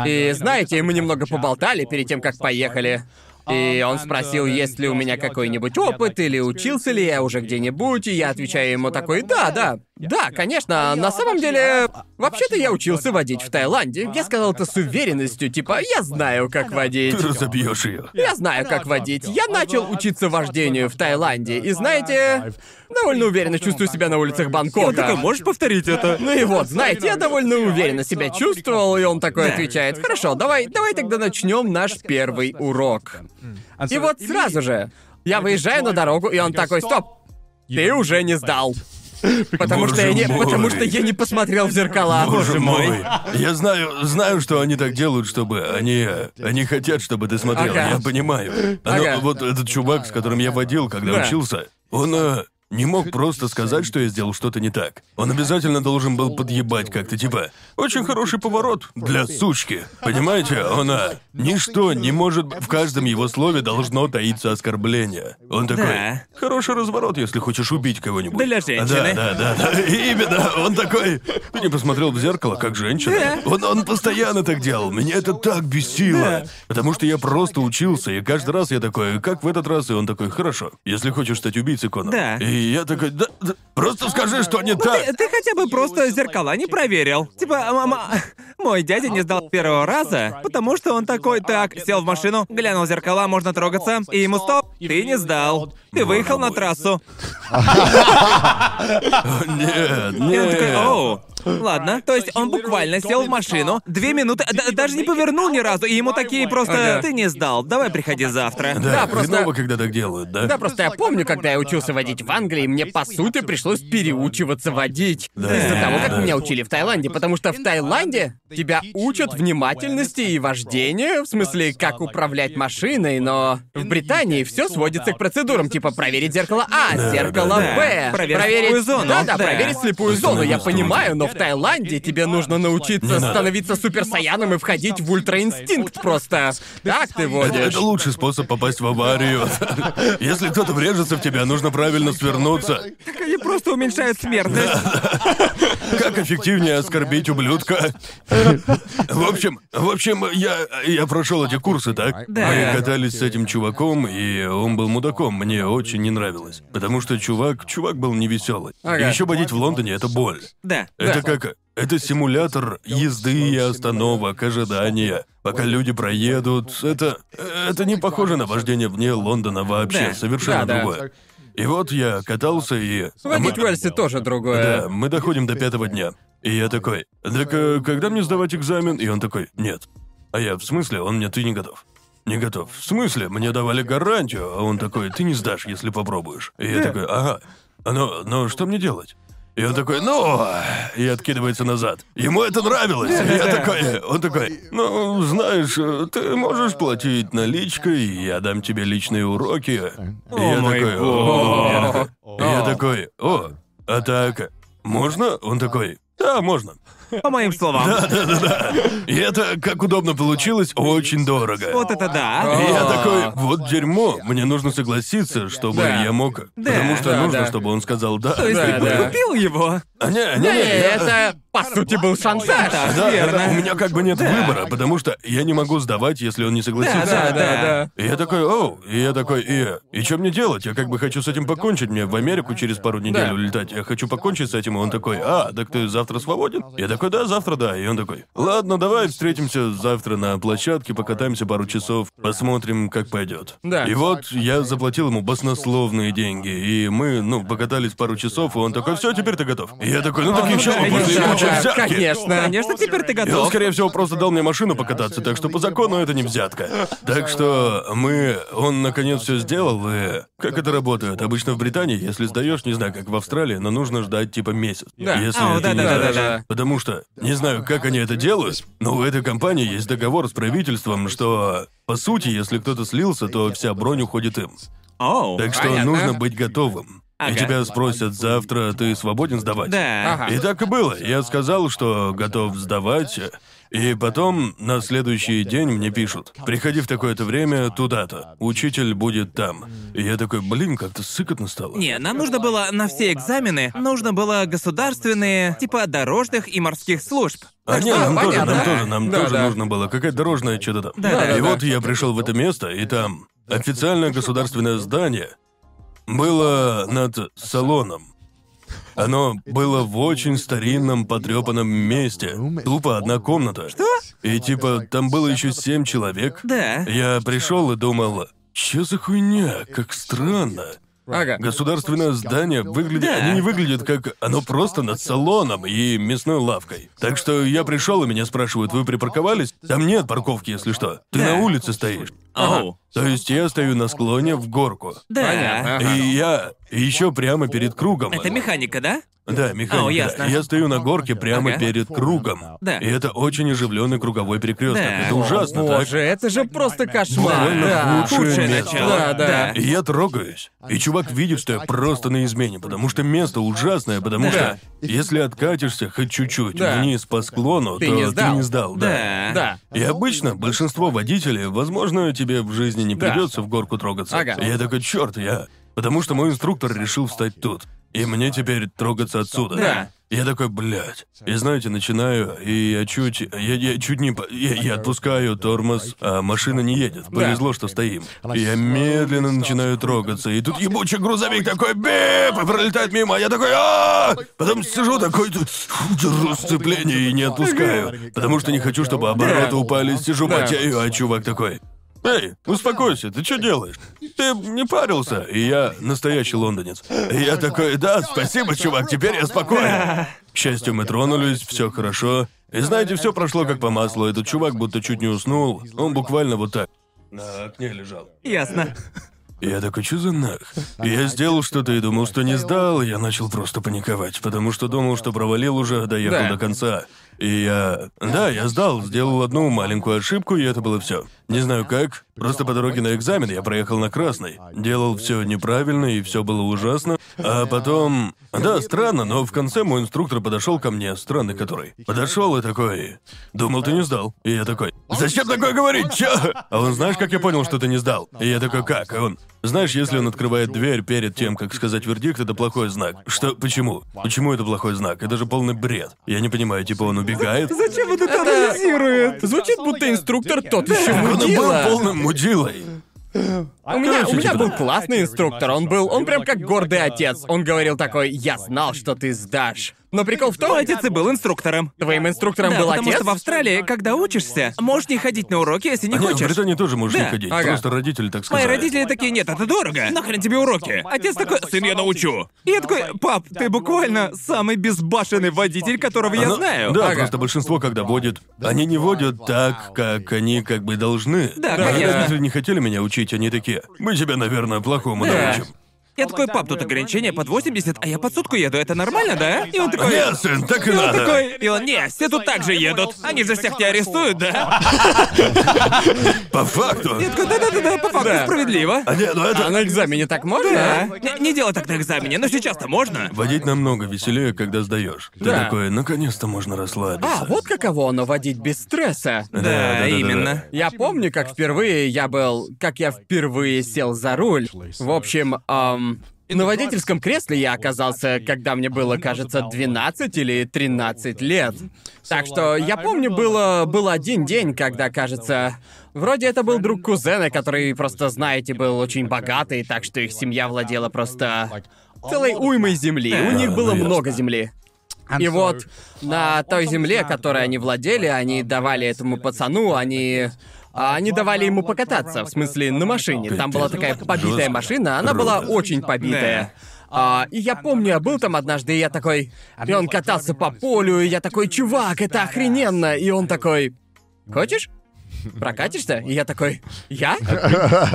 Speaker 1: И знаете, мы немного поболтали перед тем, как поехали. И он спросил, есть ли у меня какой-нибудь опыт, или учился ли я уже где-нибудь, и я отвечаю ему такой, да, да, да, конечно, на самом деле, э, вообще-то я учился водить в Таиланде. Я сказал это с уверенностью, типа, я знаю, как водить.
Speaker 3: Ты разобьешь ее.
Speaker 1: Я знаю, как водить. Я начал учиться вождению в Таиланде, и знаете, довольно уверенно чувствую себя на улицах
Speaker 2: Он такой,
Speaker 1: Бангкока.
Speaker 2: можешь повторить это?
Speaker 1: Ну и вот, знаете, я довольно уверенно себя чувствовал, и он такой
Speaker 2: Да.
Speaker 1: отвечает, хорошо, давай, давай тогда начнем наш первый урок. И вот сразу же я выезжаю на дорогу, и он такой, стоп, ты уже не сдал. Потому что я не,
Speaker 3: Боже мой.
Speaker 1: потому что я не посмотрел в зеркала.
Speaker 3: Боже мой. Я знаю, знаю, что они так делают, чтобы они... Они хотят, чтобы ты смотрел,
Speaker 1: Ага.
Speaker 3: я понимаю. Но
Speaker 1: Ага.
Speaker 3: вот этот чувак, с которым я водил, когда
Speaker 1: Да.
Speaker 3: учился, он э, не мог просто сказать, что я сделал что-то не так. Он обязательно должен был подъебать как-то, типа, очень хороший поворот для сучки. Понимаете, он... э, ничто не может... В каждом его слове должно таиться оскорбление. Он такой...
Speaker 2: Да.
Speaker 3: Хороший разворот, если хочешь убить кого-нибудь.
Speaker 2: Для женщины.
Speaker 3: Да, да, да, да. Именно. Он такой. Ты не посмотрел в зеркало, как женщина. Он, он постоянно так делал. Меня это так бесило. Потому что я просто учился, и каждый раз я такой, как в этот раз, и он такой, хорошо, если хочешь стать убийцей, Конор.
Speaker 2: Да.
Speaker 3: И я такой, да, да, просто скажи, что не так.
Speaker 2: Ну, Ты, ты хотя бы просто зеркала не проверил. Типа, мама, мой дядя не сдал с первого раза, потому что он такой, так, сел в машину, глянул в зеркала, можно трогаться, и ему стоп, ты не сдал. Ты выехал на трассу.
Speaker 3: Нет,
Speaker 2: И он такой,
Speaker 3: нет.
Speaker 2: оу. Ладно, то есть он буквально сел в машину, две минуты, да- даже не повернул ни разу, и ему такие просто,
Speaker 1: Ага.
Speaker 2: ты не сдал, давай приходи завтра.
Speaker 1: Да,
Speaker 3: Да,
Speaker 1: просто-
Speaker 3: хреново, когда так делают, да?
Speaker 1: Да, просто я помню, когда я учился водить в Англии, мне по сути пришлось переучиваться водить. Из-за того, как
Speaker 3: Да.
Speaker 1: меня учили в Таиланде, потому что в Таиланде тебя учат внимательности и вождению, в смысле, как управлять машиной, но в Британии все сводится к процедурам, типа проверить зеркало А,
Speaker 3: Да,
Speaker 1: зеркало
Speaker 3: да,
Speaker 2: да.
Speaker 1: Б,
Speaker 2: Проверить слепую зону,
Speaker 1: Да, да,
Speaker 2: да.
Speaker 1: проверить слепую зону. Я
Speaker 3: Остановить
Speaker 1: понимаю, но в Таиланде тебе нужно научиться
Speaker 3: надо.
Speaker 1: становиться суперсаяном и входить в ультраинстинкт просто. Так ты
Speaker 3: Это,
Speaker 1: водишь.
Speaker 3: это лучший способ попасть в аварию. Если кто-то врежется в тебя, нужно правильно свернуться.
Speaker 2: Они просто уменьшают смертность.
Speaker 3: Как эффективнее оскорбить ублюдка? В общем, в общем, я, я прошел эти курсы, так?
Speaker 2: Да.
Speaker 3: Мы катались с этим чуваком, и он был мудаком. Мне очень не нравилось. Потому что чувак, чувак был невеселый.
Speaker 1: Ага.
Speaker 3: еще водить в Лондоне это боль.
Speaker 2: Да.
Speaker 3: Это как. Это симулятор езды и остановок, ожидания. Пока люди проедут, это. Это не похоже на вождение вне Лондона вообще.
Speaker 2: Да.
Speaker 3: Совершенно
Speaker 1: Да, да.
Speaker 3: другое. И вот я катался и.
Speaker 1: Водить
Speaker 3: А мы-
Speaker 1: в Уэльсе тоже другое.
Speaker 3: да, мы доходим до пятого дня. И я такой, так э, когда мне сдавать экзамен? И он такой, нет. А я, в смысле? Он мне, ты не готов. Не готов. В смысле? Мне давали гарантию. А он такой, ты не сдашь, если попробуешь. И я такой, ага. А Ну, ну что мне делать? И он такой, ну, и откидывается назад. Ему это нравилось. И я такой, он такой, ну, знаешь, э, ты можешь платить наличкой, и я дам тебе личные уроки. И я
Speaker 2: мой
Speaker 3: такой, «О». Я такой, и Я такой, о, а так, можно? Он такой, да, можно.
Speaker 2: По моим словам.
Speaker 3: И это, как удобно получилось, очень дорого.
Speaker 2: Вот это да.
Speaker 3: И я
Speaker 1: А.
Speaker 3: такой, вот дерьмо, мне нужно согласиться, чтобы
Speaker 1: Да.
Speaker 3: я мог. Потому что
Speaker 1: да,
Speaker 3: нужно,
Speaker 1: да.
Speaker 3: чтобы он сказал да. ну,
Speaker 2: То есть
Speaker 1: Да,
Speaker 2: ты
Speaker 1: да.
Speaker 2: подкупил его.
Speaker 3: а Не, не,
Speaker 1: Да,
Speaker 3: не, я-
Speaker 1: это, по сути, был шантаж.
Speaker 2: Да,
Speaker 3: Да,
Speaker 2: верно.
Speaker 3: да, у меня как бы нет выбора, потому что я не могу сдавать, если он не согласится.
Speaker 2: Да, да, да,
Speaker 3: И я такой, оу, и я такой, и, и что мне делать? Я как бы хочу с этим покончить, мне в Америку через пару недель
Speaker 1: Да.
Speaker 3: улетать. Я хочу покончить с этим, и он такой, а, так ты завтра свободен? Я такой, да, завтра да. И он такой, ладно, давай встретимся завтра на площадке, покатаемся пару часов, посмотрим, как пойдет.
Speaker 1: Да.
Speaker 3: И вот я заплатил ему баснословные деньги, и мы, ну, покатались пару часов, и он такой, все, теперь ты готов. И я такой, ну так еще вопросы,
Speaker 1: конечно,
Speaker 3: я хочу
Speaker 1: да,
Speaker 3: взятки».
Speaker 1: конечно.
Speaker 2: Конечно, теперь ты
Speaker 3: И он,
Speaker 2: готов.
Speaker 3: скорее всего, просто дал мне машину покататься, так что по закону это не взятка. Так что мы... Он, наконец, все сделал, и... Как это работает? Обычно в Британии, если сдаешь, не знаю, как в Австралии, но нужно ждать типа месяц.
Speaker 1: Да.
Speaker 3: Если
Speaker 2: А,
Speaker 3: ты не
Speaker 2: да-да-да-да-да.
Speaker 3: сдаёшь. Потому что, не знаю, как они это делают, но у этой компании есть договор с правительством, что... По сути, если кто-то слился, то вся бронь уходит им.
Speaker 2: Оу.
Speaker 3: Так что
Speaker 1: Понятно.
Speaker 3: нужно быть готовым. И
Speaker 2: Ага.
Speaker 3: тебя спросят завтра, ты свободен сдавать?
Speaker 2: Да.
Speaker 1: Ага.
Speaker 3: И так и было. Я сказал, что готов сдавать. И потом на следующий день мне пишут, приходи в такое-то время туда-то, учитель будет там. И я такой, блин, как-то сыкотно стало.
Speaker 2: Не, нам нужно было на все экзамены, нужно было государственные, типа дорожных и морских служб.
Speaker 3: А не, нам
Speaker 1: А,
Speaker 3: тоже, нам
Speaker 1: понятно.
Speaker 3: тоже, нам
Speaker 1: Да,
Speaker 3: тоже
Speaker 1: да.
Speaker 3: нужно было. Какая дорожная что-то там.
Speaker 2: да,
Speaker 3: и
Speaker 1: да.
Speaker 3: вот я пришел в это место, и там официальное государственное здание было над салоном. Оно было в очень старинном, потрепанном месте. Тупо одна комната. Что? И типа там было еще семь человек.
Speaker 2: Да.
Speaker 3: Я пришел и думал, что за хуйня, как странно.
Speaker 1: Ага.
Speaker 3: Государственное здание выглядит...
Speaker 2: Да.
Speaker 3: Они не выглядят как... Оно просто над салоном и мясной лавкой. Так что я пришел, и меня спрашивают, вы припарковались? Там нет парковки, если что. Ты
Speaker 2: Да.
Speaker 3: на улице стоишь.
Speaker 2: Оу.
Speaker 3: То есть я стою на склоне в горку.
Speaker 2: Да.
Speaker 1: Понятно.
Speaker 3: И я еще прямо перед кругом.
Speaker 2: Это механика, да?
Speaker 3: Да, механика.
Speaker 2: О, ясно.
Speaker 3: Я стою на горке прямо
Speaker 2: Ага.
Speaker 3: перед кругом.
Speaker 2: Да.
Speaker 3: И это очень оживленный круговой перекресток.
Speaker 2: Да.
Speaker 3: Это ужасно,
Speaker 1: О,
Speaker 3: так?
Speaker 1: боже, это же просто кошмар.
Speaker 3: Буквально
Speaker 1: Да.
Speaker 3: худшее
Speaker 2: Худшее
Speaker 3: место.
Speaker 2: начало.
Speaker 1: Да, да.
Speaker 2: да.
Speaker 3: И я трогаюсь. И чувак видит, что я просто на измене, потому что место ужасное, потому
Speaker 2: Да.
Speaker 3: что если откатишься хоть чуть-чуть
Speaker 1: Да.
Speaker 3: вниз по склону,
Speaker 1: Ты
Speaker 3: то
Speaker 1: не
Speaker 3: ты
Speaker 1: сдал.
Speaker 3: не сдал, да.
Speaker 2: Да.
Speaker 1: Да.
Speaker 3: И обычно большинство водителей, возможно, тебе в жизни не
Speaker 1: Да.
Speaker 3: придется в горку трогаться.
Speaker 1: Ага.
Speaker 3: И я такой, черт, я. Потому что мой инструктор решил встать тут. И мне теперь трогаться отсюда.
Speaker 2: Да.
Speaker 3: Я такой, блядь. И знаете, начинаю, и я чуть. Я, я чуть не. по- Я, я отпускаю тормоз, а машина не едет. Повезло, что стоим. И я медленно начинаю трогаться. И тут ебучий грузовик такой бип! И пролетает мимо. а Я такой, а Потом сижу такой, тут держу сцепление и не отпускаю. Потому что не хочу, чтобы обороты
Speaker 1: Да.
Speaker 3: упали, сижу
Speaker 1: Да.
Speaker 3: потею, а чувак такой. Эй, успокойся, ты что делаешь? Ты не парился. И я настоящий лондонец. И я такой, да, спасибо, чувак, теперь я спокоен. К счастью, мы тронулись, все хорошо. И знаете, все прошло как по маслу. Этот чувак будто чуть не уснул. Он буквально вот так. На окне лежал.
Speaker 2: Ясно.
Speaker 3: И Я такой, что за нах? И Я сделал что-то и думал, что не сдал, и я начал просто паниковать, потому что думал, что провалил уже, доехал
Speaker 1: Да.
Speaker 3: до конца. И я... Да, я сдал, сделал одну маленькую ошибку, и это было все. Не знаю как, просто по дороге на экзамен я проехал на красный. Делал все неправильно, и все было ужасно. А потом... Да, странно, но в конце мой инструктор подошел ко мне, странный который. Подошел и такой... Думал, ты не сдал. И я такой... Зачем такое говорить? Чё? А он, знаешь, как я понял, что ты не сдал? И я такой, как? А он... Знаешь, если он открывает дверь перед тем, как сказать вердикт, это плохой знак. Что? Почему? Почему это плохой знак? Это же полный бред. Я не понимаю, типа он убегает.
Speaker 1: Зачем он это анализирует? Звучит, будто инструктор тот еще
Speaker 3: Типа, Он был
Speaker 1: мудила.
Speaker 3: полным мудилой.
Speaker 1: У меня, у меня
Speaker 3: типа
Speaker 1: был
Speaker 3: того.
Speaker 1: классный инструктор, он был, он прям как гордый отец. Он говорил такой, я знал, что ты сдашь. Но прикол в том,
Speaker 2: Твой отец и был инструктором.
Speaker 1: твоим инструктором
Speaker 2: да,
Speaker 1: был
Speaker 2: потому
Speaker 1: отец.
Speaker 2: что в Австралии, когда учишься, можешь не ходить на уроки, если не
Speaker 3: А Не, в
Speaker 2: хочешь.
Speaker 3: Британии тоже можешь не
Speaker 2: Да.
Speaker 3: ходить.
Speaker 1: Ага.
Speaker 3: Просто родители так сказали.
Speaker 2: Мои родители такие, нет, это дорого. Нахрен тебе уроки. Отец такой, сын, я научу. И я такой, пап, ты буквально самый безбашенный водитель, которого я
Speaker 3: Оно-
Speaker 2: знаю.
Speaker 3: Да,
Speaker 1: Ага.
Speaker 3: просто большинство, когда водят, они не водят так, как они как бы должны.
Speaker 2: Да,
Speaker 3: Мои
Speaker 2: конечно.
Speaker 3: родители не хотели меня учить, они такие, мы тебя, наверное, плохому
Speaker 2: Да.
Speaker 3: научим.
Speaker 2: Я такой, пап, тут ограничение под 80, а я под сотку еду, это нормально, да? И он такой...
Speaker 3: «А Нет, сын, так и
Speaker 1: Ну,
Speaker 2: И он
Speaker 3: надо.
Speaker 2: такой, и он, не, все тут так же едут. Они же всех тебя арестуют, да?
Speaker 3: По факту.
Speaker 2: Я такой, да-да-да, по факту справедливо.
Speaker 3: А нет, ну это...
Speaker 1: А на экзамене так
Speaker 2: Да.
Speaker 1: можно?
Speaker 2: Не, не делай так на экзамене, но сейчас-то можно.
Speaker 3: Водить намного веселее, когда сдаешь. Ты
Speaker 1: Да.
Speaker 3: такой, наконец-то можно расслабиться.
Speaker 1: А, вот каково оно водить без стресса.
Speaker 2: Да,
Speaker 3: да-да-да-да.
Speaker 2: именно.
Speaker 1: Я помню, как впервые я был, как я впервые сел за руль. В общем, ам, На водительском кресле я оказался, когда мне было, кажется, 12 или 13 лет. Так что я помню, было, был один день, когда, кажется, Вроде это был друг кузена, который, просто знаете, был очень богатый, так что их семья владела просто целой уймой земли. У
Speaker 3: Да,
Speaker 1: них было
Speaker 3: наверно.
Speaker 1: много земли. И вот
Speaker 2: А,
Speaker 1: на той земле, которой они владели, они давали этому пацану, они... а, Они давали ему покататься, в смысле, на машине. Там была такая побитая
Speaker 3: Жёстко.
Speaker 1: машина, она была очень побитая. А, и я помню, я был там однажды, и я такой... И он катался по полю, и я такой, чувак, это охрененно! И он такой, хочешь? Прокатишься? И я такой, я?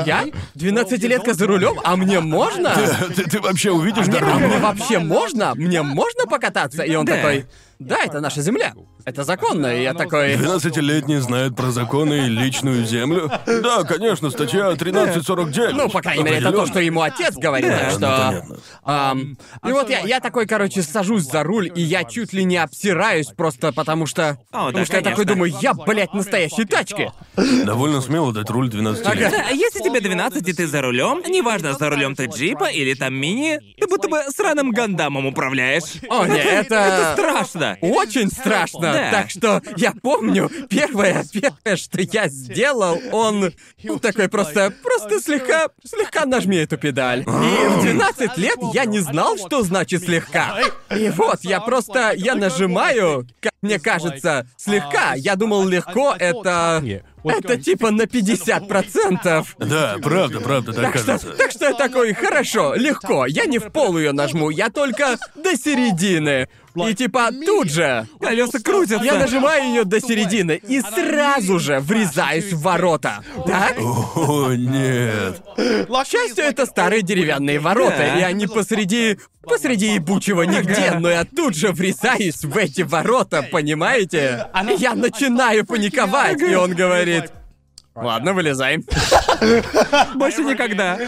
Speaker 1: Я? 12-летка за рулем, а мне можно?
Speaker 3: Ты, ты вообще увидишь
Speaker 1: Мне,
Speaker 3: дорогу?
Speaker 1: мне вообще можно? Мне можно покататься? И он
Speaker 2: Да.
Speaker 1: такой, да, это наша земля. Это законно. И я такой,
Speaker 3: 12-летний знает про законы и личную землю. Да, конечно, статья 1349.
Speaker 1: ну, по крайней мере, это то, что ему отец говорил, так
Speaker 3: Ну,
Speaker 1: что...
Speaker 3: понятно.
Speaker 1: Ам, и вот я, я такой, короче, сажусь за руль, и я чуть ли не обсираюсь просто потому что...
Speaker 2: О, да,
Speaker 1: потому что я такой
Speaker 2: конечно.
Speaker 1: думаю, я, блядь, настоящей тачки.
Speaker 3: Довольно смело дать руль 12 лет.
Speaker 2: Да, А если тебе 12 и ты за рулем, неважно, за рулем ты джипа или там мини, ты будто бы сраным гандамом управляешь.
Speaker 1: О, не, это-
Speaker 2: Это страшно.
Speaker 1: Очень страшно.
Speaker 2: Да.
Speaker 1: Так что я помню, первое, первое, что я сделал, он ну, такой просто, просто слегка, слегка нажми эту педаль. И в 12 лет я не знал, что значит слегка. И вот я просто, я нажимаю, как мне кажется, слегка. Я думал легко, это... Это типа на 50%.
Speaker 3: Да, правда, правда, так
Speaker 1: Так что,
Speaker 3: кажется.
Speaker 1: так что я такой, хорошо, легко, я не в пол ее нажму, я только до середины. И типа тут же колеса крутят, я нажимаю ее до середины и сразу же врезаюсь в ворота. Так?
Speaker 3: О, нет.
Speaker 5: К
Speaker 1: К счастью, это старые деревянные ворота,
Speaker 2: Да.
Speaker 1: и они посреди... посреди ебучего нигде, но я тут же врезаюсь в эти ворота, понимаете? Я начинаю паниковать, и он говорит... Ладно, вылезай.
Speaker 2: Больше никогда.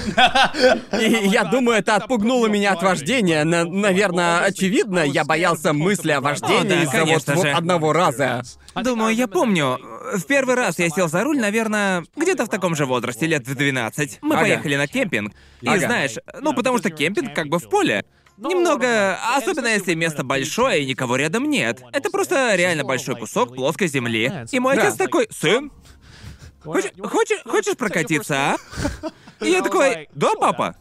Speaker 1: И я думаю, это отпугнуло меня от вождения. На- наверное, очевидно, я боялся мысли о
Speaker 2: О, да,
Speaker 1: вождении из-за вот,
Speaker 2: конечно
Speaker 1: вот
Speaker 2: же.
Speaker 1: одного раза.
Speaker 2: Думаю, я помню. Э, В первый раз я сел за руль, наверное, где-то в таком же возрасте, лет в 12. Мы
Speaker 1: Ага.
Speaker 2: поехали на кемпинг. И
Speaker 1: Ага.
Speaker 2: знаешь, ну потому что кемпинг как бы в поле. Немного, особенно если место большое и никого рядом нет. Это просто реально большой кусок плоской земли. И мой
Speaker 1: Да.
Speaker 2: отец такой, сын, хочешь, хочешь, хочешь прокатиться, а? И я такой, да, папа.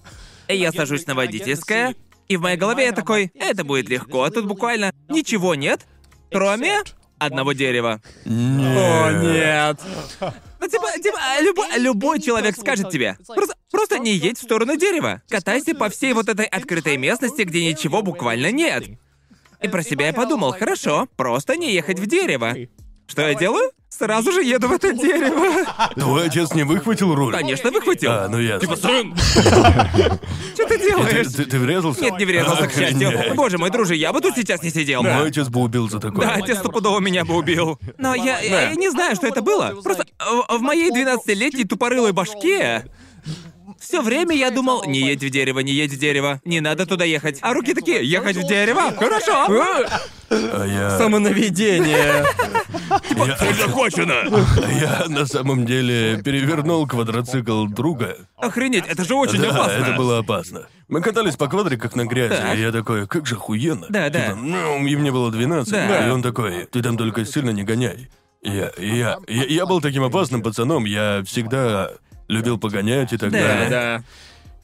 Speaker 2: И я сажусь на водительское, и в моей голове я такой, это будет легко, а тут буквально ничего нет, кроме одного дерева. Э.
Speaker 1: О, нет.
Speaker 2: Ну, типа, типа, а, любо- любой человек скажет тебе. Просто, просто не едь в сторону дерева. Катайся по всей вот этой открытой местности, где ничего буквально нет. И про себя я подумал, хорошо, просто не ехать в дерево. Что я делаю? Сразу же еду в это дерево.
Speaker 3: Твой отец не выхватил руль?
Speaker 2: Конечно, выхватил.
Speaker 3: А, ну ясно.
Speaker 2: Типа, Что ты
Speaker 3: Ты,
Speaker 2: делаешь?
Speaker 3: ты- ты врезался?
Speaker 2: Нет, не врезался, к счастью.
Speaker 3: Охренеть.
Speaker 2: Боже мой, друже, я бы тут сейчас не сидел.
Speaker 3: Мой отец бы убил за такое.
Speaker 2: Да, отец стопудово меня бы убил. Но я, а я не знаю, что это было. Просто в, в моей 12-летней тупорылой башке все время я думал, не едь в дерево, не едь в дерево, не надо туда ехать. А руки такие, ехать в дерево? Хорошо.
Speaker 3: А я...
Speaker 1: Самонаведение.
Speaker 3: я... Я на самом деле перевернул квадроцикл друга.
Speaker 2: Охренеть, это же очень
Speaker 3: да,
Speaker 2: опасно.
Speaker 3: это было опасно. Мы катались по как на грязи, и я такой, как же охуенно.
Speaker 2: Да, да.
Speaker 3: Типа, ну, и мне было 12,
Speaker 2: Да.
Speaker 3: и он такой, ты там только сильно не гоняй. Я, я, я, я был таким опасным пацаном, я всегда любил погонять и так
Speaker 2: Да.
Speaker 3: далее.
Speaker 1: Да.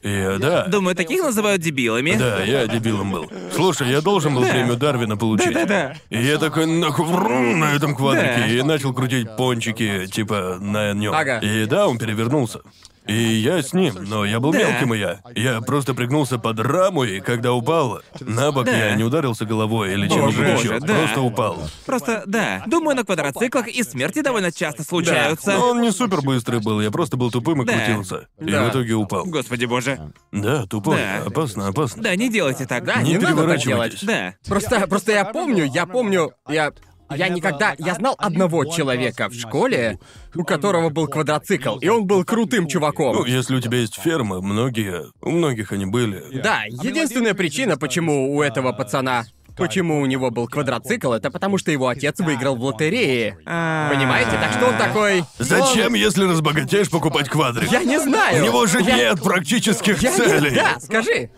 Speaker 3: И да.
Speaker 2: Думаю, таких называют дебилами.
Speaker 3: Да, я дебилом был. Слушай, я должен был премию Дарвина получить.
Speaker 2: Да-да-да.
Speaker 3: И я такой нахуй вру на этом квадрике
Speaker 2: Да.
Speaker 3: и начал крутить пончики, типа, на нем.
Speaker 1: Ага.
Speaker 3: И да, он перевернулся. И я с ним, но я был
Speaker 2: Да.
Speaker 3: мелким, и я. Я просто пригнулся под раму, и когда упал, на бок
Speaker 2: Да.
Speaker 3: я не ударился головой или
Speaker 2: Боже,
Speaker 3: чем-нибудь еще.
Speaker 2: боже, да.
Speaker 3: Просто упал.
Speaker 2: Просто, да. Думаю, на квадроциклах и смерти довольно часто случаются.
Speaker 3: Но он не супер быстрый был, я просто был тупым и
Speaker 2: Да.
Speaker 3: крутился. И
Speaker 1: Да.
Speaker 3: в итоге упал.
Speaker 2: Господи боже.
Speaker 3: Ну, Да, тупой.
Speaker 2: Да.
Speaker 3: Опасно, опасно.
Speaker 2: Да, не делайте так.
Speaker 1: Да,
Speaker 3: Не
Speaker 1: не надо так
Speaker 3: переворачивайтесь.
Speaker 1: делать.
Speaker 2: Да.
Speaker 1: Просто, просто я помню, я помню, я... Я никогда... Я знал одного человека в школе, у которого был квадроцикл, и он был крутым
Speaker 3: Ну,
Speaker 1: чуваком.
Speaker 3: если у тебя есть ферма, многие... У многих они были.
Speaker 1: Да, единственная причина, почему у этого пацана... Почему у него был квадроцикл, это потому что его отец выиграл в лотерее.
Speaker 2: А.
Speaker 1: Понимаете? Так что он такой...
Speaker 3: Зачем, если разбогатеешь, покупать квадрик?
Speaker 1: Я не знаю.
Speaker 3: У него же
Speaker 1: Я-
Speaker 3: нет практических
Speaker 1: Я не-
Speaker 3: целей.
Speaker 1: Да, скажи.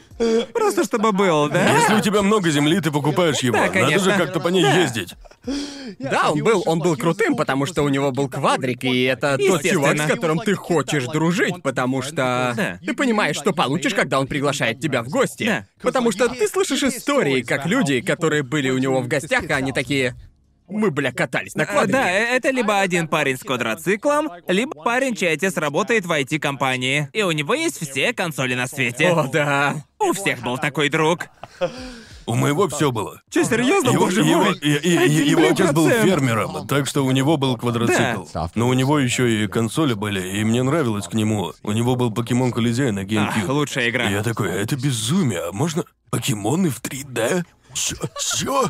Speaker 2: Просто чтобы был, да?
Speaker 3: Если у тебя много земли, ты покупаешь его.
Speaker 2: Да,
Speaker 3: Надо же
Speaker 2: конечно.
Speaker 3: как-то по ней ездить.
Speaker 1: Да, он был, он был крутым, потому что у него был квадрик, и это тот
Speaker 2: Естественно.
Speaker 1: чувак, с которым ты хочешь дружить, потому что
Speaker 2: Да.
Speaker 1: ты понимаешь, что получишь, когда он приглашает тебя в гости.
Speaker 2: Да.
Speaker 1: Потому что ты слышишь истории, как люди, которые были у него в гостях, а они такие. Мы, бля, катались на
Speaker 2: А,
Speaker 1: квадрике.
Speaker 2: Да, э, это либо один парень с квадроциклом, либо парень, чей отец работает в IT-компании. И у него есть все консоли на свете.
Speaker 1: О, да.
Speaker 2: У всех был такой друг.
Speaker 3: У моего все было.
Speaker 2: Че, серьезно,
Speaker 3: Его,
Speaker 2: боже
Speaker 3: его-
Speaker 2: мой?
Speaker 3: и- и- и- его отец был
Speaker 2: 1%.
Speaker 3: фермером, так что у него был квадроцикл.
Speaker 5: Да.
Speaker 3: Но у него еще и консоли были, и мне нравилось к нему. У него был покемон Колизей на GameCube.
Speaker 2: Ах, лучшая игра.
Speaker 3: И Я такой, это безумие, а можно покемоны в 3D? Чё? Чё?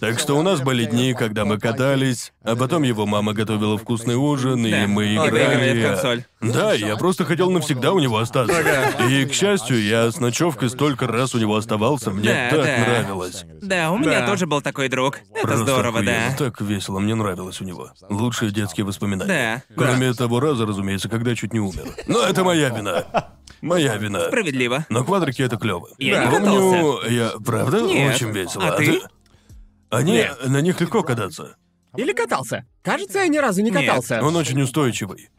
Speaker 3: Так что у нас были дни, когда мы катались, а потом его мама готовила вкусный ужин, и
Speaker 2: Да.
Speaker 3: мы
Speaker 2: Он
Speaker 3: играли.
Speaker 2: играет в консоль.
Speaker 3: Да, я просто хотел навсегда у него остаться. И, к счастью, я с ночевкой столько раз у него оставался, мне
Speaker 2: Да,
Speaker 3: так
Speaker 2: да.
Speaker 3: нравилось.
Speaker 2: Да, у меня
Speaker 1: Да.
Speaker 2: тоже был такой друг. Это
Speaker 3: Просто
Speaker 2: здорово,
Speaker 3: охуенно.
Speaker 2: да.
Speaker 3: Так весело, мне нравилось у него. Лучшие детские воспоминания.
Speaker 2: Да.
Speaker 3: Кроме того раза, разумеется, когда чуть не умер. Но это моя вина. Моя вина.
Speaker 2: Справедливо.
Speaker 3: Но квадрики это клево.
Speaker 2: Я не
Speaker 3: Помню, я правда
Speaker 2: Нет.
Speaker 3: очень весело.
Speaker 2: А ты?
Speaker 3: Они
Speaker 1: Нет.
Speaker 3: на них легко кататься.
Speaker 1: Или катался. Кажется, я ни разу не
Speaker 2: Нет. ну,
Speaker 1: катался.
Speaker 3: Он очень устойчивый.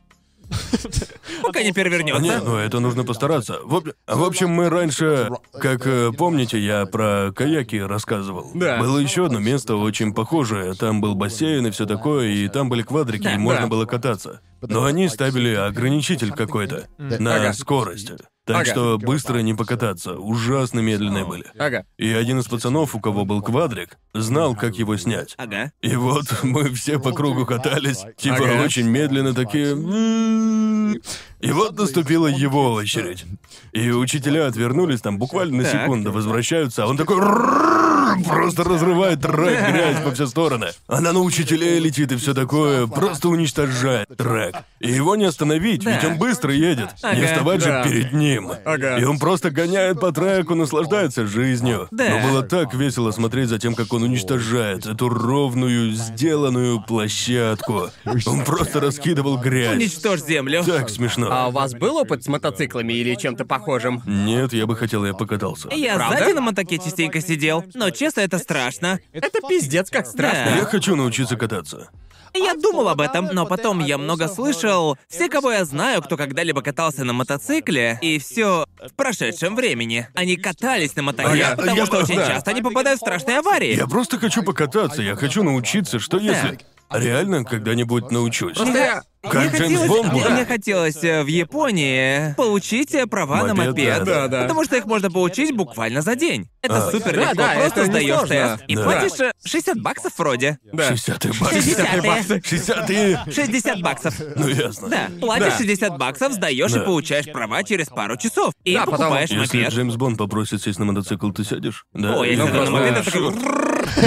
Speaker 2: Пока не перевернется.
Speaker 3: А Не, ну, но это нужно постараться. В, об- в общем, мы раньше, как э, помните, я про каяки рассказывал.
Speaker 1: Да.
Speaker 3: Было еще одно место очень похожее. Там был бассейн и все такое, и там были квадрики,
Speaker 2: Да,
Speaker 3: и можно
Speaker 1: да.
Speaker 3: было кататься. Но они ставили ограничитель какой-то на
Speaker 1: Ага.
Speaker 3: скорость. Так
Speaker 1: Ага.
Speaker 3: что быстро не покататься. Ужасно медленные были.
Speaker 1: Ага.
Speaker 3: И один из пацанов, у кого был квадрик, знал, как его снять.
Speaker 2: Ага.
Speaker 3: И вот мы все по кругу катались, типа
Speaker 1: Ага.
Speaker 3: очень медленно такие. «М-м-м». И вот наступила его очередь. И учителя отвернулись там буквально на
Speaker 2: Так.
Speaker 3: секунду, возвращаются, а он такой «Ррррр», просто разрывает трек, грязь по все стороны. Она на учителей летит и все такое, просто уничтожает трек. И его не остановить, ведь
Speaker 2: Да.
Speaker 3: он быстро едет. Не
Speaker 2: Ага.
Speaker 3: вставать же
Speaker 1: Да.
Speaker 3: перед ним.
Speaker 1: Ага.
Speaker 3: И он просто гоняет по треку, наслаждается жизнью.
Speaker 2: Да.
Speaker 3: Но было так весело смотреть за тем, как он уничтожает эту ровную, сделанную площадку. Он просто раскидывал грязь.
Speaker 2: Уничтожь землю.
Speaker 3: Так смешно.
Speaker 1: А у вас был опыт с мотоциклами или чем-то похожим?
Speaker 2: Ну,
Speaker 3: Нет, я бы хотел, я покатался.
Speaker 2: Я
Speaker 1: Правда?
Speaker 2: сзади на мотоке частенько сидел, но честно, это страшно.
Speaker 1: Это пиздец, как страшно.
Speaker 3: Я хочу научиться кататься.
Speaker 2: Я думал об этом, но потом я много слышал. Все, кого я знаю, кто когда-либо катался на мотоцикле, и все в прошедшем времени. Они катались на
Speaker 3: А
Speaker 2: мотоке,
Speaker 3: я- я-
Speaker 2: потому что очень
Speaker 3: да.
Speaker 2: часто они попадают в страшные аварии.
Speaker 3: Я просто хочу покататься, я хочу научиться, что если... Реально когда-нибудь научусь.
Speaker 1: Просто я-
Speaker 2: Мне
Speaker 3: Как Джеймс
Speaker 2: хотелось,
Speaker 3: Бонд был.
Speaker 2: мне- мне хотелось э, в Японии получить э, права на
Speaker 3: Мопед,
Speaker 2: мопед.
Speaker 3: да,
Speaker 1: да.
Speaker 2: Потому что их можно получить буквально за день. Это
Speaker 3: А.
Speaker 2: супер
Speaker 1: Да,
Speaker 2: легко.
Speaker 1: да,
Speaker 2: Просто
Speaker 1: это
Speaker 2: сдаешь
Speaker 1: несложно.
Speaker 2: тест и
Speaker 3: Да.
Speaker 2: платишь э, 60 баксов вроде.
Speaker 1: Да.
Speaker 3: 60 баксов.
Speaker 2: 60 баксов.
Speaker 3: 60
Speaker 2: 60 баксов.
Speaker 3: Ну ясно.
Speaker 2: Да, платишь
Speaker 1: Да.
Speaker 2: 60 баксов, сдаешь
Speaker 3: Да.
Speaker 2: и получаешь права через пару часов. И
Speaker 1: Да, потом-
Speaker 2: покупаешь
Speaker 3: Если
Speaker 2: мопед.
Speaker 3: Джеймс Бонд попросит сесть на мотоцикл, ты сядешь? Да.
Speaker 2: Ой, если
Speaker 1: Ну,
Speaker 2: ты на
Speaker 1: просто-
Speaker 2: мопед, это такой...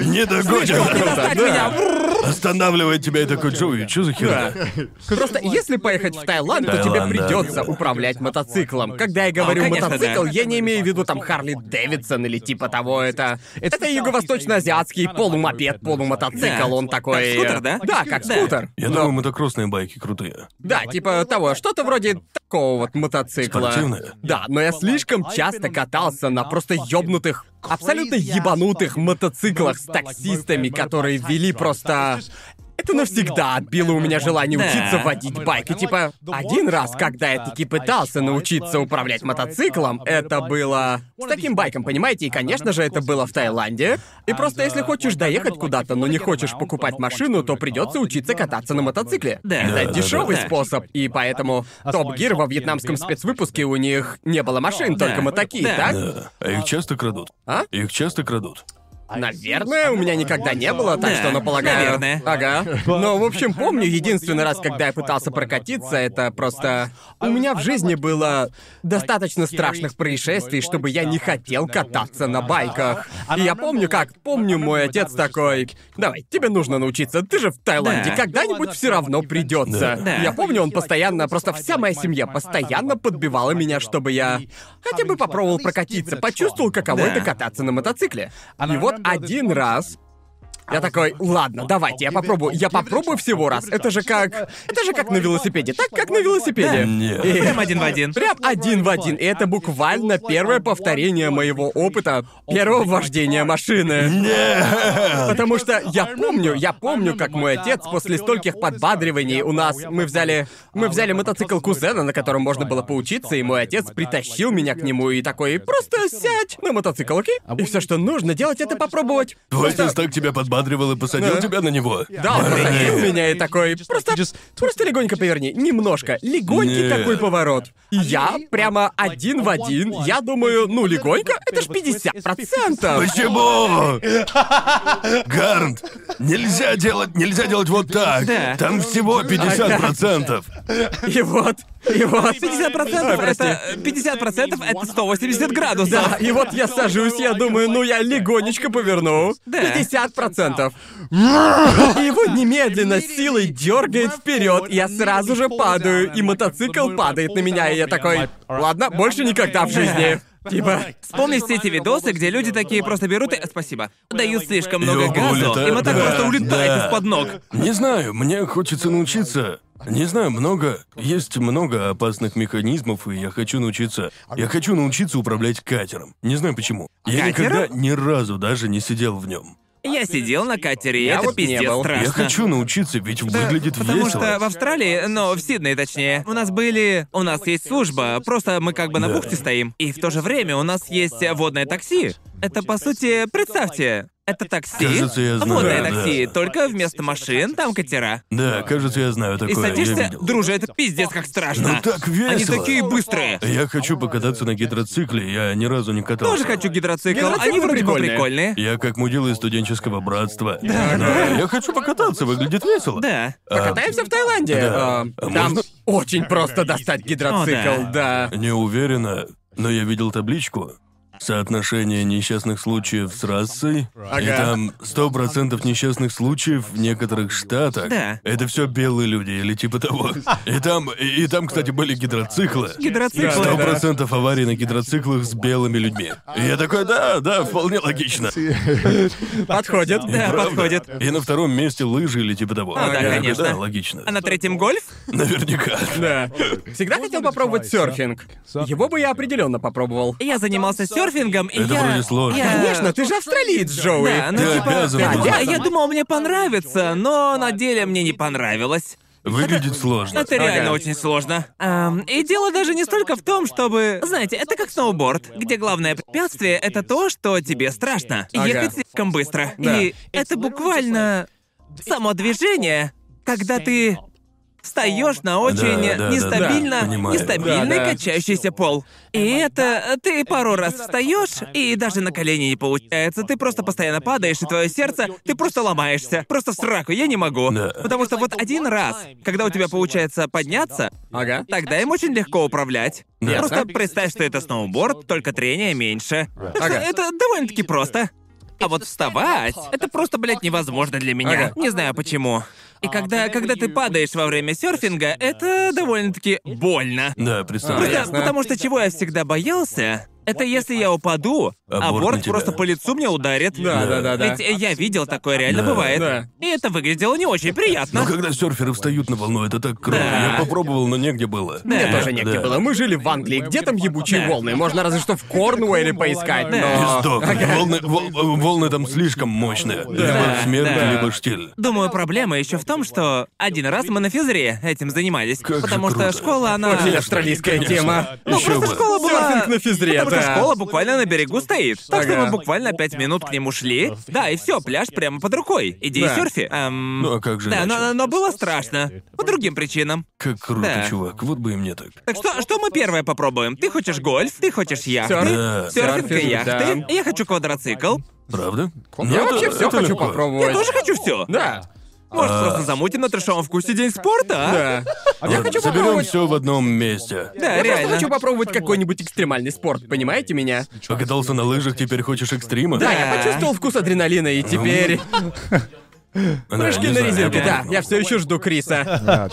Speaker 3: Не догонишь.
Speaker 2: «Достать меня!»
Speaker 3: Останавливает тебя и такой, Джоуи, что за херня?
Speaker 1: Просто если поехать в Таиланд, то тебе
Speaker 3: Таиланд, да.
Speaker 1: придется управлять мотоциклом. Когда я говорю
Speaker 2: конечно,
Speaker 1: мотоцикл,
Speaker 2: да.
Speaker 1: я не имею в виду там Харли Дэвидсон или типа того. Это это юго-восточно-азиатский полумопед, полумотоцикл.
Speaker 2: Да.
Speaker 1: Он такой.
Speaker 2: Как скутер, да?
Speaker 1: Да, как
Speaker 2: Да.
Speaker 1: скутер.
Speaker 3: Я думаю, мотокроссные байки крутые.
Speaker 1: Да, типа того, что-то вроде такого вот мотоцикла.
Speaker 3: Спортивное?
Speaker 1: Да, но я слишком часто катался на просто ёбнутых, абсолютно ебанутых мотоциклах с таксистами, которые вели просто... Это навсегда отбило у меня желание
Speaker 2: Да.
Speaker 1: учиться водить байк. И типа, один раз, когда я
Speaker 2: а
Speaker 1: таки пытался научиться управлять мотоциклом, это было с таким байком, понимаете? И, конечно же, это было в Таиланде.
Speaker 2: А
Speaker 1: И просто если хочешь доехать куда-то, но не хочешь покупать машину, то придется учиться кататься на мотоцикле.
Speaker 2: Да.
Speaker 1: Это
Speaker 2: Да, да,
Speaker 1: дешевый
Speaker 2: да. А
Speaker 1: способ, и поэтому Топ Гир во вьетнамском спецвыпуске у них не было машин, только
Speaker 2: Да.
Speaker 1: мотоки,
Speaker 2: Да.
Speaker 1: так?
Speaker 3: Да. А их часто крадут.
Speaker 1: А?
Speaker 3: Их часто крадут.
Speaker 1: Наверное, у меня никогда не было, так
Speaker 2: Да,
Speaker 1: что, ну, полагаю...
Speaker 2: наверное.
Speaker 1: Ага. Но, в общем, помню, единственный раз, когда я пытался прокатиться, это просто... У меня в жизни было достаточно страшных происшествий, чтобы я не хотел кататься на байках. И я помню как... Помню, мой отец такой... Давай, тебе нужно научиться, ты же в Таиланде,
Speaker 2: Да.
Speaker 1: когда-нибудь все равно придется.
Speaker 3: Да.
Speaker 2: Да.
Speaker 1: Я помню, он постоянно, просто вся моя семья постоянно подбивала меня, чтобы я хотя бы попробовал прокатиться, почувствовал, каково
Speaker 2: Да.
Speaker 1: это кататься на мотоцикле. И А вот один раз Я такой, ладно, давайте, я попробую. Я попробую всего раз. Это же как... Это же как на велосипеде. Так, как на велосипеде.
Speaker 3: Нет.
Speaker 2: Прям один в один.
Speaker 1: Прям один в один. И это буквально первое повторение моего опыта первого вождения машины. Потому что я помню, я помню, как мой отец после стольких подбадриваний у нас... Мы взяли... Мы взяли мотоцикл кузена, на котором можно было поучиться, и мой отец притащил меня к нему и такой, просто сядь на мотоцикл, окей? И все, что нужно делать, это попробовать.
Speaker 3: Твой отец так тебя подбадривал и посадил
Speaker 1: Ну Да.
Speaker 3: тебя на него.
Speaker 1: Да, он посадил меня и такой, просто, просто легонько поверни, немножко, легонький
Speaker 3: Нет.
Speaker 1: такой поворот.
Speaker 2: А
Speaker 1: И я прямо один в один, я думаю, ну легонько, это ж 50 процентов.
Speaker 3: Почему? Гарнт, нельзя делать, нельзя делать вот так.
Speaker 2: Да.
Speaker 3: Там всего 50%.
Speaker 1: И вот, и вот.
Speaker 2: 50%
Speaker 1: Ой, прости.
Speaker 2: это... 50% это 180 градусов.
Speaker 1: Да, и вот я сажусь, я думаю, ну я легонечко поверну.
Speaker 2: Да.
Speaker 1: 50%. И его немедленно силой дергает вперед. Я сразу же падаю, и мотоцикл падает на меня, и я такой. Ладно, больше никогда в жизни. Типа.
Speaker 2: Вспомни все эти видосы, где люди такие просто берут и... Спасибо. Дают слишком много
Speaker 3: И
Speaker 2: газу,
Speaker 3: улетают,
Speaker 2: и мотор
Speaker 3: да,
Speaker 2: просто улетает
Speaker 3: да.
Speaker 2: из-под ног.
Speaker 3: Не знаю, мне хочется научиться. Не знаю, много. Есть много опасных механизмов, и я хочу научиться. Я хочу научиться управлять катером. Не знаю почему. Я
Speaker 2: Катером?
Speaker 3: никогда ни разу даже не сидел в нем.
Speaker 2: Я сидел на катере, и
Speaker 1: Я
Speaker 2: это
Speaker 1: вот не
Speaker 2: пиздец
Speaker 1: был. Я
Speaker 2: страшно.
Speaker 3: Я хочу научиться, ведь
Speaker 2: Да,
Speaker 3: выглядит
Speaker 2: Потому
Speaker 3: весело.
Speaker 2: что в Австралии, но в Сиднее точнее, у нас были... У нас есть служба, просто мы как бы на
Speaker 3: Да.
Speaker 2: бухте стоим. И в то же время у нас есть водное такси. Это, по сути, представьте, это такси,
Speaker 3: Кажется, я знаю,
Speaker 2: водное
Speaker 3: да.
Speaker 2: такси, только вместо машин там катера.
Speaker 3: Да, кажется, я знаю такое.
Speaker 2: И
Speaker 3: я
Speaker 2: садишься,
Speaker 3: видел.
Speaker 2: друже, это пиздец как страшно.
Speaker 3: Ну так
Speaker 2: Они
Speaker 3: весело.
Speaker 2: такие быстрые.
Speaker 3: Я хочу покататься на гидроцикле, я ни разу не катался.
Speaker 2: Тоже хочу гидроцикл,
Speaker 1: Гидроциклы
Speaker 2: они вроде бы
Speaker 1: прикольные.
Speaker 2: прикольные.
Speaker 3: Я как мудила из студенческого братства. Но я хочу покататься, выглядит весело.
Speaker 2: Да.
Speaker 1: Покатаемся в Таиланде.
Speaker 3: А, Да.
Speaker 1: А,
Speaker 3: А
Speaker 1: Там
Speaker 3: можно?
Speaker 1: очень просто достать гидроцикл,
Speaker 2: О,
Speaker 1: да.
Speaker 3: Не уверена, но я видел табличку. Соотношение несчастных случаев с расой. И
Speaker 1: Ага.
Speaker 3: там 100% несчастных случаев в некоторых штатах.
Speaker 2: Да.
Speaker 3: Это все белые люди или типа того. И там, и, и там, кстати, были гидроциклы.
Speaker 2: Гидроциклы.
Speaker 3: Сто
Speaker 1: Да-да.
Speaker 3: процентов аварий на гидроциклах с белыми людьми. И я такой, да, да, вполне логично.
Speaker 1: Подходит.
Speaker 2: Да,
Speaker 3: Правда.
Speaker 2: подходит.
Speaker 3: И на втором месте лыжи или типа того.
Speaker 2: А, да,
Speaker 3: Я такой,
Speaker 2: конечно.
Speaker 3: Да, логично.
Speaker 2: А на третьем гольф?
Speaker 3: Наверняка.
Speaker 1: Да. Всегда хотел попробовать серфинг. Его бы я определенно попробовал.
Speaker 2: Я занимался серфингом, и
Speaker 3: Это
Speaker 2: я...
Speaker 3: вроде сложно.
Speaker 2: я-
Speaker 1: Конечно, ты же австралиец, Джоуи.
Speaker 2: Да, ну
Speaker 3: Ты
Speaker 2: типа...
Speaker 3: обязан
Speaker 2: да,
Speaker 3: был.
Speaker 2: я, я думал, мне понравится, но на деле мне не понравилось.
Speaker 3: Выглядит сложно.
Speaker 2: Это реально
Speaker 1: Ага.
Speaker 2: очень сложно. Эм, и дело даже не столько в том, чтобы... Знаете, это как сноуборд, где главное препятствие — это то, что тебе страшно.
Speaker 1: Ага.
Speaker 2: Ехать слишком быстро.
Speaker 1: Да.
Speaker 2: И это буквально само движение, когда ты встаешь на очень
Speaker 3: Да, да, да,
Speaker 2: нестабильно,
Speaker 3: да, понимаю.
Speaker 2: нестабильный
Speaker 1: Да, да.
Speaker 2: качающийся пол. И это ты пару раз встаешь, и даже на колени не получается. Ты просто постоянно падаешь, и твое сердце, ты просто ломаешься. Просто в сраку, я не могу.
Speaker 3: Да.
Speaker 2: Потому что вот один раз, когда у тебя получается подняться,
Speaker 1: Ага.
Speaker 2: тогда им очень легко управлять.
Speaker 3: Да.
Speaker 2: Просто представь, что это сноуборд, только трения меньше. Так что
Speaker 1: Ага.
Speaker 2: это довольно-таки просто. А вот вставать, это просто, блядь, невозможно для меня.
Speaker 1: Ага. А,
Speaker 2: Не знаю почему. И когда, когда ты падаешь во время серфинга, это довольно-таки больно.
Speaker 3: Да,
Speaker 2: Просто-
Speaker 3: представляю.
Speaker 1: Ну, ясно.
Speaker 2: потому что чего я всегда боялся, это если я упаду,
Speaker 3: А
Speaker 2: а
Speaker 3: борт на
Speaker 2: борт
Speaker 3: тебя.
Speaker 2: просто по лицу мне ударит.
Speaker 1: Да, да, да, да.
Speaker 2: Ведь я видел, такое реально
Speaker 3: Да.
Speaker 2: бывает.
Speaker 1: Да.
Speaker 2: И это выглядело не очень приятно.
Speaker 3: Но когда серферы встают на волну, это так круто.
Speaker 2: Да.
Speaker 3: Я попробовал, но негде было.
Speaker 1: Мне
Speaker 2: Да.
Speaker 1: тоже негде
Speaker 3: Да.
Speaker 1: было. Мы жили в Англии. Где там ебучие
Speaker 2: Да.
Speaker 1: волны? Можно разве что в Корнуэле поискать,
Speaker 2: Да.
Speaker 1: но...
Speaker 3: Пиздок. Волны, вол- э, волны там слишком мощные. Либо смерть,
Speaker 2: да.
Speaker 3: либо штиль.
Speaker 2: Думаю, проблема еще в том, что один раз мы на физре этим занимались.
Speaker 3: Как же
Speaker 2: потому что
Speaker 3: круто.
Speaker 2: школа, она.
Speaker 1: Очень австралийская тема.
Speaker 2: Ну,
Speaker 3: Ещё
Speaker 2: просто
Speaker 3: бы.
Speaker 2: школа была...
Speaker 1: Серфинг на физре,
Speaker 2: Потому что
Speaker 1: да.
Speaker 2: школа буквально на берегу стоит. Так что
Speaker 1: Ага.
Speaker 2: мы буквально пять минут к нему шли. Да, и все, пляж прямо под рукой. Иди и
Speaker 1: Да.
Speaker 2: серфи. Эм,
Speaker 3: Ну а как же
Speaker 2: да,
Speaker 3: иначе?
Speaker 2: но, но- но было страшно. По другим причинам.
Speaker 3: Как круто,
Speaker 2: Да.
Speaker 3: чувак. Вот бы и мне так.
Speaker 2: Так что, что мы первое попробуем? Ты хочешь гольф, ты хочешь яхты,
Speaker 1: Серф.
Speaker 3: Да.
Speaker 2: серфинг и
Speaker 1: Серфинг,
Speaker 2: яхты.
Speaker 1: да.
Speaker 2: Я хочу квадроцикл.
Speaker 3: Правда? Ну,
Speaker 1: Я вообще все
Speaker 3: все
Speaker 1: хочу
Speaker 2: Я
Speaker 1: попробовать.
Speaker 2: тоже хочу все.
Speaker 1: Да.
Speaker 2: Может,
Speaker 3: А.
Speaker 2: просто замутим на трешовом вкусе день спорта, а?
Speaker 1: Да. Я хочу
Speaker 3: Соберем
Speaker 1: попробовать...
Speaker 3: все в одном месте.
Speaker 2: Да,
Speaker 1: Я просто
Speaker 2: реально.
Speaker 1: хочу попробовать какой-нибудь экстремальный спорт, понимаете меня?
Speaker 3: Покатался на лыжах, теперь хочешь экстрима?
Speaker 1: Да, я
Speaker 2: Да.
Speaker 1: почувствовал вкус адреналина, и теперь...
Speaker 3: Да,
Speaker 1: Прыжки
Speaker 3: не
Speaker 1: на
Speaker 3: знаю,
Speaker 1: резинке,
Speaker 3: я
Speaker 1: да.
Speaker 3: попробую.
Speaker 1: Я все еще жду Криса.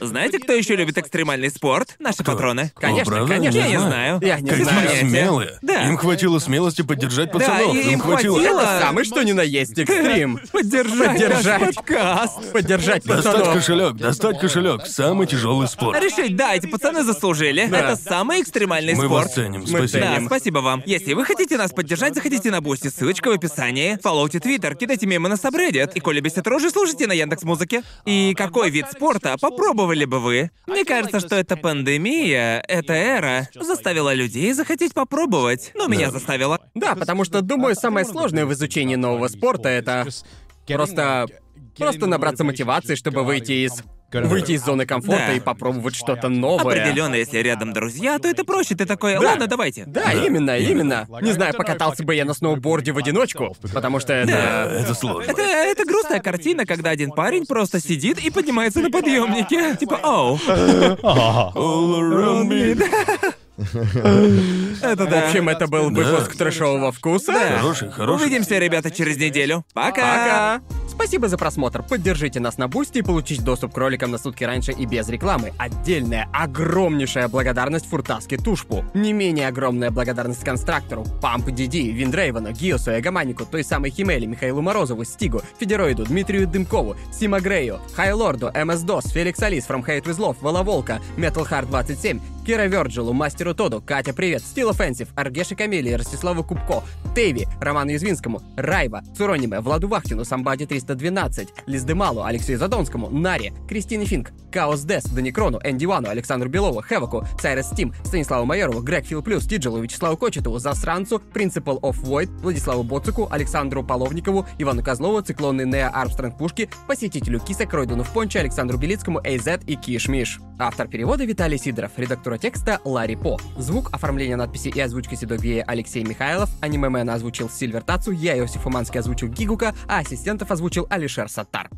Speaker 2: Знаете, кто еще любит экстремальный спорт? Наши патроны. Конечно,
Speaker 3: правда?
Speaker 2: конечно. Я
Speaker 3: Не
Speaker 2: не
Speaker 3: знаю.
Speaker 2: знаю.
Speaker 1: Я не
Speaker 2: Без
Speaker 1: знаю.
Speaker 3: Какие
Speaker 2: понятия.
Speaker 3: смелые.
Speaker 2: Да.
Speaker 3: Им хватило смелости поддержать пацанов.
Speaker 2: и им
Speaker 3: хватило.
Speaker 2: хватило.
Speaker 1: Это самый что ни на есть экстрим.
Speaker 2: Поддержать,
Speaker 1: Поддержать.
Speaker 2: наш подкаст.
Speaker 1: Поддержать
Speaker 3: Достать
Speaker 1: пацанов.
Speaker 3: кошелек, достать кошелек. Самый тяжелый спорт.
Speaker 2: Решить, да, эти пацаны заслужили. Это самый экстремальный
Speaker 3: Мы
Speaker 2: спорт.
Speaker 3: вас ценим,
Speaker 1: Мы
Speaker 3: спасибо.
Speaker 2: Да,
Speaker 1: Ценим.
Speaker 2: спасибо вам. Если вы хотите нас поддержать, заходите на Бусти, ссылочка в описании. Фоллоуте Твиттер, кидайте мемы на Сабреддит. И коли бесит рожи, слушайте на Яндекс Музыке. И какой вид спорта попробовали бы вы? Мне кажется, что эта пандемия, эта эра, заставила людей захотеть попробовать. Но меня заставила.
Speaker 1: Да, потому что, думаю, самое сложное в изучении нового спорта — это просто... Просто набраться мотивации, чтобы выйти из... Выйти из зоны комфорта
Speaker 2: Да.
Speaker 1: и попробовать что-то новое.
Speaker 2: Определенно, если рядом друзья, то это проще. Ты такой, ладно, давайте.
Speaker 1: Да, именно, именно. Не знаю, покатался бы я на сноуборде в одиночку, потому что
Speaker 3: Да,
Speaker 1: это...
Speaker 3: это сложно.
Speaker 2: Это, это грустная картина, когда один парень просто сидит и поднимается на подъемнике. Типа, оу.
Speaker 3: All around me.
Speaker 2: Это
Speaker 1: В
Speaker 2: да.
Speaker 1: общем, это был выпуск трэшового вкуса.
Speaker 3: Хороший, хороший.
Speaker 2: Увидимся, ребята, через неделю. Пока!
Speaker 1: Пока! Спасибо за просмотр. Поддержите нас на Бусти и получить доступ к роликам на сутки раньше и без рекламы. Отдельная, огромнейшая благодарность Фуртаске Тушпу. Не менее огромная благодарность Констрактору, Памп Диди, Виндрейвану, Гиосу, Эгоманику, той самой Химели, Михаилу Морозову, Стигу, Федероиду, Дмитрию Дымкову, Сима Грею, Хайлорду, МС Дос, Феликс Алис, From Hate With Love, Вала Волка, Metal Hard 27, Кира Вёрджилу, Мастеру Тоду, Катя Привет, Стил Офенсив, Аргеше Камелии, Ростиславу Кубко, Тейви, Роману Извинскому, Райва, Цурониме, Владу Вахтину, Самбади 312, Лиздемалу, Алексею Задонскому, Наре, Кристине Финк, Каос Дес, Даникрону, Энди Вану, Александру Белову, Хеваку, Сайрес Стим, Станиславу Майорову, Грег Фил Плюс, Тиджилу, Вячеславу Кочетову, Засранцу, Principal of Void, Владиславу Боцику, Александру Половникову, Ивану Козлову, Циклонный Неа Армстронг Пушки, посетителю Киса, Кройдуну в Понче, Александру Белицкому, AZ и Киш Миш. Автор перевода Виталий Сидоров, редактора текста Ларри По. Звук, оформление надписи и озвучка Седой Гея Алексей Михайлов, аниме озвучил Сильвер Тацу, я Иосиф Уманский озвучил Гигука, а ассистентов озвучил Алишер Саттар.